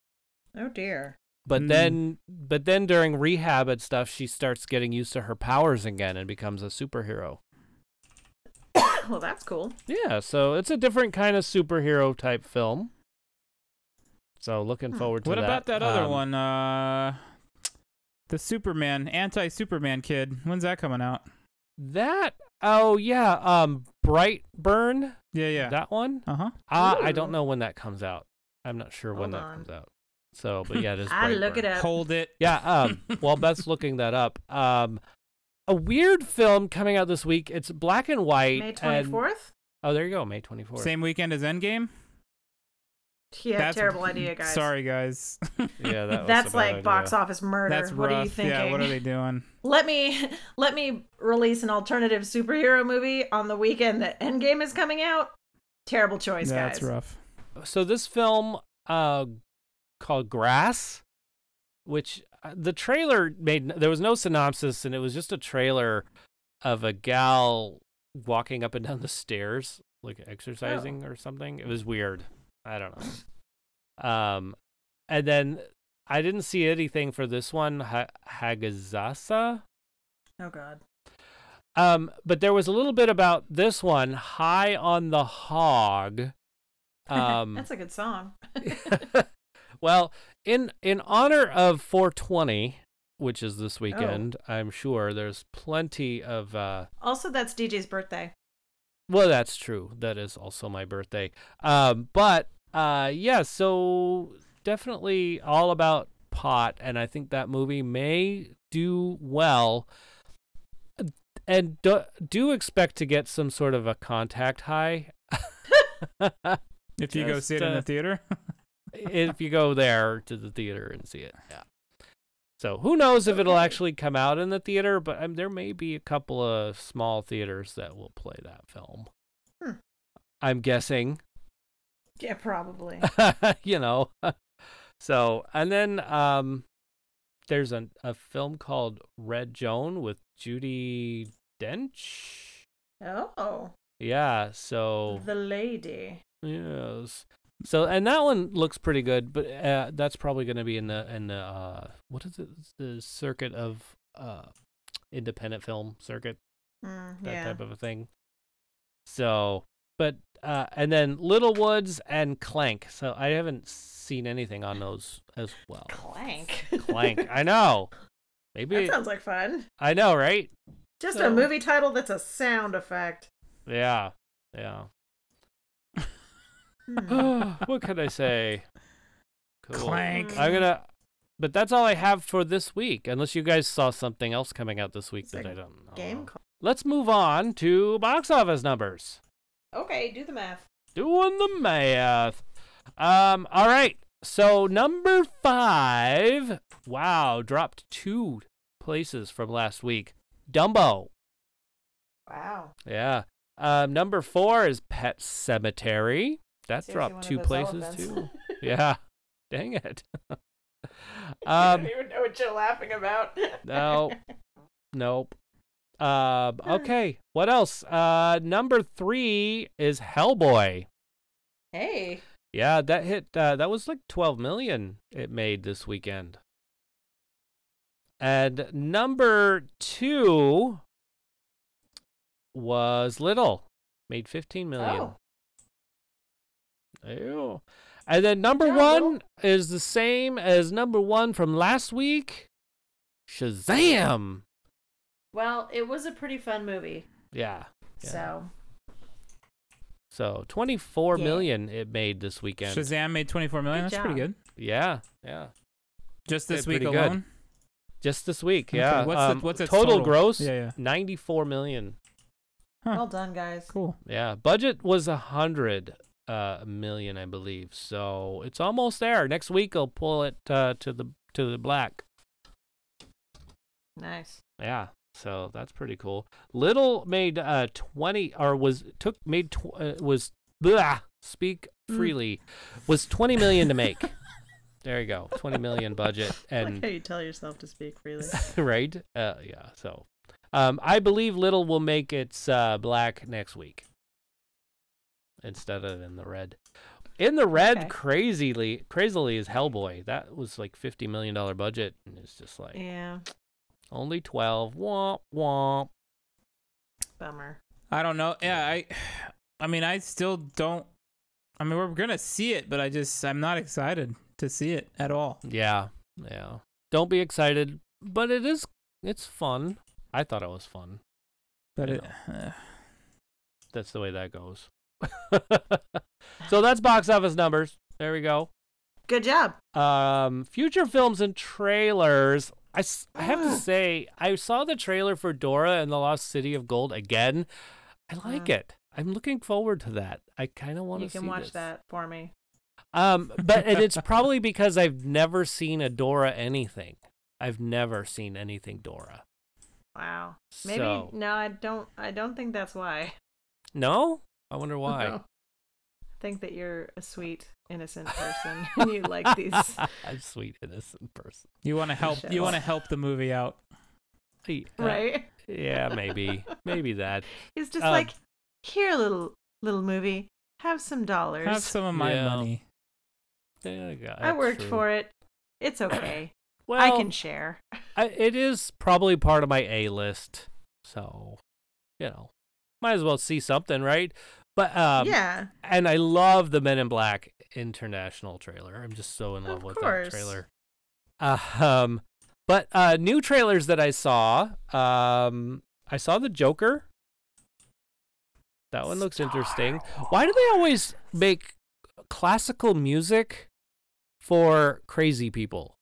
[SPEAKER 4] Oh dear.
[SPEAKER 2] but
[SPEAKER 5] Mm.
[SPEAKER 2] then but then during rehab and stuff she starts getting used to her powers again and becomes a superhero
[SPEAKER 4] well, that's cool.
[SPEAKER 2] yeah so it's a different kind of superhero type film so looking
[SPEAKER 4] Hmm.
[SPEAKER 2] forward to
[SPEAKER 5] What
[SPEAKER 2] that
[SPEAKER 5] about that other
[SPEAKER 2] Um,
[SPEAKER 5] one? Uh, the Superman, anti-Superman kid. When's that coming out?
[SPEAKER 2] that oh yeah um brightburn
[SPEAKER 5] Yeah, yeah.
[SPEAKER 2] that one
[SPEAKER 5] Uh huh.
[SPEAKER 2] uh, i
[SPEAKER 4] Ooh.
[SPEAKER 2] don't know when that comes out i'm not sure when
[SPEAKER 4] Hold
[SPEAKER 2] that
[SPEAKER 4] on.
[SPEAKER 2] comes out so but yeah it is
[SPEAKER 4] I look
[SPEAKER 2] Brightburn.
[SPEAKER 4] it up.
[SPEAKER 5] Hold it.
[SPEAKER 2] Yeah, um, while Beth's looking that up, um, a weird film coming out this week. It's black and white.
[SPEAKER 4] May
[SPEAKER 2] and-
[SPEAKER 4] twenty fourth.
[SPEAKER 2] oh, there you go, May twenty fourth.
[SPEAKER 5] Same weekend as Endgame.
[SPEAKER 4] Yeah,
[SPEAKER 5] That's-
[SPEAKER 4] terrible idea, guys.
[SPEAKER 5] Sorry, guys.
[SPEAKER 2] Yeah, that was
[SPEAKER 4] That's
[SPEAKER 2] a bad
[SPEAKER 4] like
[SPEAKER 2] idea.
[SPEAKER 4] box office murder.
[SPEAKER 5] That's
[SPEAKER 4] what
[SPEAKER 5] rough.
[SPEAKER 4] are you thinking?
[SPEAKER 5] Yeah, what are they doing?
[SPEAKER 4] let me let me release an alternative superhero movie on the weekend that Endgame is coming out. Terrible choice,
[SPEAKER 5] That's
[SPEAKER 4] guys.
[SPEAKER 5] rough.
[SPEAKER 2] So this film, uh, called Grass, which uh, the trailer made. There was no synopsis, and it was just a trailer of a gal walking up and down the stairs, like exercising
[SPEAKER 4] Oh.
[SPEAKER 2] or something. It was weird. I don't know. Um, and then I didn't see anything for this one, ha- Hagazasa.
[SPEAKER 4] Oh God.
[SPEAKER 2] Um, but there was a little bit about this one, High on the Hog. Um,
[SPEAKER 4] That's a good song.
[SPEAKER 2] well, in in honor of 420, which is this weekend, I'm sure there's plenty of. Uh,
[SPEAKER 4] Also, that's DJ's birthday.
[SPEAKER 2] well, that's true. That is also my birthday. Um, but uh, yeah, so definitely all about pot, and I think that movie may do well. And do, do expect to get some sort of a contact high
[SPEAKER 5] If you go
[SPEAKER 2] Just,
[SPEAKER 5] see it in
[SPEAKER 2] uh,
[SPEAKER 5] the theater,
[SPEAKER 2] if you go there to the theater and see it. Yeah. So who knows if it'll
[SPEAKER 4] Okay.
[SPEAKER 2] actually come out in the theater, but um, there may be a couple of small theaters that will play that film.
[SPEAKER 4] Hmm.
[SPEAKER 2] I'm guessing,
[SPEAKER 4] Yeah, probably.
[SPEAKER 2] you know. so and then um, there's an, a film called Red Joan with Judy Dench.
[SPEAKER 4] oh,
[SPEAKER 2] Yeah. So
[SPEAKER 4] the lady.
[SPEAKER 2] Yes. So and that one looks pretty good, but uh, that's probably going to be in the in the uh, what is it the circuit of uh, independent film circuit
[SPEAKER 4] Mm,
[SPEAKER 2] that
[SPEAKER 4] yeah.
[SPEAKER 2] type of a thing. So, but uh, and then Little Woods and Clank. So I haven't seen anything on those as well.
[SPEAKER 4] Clank.
[SPEAKER 2] Clank. I know. Maybe
[SPEAKER 4] that sounds like fun.
[SPEAKER 2] I know, right?
[SPEAKER 4] Just
[SPEAKER 2] So-
[SPEAKER 4] a movie title that's a sound effect.
[SPEAKER 2] Yeah. Yeah.
[SPEAKER 4] Hmm.
[SPEAKER 2] what can I say? Cool.
[SPEAKER 5] clank.
[SPEAKER 4] Mm.
[SPEAKER 2] I'm gonna. But that's all I have for this week, unless you guys saw something else coming out this week
[SPEAKER 4] It's
[SPEAKER 2] that
[SPEAKER 4] a
[SPEAKER 2] I don't know.
[SPEAKER 4] Game.
[SPEAKER 2] about. Let's move on to box office numbers.
[SPEAKER 4] Call. Okay, do the math.
[SPEAKER 2] Doing the math. Um. All right. So number five. Wow, dropped two places from last week. Dumbo.
[SPEAKER 4] Wow.
[SPEAKER 2] Yeah. Um, number four is Pet Cemetery. That
[SPEAKER 4] Seriously, one
[SPEAKER 2] dropped
[SPEAKER 4] of
[SPEAKER 2] two
[SPEAKER 4] those
[SPEAKER 2] places
[SPEAKER 4] elephants.
[SPEAKER 2] too. yeah. Dang it.
[SPEAKER 4] I
[SPEAKER 2] um,
[SPEAKER 4] don't even know what you're laughing about.
[SPEAKER 2] no. Nope. Um, okay. What else? Uh, number three is Hellboy.
[SPEAKER 4] Hey.
[SPEAKER 2] Yeah, that hit. Uh, that was like 12 million it made this weekend. And number two was Little, made 15 million. Ew. And then number
[SPEAKER 4] Oh. Yeah,
[SPEAKER 2] one
[SPEAKER 4] Little.
[SPEAKER 2] is the same as number one from last week Shazam.
[SPEAKER 4] Well, it was a pretty fun movie.
[SPEAKER 2] Yeah. yeah.
[SPEAKER 4] So
[SPEAKER 2] So twenty-four
[SPEAKER 4] Yeah.
[SPEAKER 2] million it made this weekend.
[SPEAKER 5] Shazam made 24 million.
[SPEAKER 4] Good
[SPEAKER 5] That's pretty
[SPEAKER 4] job.
[SPEAKER 5] good.
[SPEAKER 2] Yeah. Yeah.
[SPEAKER 5] Just
[SPEAKER 2] Did
[SPEAKER 5] this week
[SPEAKER 2] pretty good.
[SPEAKER 5] alone.
[SPEAKER 2] Just this week,
[SPEAKER 5] Okay,
[SPEAKER 2] yeah.
[SPEAKER 5] what's the-
[SPEAKER 2] um,
[SPEAKER 5] what's its
[SPEAKER 2] total,
[SPEAKER 5] total?
[SPEAKER 2] gross?
[SPEAKER 5] Yeah, yeah.
[SPEAKER 2] ninety-four million.
[SPEAKER 5] Huh.
[SPEAKER 4] well done, guys.
[SPEAKER 5] Cool.
[SPEAKER 2] Yeah, budget was a hundred uh, million, I believe. So it's almost there. Next week, I'll pull it uh, to the to the black.
[SPEAKER 4] Nice.
[SPEAKER 2] Yeah, so that's pretty cool. Little made uh, twenty or was took made tw- uh, was blah, speak
[SPEAKER 4] Mm.
[SPEAKER 2] freely was twenty million to make. there you go, twenty million budget and
[SPEAKER 4] you tell yourself to speak freely.
[SPEAKER 2] right? Uh, yeah. So, um, I believe Little will make its uh, black next week instead of in the red. In the red,
[SPEAKER 4] Okay.
[SPEAKER 2] crazily, crazily is Hellboy. That was like fifty million dollar budget, and it's just like
[SPEAKER 4] yeah.
[SPEAKER 2] only twelve. Womp womp.
[SPEAKER 4] Bummer.
[SPEAKER 5] I don't know. Yeah, I. I mean, I still don't. I mean, we're gonna see it, but I just I'm not excited to see it at all.
[SPEAKER 2] Yeah, yeah. Don't be excited, but it is. It's fun. I thought it was fun.
[SPEAKER 5] But
[SPEAKER 2] I
[SPEAKER 5] it, uh,
[SPEAKER 2] That's the way that goes. so that's box office numbers. There we go.
[SPEAKER 4] Good job.
[SPEAKER 2] um future films and trailers I, s- I have to say i saw the trailer for dora and the lost city of gold again i like
[SPEAKER 4] Yeah.
[SPEAKER 2] it i'm looking forward to that i kind of want
[SPEAKER 4] You
[SPEAKER 2] to
[SPEAKER 4] can watch that for me.
[SPEAKER 2] Um, but and it's probably because I've never seen a Dora anything. I've never seen anything Dora.
[SPEAKER 4] Wow. Maybe
[SPEAKER 2] So-
[SPEAKER 4] no, I don't. I don't think that's why.
[SPEAKER 2] Oh, No, I wonder why.
[SPEAKER 4] No. I think that you're a sweet, innocent person, and you like these.
[SPEAKER 2] I'm sweet innocent person.
[SPEAKER 5] You want to help. You want to help the movie out.
[SPEAKER 2] Yeah,
[SPEAKER 4] Right?
[SPEAKER 2] uh, Yeah, maybe, maybe that.
[SPEAKER 4] It's just
[SPEAKER 2] Um,
[SPEAKER 4] like, here, little little movie, have some dollars.
[SPEAKER 5] Have some of my
[SPEAKER 2] Yeah.
[SPEAKER 5] money.
[SPEAKER 2] Yeah, yeah,
[SPEAKER 4] I worked
[SPEAKER 2] uh, true.
[SPEAKER 4] for it. It's okay.
[SPEAKER 2] Well,
[SPEAKER 4] I can share.
[SPEAKER 2] I, it is probably part of my A list, so you know, might as well see something, right? But um,
[SPEAKER 4] yeah.
[SPEAKER 2] and I love the Men in Black International trailer. I'm just so in love
[SPEAKER 4] Of
[SPEAKER 2] with
[SPEAKER 4] course.
[SPEAKER 2] that trailer. Uh, um, but uh, new trailers that I saw, um, I saw the Joker. That one looks interesting. Why do they always make classical music for crazy people?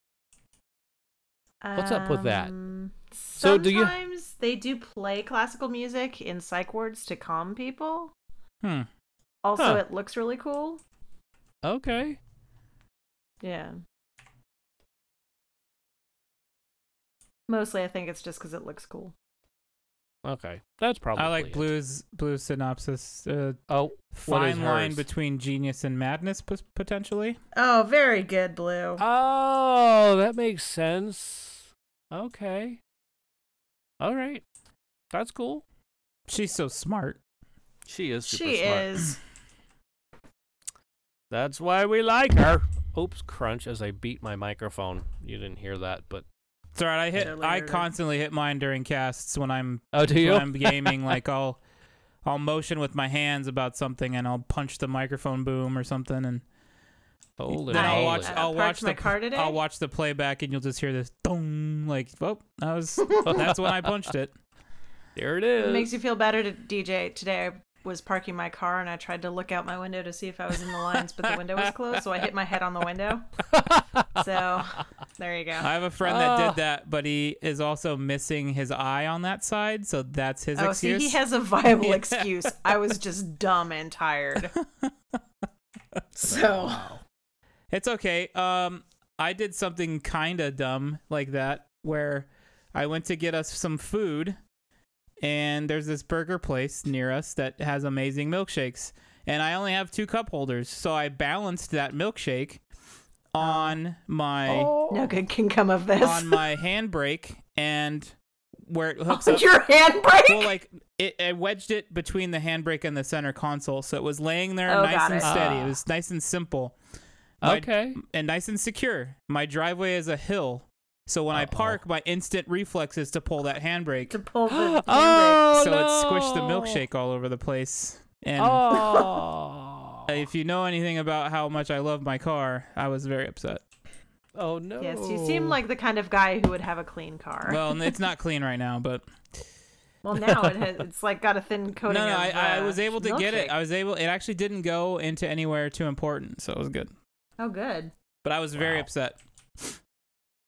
[SPEAKER 2] What's up with that?
[SPEAKER 4] Um,
[SPEAKER 2] So do you-
[SPEAKER 4] Sometimes they do play classical music in psych wards to calm people.
[SPEAKER 5] Hmm.
[SPEAKER 4] Also,
[SPEAKER 2] Huh.
[SPEAKER 4] it looks really cool.
[SPEAKER 2] Okay.
[SPEAKER 4] Yeah. Mostly, I think it's just because it looks cool.
[SPEAKER 2] Okay. That's probably
[SPEAKER 5] I like
[SPEAKER 2] it.
[SPEAKER 5] Blue's Blue's synopsis. Uh,
[SPEAKER 2] Oh, what is
[SPEAKER 5] fine line
[SPEAKER 2] hers?
[SPEAKER 5] between genius and madness, p- potentially.
[SPEAKER 4] Oh, very good, Blue.
[SPEAKER 2] Oh, that makes sense. Okay. All right. That's cool.
[SPEAKER 5] She's so smart.
[SPEAKER 2] She is
[SPEAKER 4] she is.
[SPEAKER 2] That's why we like her. Oops, crunch as I beat my microphone. You didn't hear that, but
[SPEAKER 5] It's all right. I hit.
[SPEAKER 4] Totally
[SPEAKER 5] I
[SPEAKER 4] heard it.
[SPEAKER 5] constantly hit mine during casts when I'm
[SPEAKER 2] Oh, do you?
[SPEAKER 5] when I'm gaming. like I'll I'll motion with my hands about something and I'll punch the microphone boom or something and
[SPEAKER 2] holy
[SPEAKER 5] then I'll
[SPEAKER 2] moly.
[SPEAKER 5] watch.
[SPEAKER 4] I
[SPEAKER 5] I'll
[SPEAKER 4] parked
[SPEAKER 5] watch
[SPEAKER 4] my
[SPEAKER 5] the
[SPEAKER 4] car today.
[SPEAKER 5] I'll watch the playback and you'll just hear this dong. Like oh, that was that's when I punched it.
[SPEAKER 2] There it is.
[SPEAKER 4] It makes you feel better to DJ. Today I was parking my car and I tried to look out my window to see if I was in the lines, but the window was closed, so I hit my head on the window. So there you go.
[SPEAKER 5] I have a friend that did that, but he is also missing his eye on that side, so that's his
[SPEAKER 4] Oh, see,
[SPEAKER 5] excuse.
[SPEAKER 4] he has a viable excuse. I was just dumb and tired. So
[SPEAKER 5] It's okay. Um, I did something kind of dumb like that where I went to get us some food, and there's this burger place near us that has amazing milkshakes, and I only have two cup holders, so I balanced that milkshake
[SPEAKER 4] Oh.
[SPEAKER 5] on my
[SPEAKER 4] no good can come of this.
[SPEAKER 5] on my handbrake and where it hooks up.
[SPEAKER 4] Your handbrake.
[SPEAKER 5] Well, like it, I wedged it between the handbrake and the center console, so it was laying there
[SPEAKER 4] Oh,
[SPEAKER 5] nice
[SPEAKER 4] got
[SPEAKER 5] and
[SPEAKER 4] it.
[SPEAKER 5] steady.
[SPEAKER 2] Ah.
[SPEAKER 5] It was nice and simple my-
[SPEAKER 2] okay.
[SPEAKER 5] and nice and secure. My driveway is a hill, so when I
[SPEAKER 2] Uh-oh.
[SPEAKER 5] park, my instant reflex is to pull that handbrake.
[SPEAKER 4] to pull the handbrake.
[SPEAKER 2] Oh,
[SPEAKER 5] so
[SPEAKER 2] no.
[SPEAKER 5] it squished the milkshake all over the place. And
[SPEAKER 2] Oh.
[SPEAKER 5] if you know anything about how much I love my car, I was very upset.
[SPEAKER 2] oh no.
[SPEAKER 4] Yes, you seem like the kind of guy who would have a clean car. Well,
[SPEAKER 5] Well, and it's not clean right now, but
[SPEAKER 4] now it has, it's like got a thin
[SPEAKER 5] no,
[SPEAKER 4] coating.
[SPEAKER 5] no,
[SPEAKER 4] of,
[SPEAKER 5] I, I
[SPEAKER 4] uh,
[SPEAKER 5] was able to get it.
[SPEAKER 4] milkshake.
[SPEAKER 5] I was able. It actually didn't go into anywhere too important, so it was good.
[SPEAKER 4] Oh, good.
[SPEAKER 5] But I was very
[SPEAKER 2] Wow.
[SPEAKER 5] upset.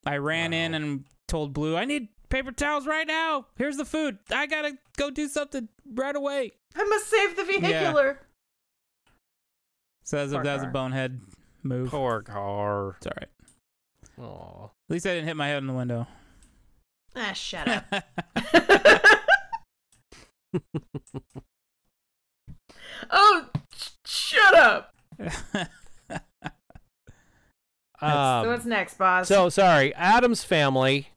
[SPEAKER 5] I ran in and told Blue, I need paper towels right now. Here's the food. I gotta go do something right away.
[SPEAKER 4] I must save the vehicular.
[SPEAKER 5] So that was, a,
[SPEAKER 4] Poor
[SPEAKER 5] that was a
[SPEAKER 4] car.
[SPEAKER 5] bonehead move.
[SPEAKER 2] poor car.
[SPEAKER 5] It's all right. At
[SPEAKER 2] Oh.
[SPEAKER 5] least I didn't hit my head on the window.
[SPEAKER 4] Ah, shut up. oh, sh- shut up.
[SPEAKER 2] Um,
[SPEAKER 4] so what's next, boss?
[SPEAKER 2] so sorry, Adam's family.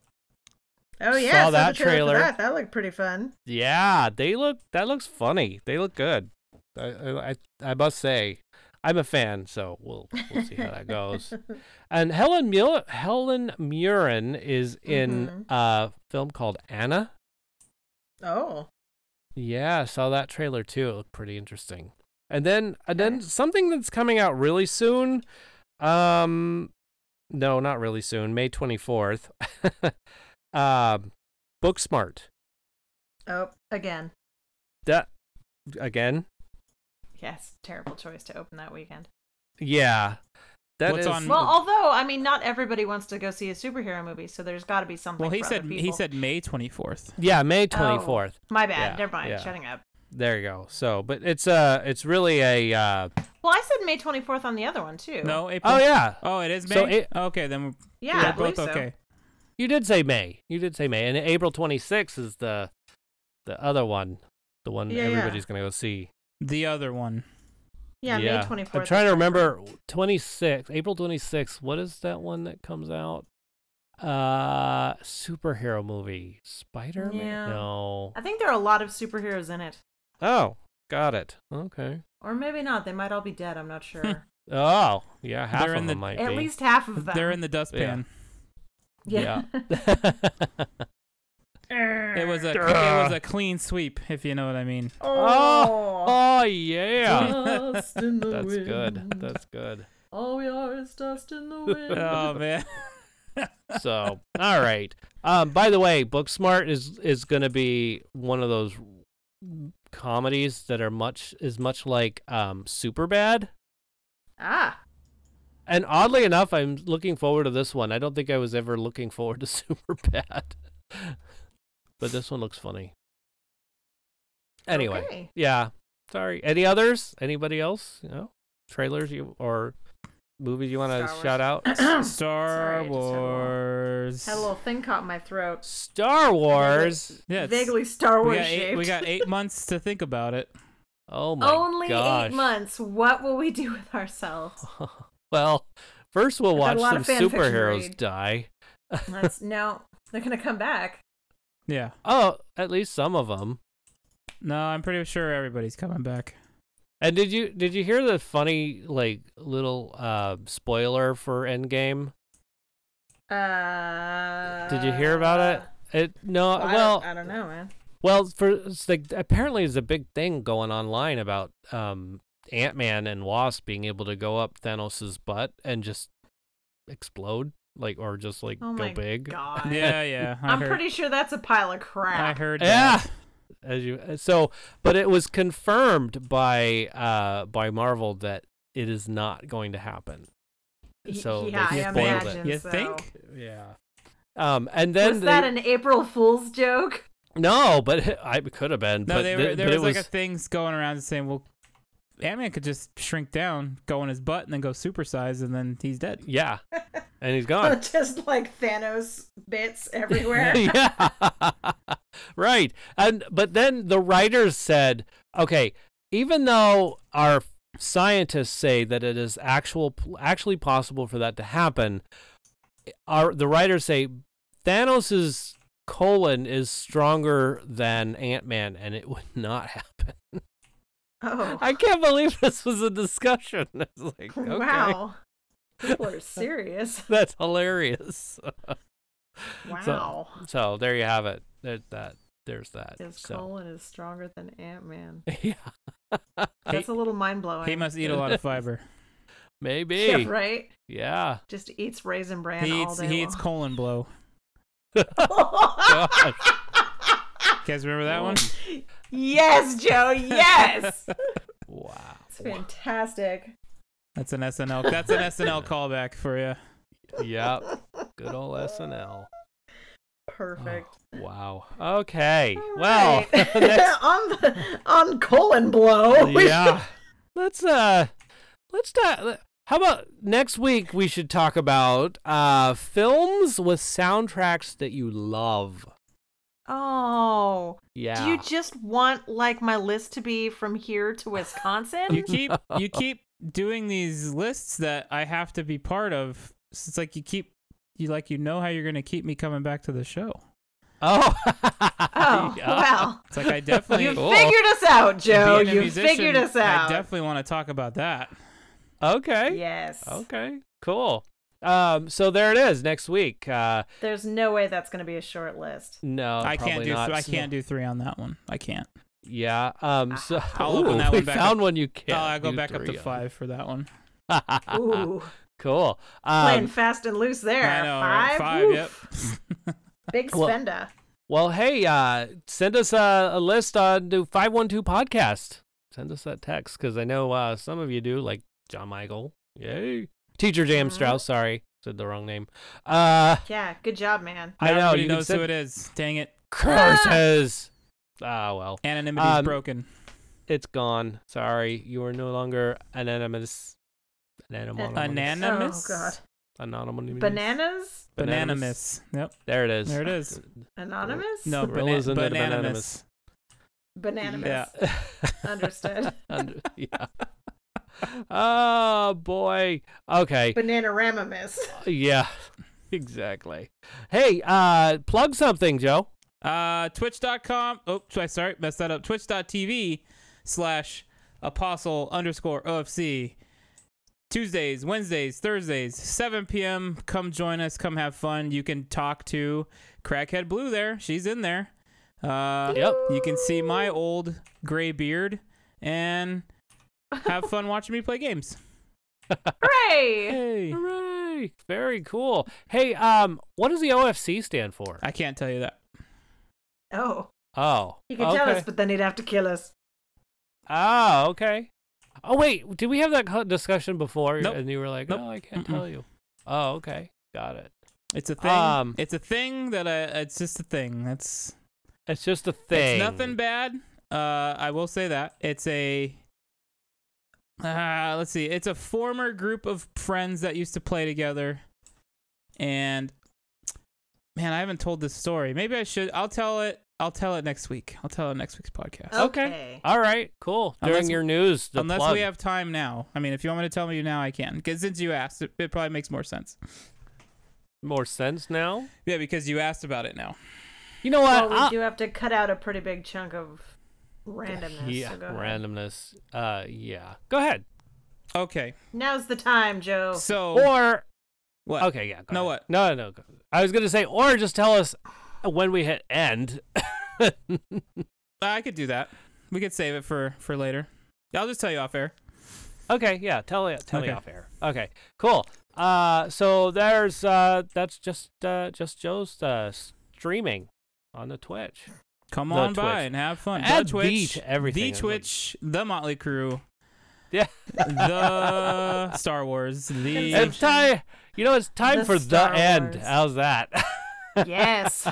[SPEAKER 4] oh yeah,
[SPEAKER 2] saw
[SPEAKER 4] I the
[SPEAKER 2] that
[SPEAKER 4] for
[SPEAKER 2] trailer.
[SPEAKER 4] That. that looked pretty fun.
[SPEAKER 2] Yeah, they look. That looks funny. They look good. I I I, I must say, I'm a fan. So we'll we'll see how that goes. And Helen Mul- Helen Mirren is in a film called Anna.
[SPEAKER 4] Oh,
[SPEAKER 2] Yeah, I saw that trailer too. It looked pretty interesting. And then and then something that's coming out really soon. Um no, not really soon. May 24th. um Booksmart.
[SPEAKER 4] oh, again.
[SPEAKER 2] That again?
[SPEAKER 4] Yes, terrible choice to open that weekend.
[SPEAKER 2] Yeah. That
[SPEAKER 5] What's
[SPEAKER 2] is-
[SPEAKER 5] on-
[SPEAKER 4] Well, although I mean, not everybody wants to go see a superhero movie, so there's got to be something.
[SPEAKER 5] Well, he
[SPEAKER 4] for
[SPEAKER 5] said
[SPEAKER 4] other
[SPEAKER 5] he
[SPEAKER 4] people.
[SPEAKER 5] said May 24th.
[SPEAKER 2] Yeah, May
[SPEAKER 4] Oh,
[SPEAKER 2] 24th.
[SPEAKER 4] my bad.
[SPEAKER 2] Yeah,
[SPEAKER 4] Never mind.
[SPEAKER 2] yeah.
[SPEAKER 4] Shutting up.
[SPEAKER 2] There you go. So, but it's uh it's really a uh
[SPEAKER 4] Well, I said May 24th on the other one too.
[SPEAKER 5] No, April.
[SPEAKER 2] Oh yeah,
[SPEAKER 5] Oh, it is May.
[SPEAKER 2] So it-
[SPEAKER 5] okay, then we're
[SPEAKER 4] Yeah,
[SPEAKER 5] we're
[SPEAKER 4] I believe
[SPEAKER 5] both
[SPEAKER 4] so.
[SPEAKER 5] okay.
[SPEAKER 2] you did say May. You did say May, and April 26th is the the other one, the one
[SPEAKER 4] Yeah, yeah.
[SPEAKER 2] everybody's gonna go see.
[SPEAKER 5] The other one.
[SPEAKER 4] Yeah, May 24th.
[SPEAKER 2] I'm trying to remember 26, April 26th. What is that one that comes out? Uh, superhero movie, Spider Man.
[SPEAKER 4] Yeah.
[SPEAKER 2] No.
[SPEAKER 4] I think there are a lot of superheroes in it.
[SPEAKER 2] Oh, got it. Okay.
[SPEAKER 4] Or maybe not. They might all be dead. I'm not sure.
[SPEAKER 2] Oh, yeah, half
[SPEAKER 5] They're
[SPEAKER 2] of
[SPEAKER 5] in the-
[SPEAKER 2] them might
[SPEAKER 4] At
[SPEAKER 2] be.
[SPEAKER 4] least half of them.
[SPEAKER 5] They're in the dustpan.
[SPEAKER 4] Yeah.
[SPEAKER 5] It was a it was a clean sweep, if you know what I mean.
[SPEAKER 2] oh, oh yeah.
[SPEAKER 4] Dust in the
[SPEAKER 2] That's
[SPEAKER 4] wind.
[SPEAKER 2] good. That's good.
[SPEAKER 4] All we are is dust in the wind.
[SPEAKER 5] Oh man.
[SPEAKER 2] So, all right. Um, by the way, Booksmart is is going to be one of those comedies that are much is much like um, Superbad.
[SPEAKER 4] ah.
[SPEAKER 2] And oddly enough, I'm looking forward to this one. I don't think I was ever looking forward to Superbad, but this one looks funny. Anyway,
[SPEAKER 4] Okay.
[SPEAKER 2] yeah. Sorry. Any others? Anybody else? You know, trailers you or movies you want
[SPEAKER 4] Star
[SPEAKER 2] to
[SPEAKER 4] Wars.
[SPEAKER 2] shout out?
[SPEAKER 5] Star
[SPEAKER 4] I just had a little-
[SPEAKER 5] Wars.
[SPEAKER 4] Had a little thing caught in my throat.
[SPEAKER 2] Star Wars.
[SPEAKER 5] Yeah, it's-
[SPEAKER 4] Vaguely Star
[SPEAKER 5] We
[SPEAKER 4] Wars
[SPEAKER 5] got, eight,
[SPEAKER 4] shaped.
[SPEAKER 5] we got eight months to think about it.
[SPEAKER 2] Oh my
[SPEAKER 4] Only
[SPEAKER 2] gosh.
[SPEAKER 4] eight months. What will we do with ourselves?
[SPEAKER 2] well, first we'll
[SPEAKER 4] I've
[SPEAKER 2] watch
[SPEAKER 4] had a lot
[SPEAKER 2] some
[SPEAKER 4] of fan fiction to
[SPEAKER 2] superheroes
[SPEAKER 4] read.
[SPEAKER 2] die.
[SPEAKER 4] That's no. They're gonna come back.
[SPEAKER 5] Yeah.
[SPEAKER 2] Oh, at least some of them.
[SPEAKER 5] No, I'm pretty sure everybody's coming back.
[SPEAKER 2] And did you did you hear the funny like little uh spoiler for Endgame?
[SPEAKER 4] Uh.
[SPEAKER 2] Did you hear about it? It no,
[SPEAKER 4] Well, Uh, I
[SPEAKER 2] well,
[SPEAKER 4] don't, I don't know, man.
[SPEAKER 2] well, for it's like apparently there's a big thing going online about um Ant Man and Wasp being able to go up Thanos' butt and just explode, like or just like
[SPEAKER 4] Oh
[SPEAKER 2] go
[SPEAKER 4] my
[SPEAKER 2] big.
[SPEAKER 4] god.
[SPEAKER 5] Yeah, yeah. I
[SPEAKER 4] I'm
[SPEAKER 5] heard,
[SPEAKER 4] pretty sure that's a pile of
[SPEAKER 5] I
[SPEAKER 4] crap.
[SPEAKER 5] heard.
[SPEAKER 2] Yeah.
[SPEAKER 5] that.
[SPEAKER 2] As you uh, so, but it was confirmed by uh by Marvel that it is not going to happen.
[SPEAKER 4] Y-
[SPEAKER 2] So
[SPEAKER 4] yeah,
[SPEAKER 2] they
[SPEAKER 4] I
[SPEAKER 2] spoiled it.
[SPEAKER 4] imagine.
[SPEAKER 5] You
[SPEAKER 4] so.
[SPEAKER 5] think?
[SPEAKER 2] Yeah. Um, and then
[SPEAKER 4] was that
[SPEAKER 2] they-
[SPEAKER 4] an April Fool's joke?
[SPEAKER 2] no, but it, I it could have been.
[SPEAKER 5] No,
[SPEAKER 2] but
[SPEAKER 5] they
[SPEAKER 2] th-
[SPEAKER 5] were, there
[SPEAKER 2] but
[SPEAKER 5] was,
[SPEAKER 2] it
[SPEAKER 5] like a things going around saying, well, Ant Man could just shrink down, go in his butt, and then go supersize, and then he's dead.
[SPEAKER 2] yeah, and he's gone.
[SPEAKER 4] Just like Thanos bits everywhere.
[SPEAKER 2] yeah, right. And but then the writers said, okay, even though our scientists say that it is actual actually possible for that to happen, our the writers say Thanos's colon is stronger than Ant Man, and it would not happen.
[SPEAKER 4] oh,
[SPEAKER 2] I can't believe this was a discussion. It's like, okay.
[SPEAKER 4] wow. People are serious.
[SPEAKER 2] That's hilarious.
[SPEAKER 4] Wow.
[SPEAKER 2] So there you have it. There's that. There's that.
[SPEAKER 4] His
[SPEAKER 2] so,
[SPEAKER 4] colon is stronger than Ant Man.
[SPEAKER 2] yeah.
[SPEAKER 4] That's a little mind blowing.
[SPEAKER 5] He must eat a lot of fiber.
[SPEAKER 2] Maybe.
[SPEAKER 4] Yeah, right?
[SPEAKER 2] Yeah.
[SPEAKER 4] Just eats raisin bran
[SPEAKER 5] he
[SPEAKER 4] all
[SPEAKER 5] eats,
[SPEAKER 4] day
[SPEAKER 5] he eats
[SPEAKER 4] long.
[SPEAKER 5] colon blow.
[SPEAKER 2] Gosh.
[SPEAKER 5] You guys remember
[SPEAKER 2] Oh,
[SPEAKER 5] that one?
[SPEAKER 4] yes, Joe. Yes.
[SPEAKER 2] wow.
[SPEAKER 4] it's fantastic.
[SPEAKER 5] That's an SNL. That's an SNL callback for you.
[SPEAKER 2] Yep. Good old SNL.
[SPEAKER 4] Perfect.
[SPEAKER 2] Wow. Okay.
[SPEAKER 4] All
[SPEAKER 2] Oh, Well,
[SPEAKER 4] right. on the, on colon blow. we
[SPEAKER 2] yeah. Let's uh let's not how about next week we should talk about uh films with soundtracks that you love.
[SPEAKER 4] Oh.
[SPEAKER 2] Yeah.
[SPEAKER 4] Do you just want like my list to be from here to Wisconsin?
[SPEAKER 5] You keep you keep doing these lists that I have to be part of. So it's like you keep you like you know how you're gonna keep me coming back to the show.
[SPEAKER 2] oh.
[SPEAKER 4] oh,
[SPEAKER 2] Yeah.
[SPEAKER 4] well.
[SPEAKER 5] It's like I definitely
[SPEAKER 2] You Cool.
[SPEAKER 4] Figured us out, Joe.
[SPEAKER 5] being a
[SPEAKER 4] You
[SPEAKER 5] musician,
[SPEAKER 4] figured us
[SPEAKER 5] I
[SPEAKER 4] out.
[SPEAKER 5] definitely want to talk about that.
[SPEAKER 2] Okay.
[SPEAKER 4] yes.
[SPEAKER 2] Okay. Cool. Um so there it is next week. Uh
[SPEAKER 4] There's no way that's going to be a short list.
[SPEAKER 2] no,
[SPEAKER 5] I can't
[SPEAKER 2] Uh, probably
[SPEAKER 5] do
[SPEAKER 2] not.
[SPEAKER 5] I can't do three on that one. I can't.
[SPEAKER 2] Yeah. Um. So
[SPEAKER 5] I'll open
[SPEAKER 2] Ooh,
[SPEAKER 5] that
[SPEAKER 2] we
[SPEAKER 5] one back
[SPEAKER 2] found
[SPEAKER 5] up.
[SPEAKER 2] one you can't.
[SPEAKER 5] I'll go
[SPEAKER 2] do
[SPEAKER 5] back up to
[SPEAKER 2] three
[SPEAKER 5] five for that one. Um,
[SPEAKER 2] on.
[SPEAKER 4] Ooh.
[SPEAKER 2] cool.
[SPEAKER 4] Playing
[SPEAKER 2] Um,
[SPEAKER 4] fast and loose there.
[SPEAKER 5] I know,
[SPEAKER 4] five.
[SPEAKER 5] right? Five.
[SPEAKER 4] Oof.
[SPEAKER 5] Yep.
[SPEAKER 4] Big
[SPEAKER 2] Well-
[SPEAKER 4] spender.
[SPEAKER 2] well, hey, uh, send us a, a list on the five one two podcast. Send us that text because I know uh, some of you do, like John Michael. Yay. Teacher Jam
[SPEAKER 5] Mm-hmm.
[SPEAKER 2] Strauss. Sorry, said the wrong name. Uh,
[SPEAKER 4] yeah. Good job, man.
[SPEAKER 2] I know
[SPEAKER 5] Nobody
[SPEAKER 2] you
[SPEAKER 5] knows
[SPEAKER 2] can
[SPEAKER 5] who it
[SPEAKER 2] send
[SPEAKER 5] is. Dang it.
[SPEAKER 2] curses. Ah, well.
[SPEAKER 5] Anonymity's
[SPEAKER 2] Um,
[SPEAKER 5] broken.
[SPEAKER 2] It's gone. Sorry, you are no longer anonymous. Anonymous.
[SPEAKER 5] Anan- Anonymous?
[SPEAKER 4] Oh God.
[SPEAKER 2] Anonymous.
[SPEAKER 4] Bananas?
[SPEAKER 5] Bananimus. Yep.
[SPEAKER 2] There it is.
[SPEAKER 5] There it is.
[SPEAKER 4] Anonymous?
[SPEAKER 5] No,
[SPEAKER 2] Gorillas
[SPEAKER 5] bana-
[SPEAKER 2] and their
[SPEAKER 5] bananimus.
[SPEAKER 4] Bananimus.
[SPEAKER 5] Yeah.
[SPEAKER 4] Understood.
[SPEAKER 2] Under- yeah. Oh boy. Okay.
[SPEAKER 4] Bananaramamus.
[SPEAKER 2] Yeah. Exactly. Hey, uh plug something, Joe.
[SPEAKER 5] Uh, twitch.com. Oh, tw- sorry, messed that up. Twitch.tv slash apostle underscore OFC. Tuesdays, Wednesdays, Thursdays, 7 p.m. Come join us. Come have fun. You can talk to Crackhead Blue there. She's in there. Uh,
[SPEAKER 2] Yep.
[SPEAKER 5] You can see my old gray beard and have fun watching me play games.
[SPEAKER 4] Hooray!
[SPEAKER 5] Hey.
[SPEAKER 2] Hooray. Very cool. Hey, um what does the OFC stand for?
[SPEAKER 5] I can't tell you that.
[SPEAKER 4] Oh,
[SPEAKER 2] Oh.
[SPEAKER 4] he could
[SPEAKER 2] okay.
[SPEAKER 4] tell us, but then he'd have to kill us.
[SPEAKER 2] Oh, okay. Oh wait, did we have that co- discussion before?
[SPEAKER 5] Nope.
[SPEAKER 2] And you were like,
[SPEAKER 5] Nope.
[SPEAKER 2] "No, I can't
[SPEAKER 5] Mm-mm.
[SPEAKER 2] tell you." Oh, okay, got it.
[SPEAKER 5] It's a thing.
[SPEAKER 2] Um,
[SPEAKER 5] it's a thing that I, it's just a thing. That's
[SPEAKER 2] It's just a thing.
[SPEAKER 5] It's nothing bad. Uh, I will say that it's a. Uh, let's see. It's a former group of friends that used to play together, and man, I haven't told this story. Maybe I should. I'll tell it. I'll tell it next week. I'll tell it next week's podcast.
[SPEAKER 2] Okay.
[SPEAKER 4] Okay.
[SPEAKER 2] All right, cool. During
[SPEAKER 5] Unless-
[SPEAKER 2] your news, the
[SPEAKER 5] Unless
[SPEAKER 2] plug.
[SPEAKER 5] we have time now. I mean, if you want me to tell me now, I can. Because since you asked, it, it probably makes more sense.
[SPEAKER 2] more sense now.
[SPEAKER 5] Yeah, because you asked about it now.
[SPEAKER 2] You know what?
[SPEAKER 4] Well, we
[SPEAKER 2] I'll-
[SPEAKER 4] do have to cut out a pretty big chunk of randomness.
[SPEAKER 2] yeah,
[SPEAKER 4] so go ahead.
[SPEAKER 2] randomness. Uh, yeah. Go ahead.
[SPEAKER 5] Okay.
[SPEAKER 4] Now's the time, Joe.
[SPEAKER 5] So
[SPEAKER 2] Or
[SPEAKER 5] what?
[SPEAKER 2] okay, yeah. go ahead.
[SPEAKER 5] No, Oh. Uh, what?
[SPEAKER 2] No, no. go- I was gonna say, or just tell us when we hit end.
[SPEAKER 5] I could do that. We could save it for for later. I'll just tell you off air.
[SPEAKER 2] Okay, yeah, tell it tell me
[SPEAKER 5] Okay.
[SPEAKER 2] off air. Okay, cool. Uh, so there's uh, that's just uh, just Joe's uh, streaming on the Twitch.
[SPEAKER 5] Come
[SPEAKER 2] The
[SPEAKER 5] on by
[SPEAKER 2] Twitch.
[SPEAKER 5] and have fun.
[SPEAKER 2] Add the
[SPEAKER 5] the Twitch,
[SPEAKER 2] to everything.
[SPEAKER 5] the
[SPEAKER 2] It's like-
[SPEAKER 5] Twitch, the Motley Crew,
[SPEAKER 2] Yeah,
[SPEAKER 5] the Star Wars, the
[SPEAKER 2] it's time. You know, it's time
[SPEAKER 4] The
[SPEAKER 2] for
[SPEAKER 4] Star
[SPEAKER 2] the end.
[SPEAKER 4] Wars.
[SPEAKER 2] How's that?
[SPEAKER 4] yes.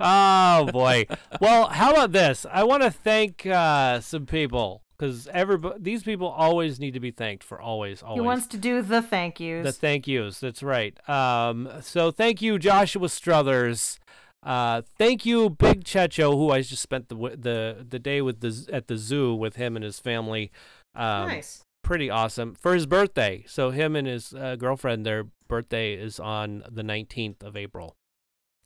[SPEAKER 2] oh boy. well, how about this? I want to thank uh, some people because everybody, these people always need to be thanked for always, always.
[SPEAKER 4] He wants to do the thank yous.
[SPEAKER 2] The thank yous. That's right. Um, so thank you, Joshua Struthers. Uh, thank you, Big Checho, who I just spent the w- the the day with the z- at the zoo with him and his family. Um,
[SPEAKER 4] nice.
[SPEAKER 2] Pretty awesome for his birthday. So him and his uh, girlfriend, their birthday is on the nineteenth of April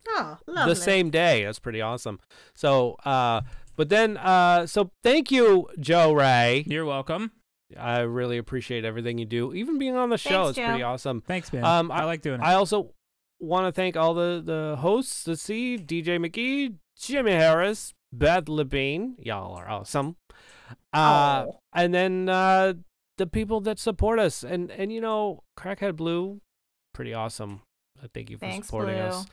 [SPEAKER 4] Oh, lovely.
[SPEAKER 2] the same day. That's pretty awesome. So, uh, but then, uh, so thank you, Joe Ray.
[SPEAKER 5] You're welcome.
[SPEAKER 2] I really appreciate everything you do, even being on the show.
[SPEAKER 4] Thanks,
[SPEAKER 2] it's pretty
[SPEAKER 4] Joe.
[SPEAKER 2] awesome.
[SPEAKER 5] Thanks, man.
[SPEAKER 2] Um,
[SPEAKER 5] I, like doing it.
[SPEAKER 2] I also want to thank all the, the hosts. Let's see, DJ McGee, Jimmy Harris, Beth Labine. Y'all are awesome. Uh,
[SPEAKER 4] Oh.
[SPEAKER 2] And then uh, the people that support us. And, and, you know, Crackhead Blue, pretty awesome. Uh, Thank you for
[SPEAKER 4] Thanks,
[SPEAKER 2] supporting
[SPEAKER 4] Blue.
[SPEAKER 2] us.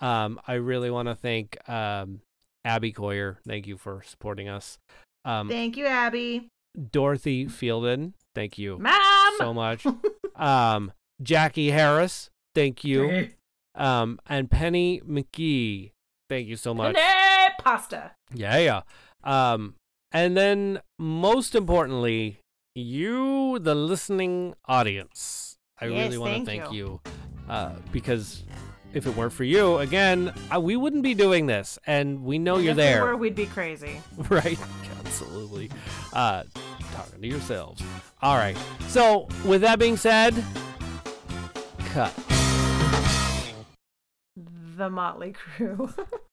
[SPEAKER 2] Um, I really want to thank um, Abby Coyer. Thank you for supporting us. Um,
[SPEAKER 4] Thank you, Abby.
[SPEAKER 2] Dorothy Fielden. Thank you
[SPEAKER 4] Mom.
[SPEAKER 2] so much. um, Jackie Harris, thank you. Um, and Penny McGee, thank you so much.
[SPEAKER 4] Today, pasta.
[SPEAKER 2] Yeah, yeah. Um, and then most importantly, you, the listening audience. I really
[SPEAKER 4] Yes,
[SPEAKER 2] want to
[SPEAKER 4] thank
[SPEAKER 2] thank you,
[SPEAKER 4] you.
[SPEAKER 2] uh, because if it weren't for you, again, uh, we wouldn't be doing this, and we know Oh, you're
[SPEAKER 4] if
[SPEAKER 2] there
[SPEAKER 4] We were, we'd be crazy.
[SPEAKER 2] right? Absolutely. Uh, talking to yourselves. All right. So, with that being said, cut.
[SPEAKER 4] The Motley Crew.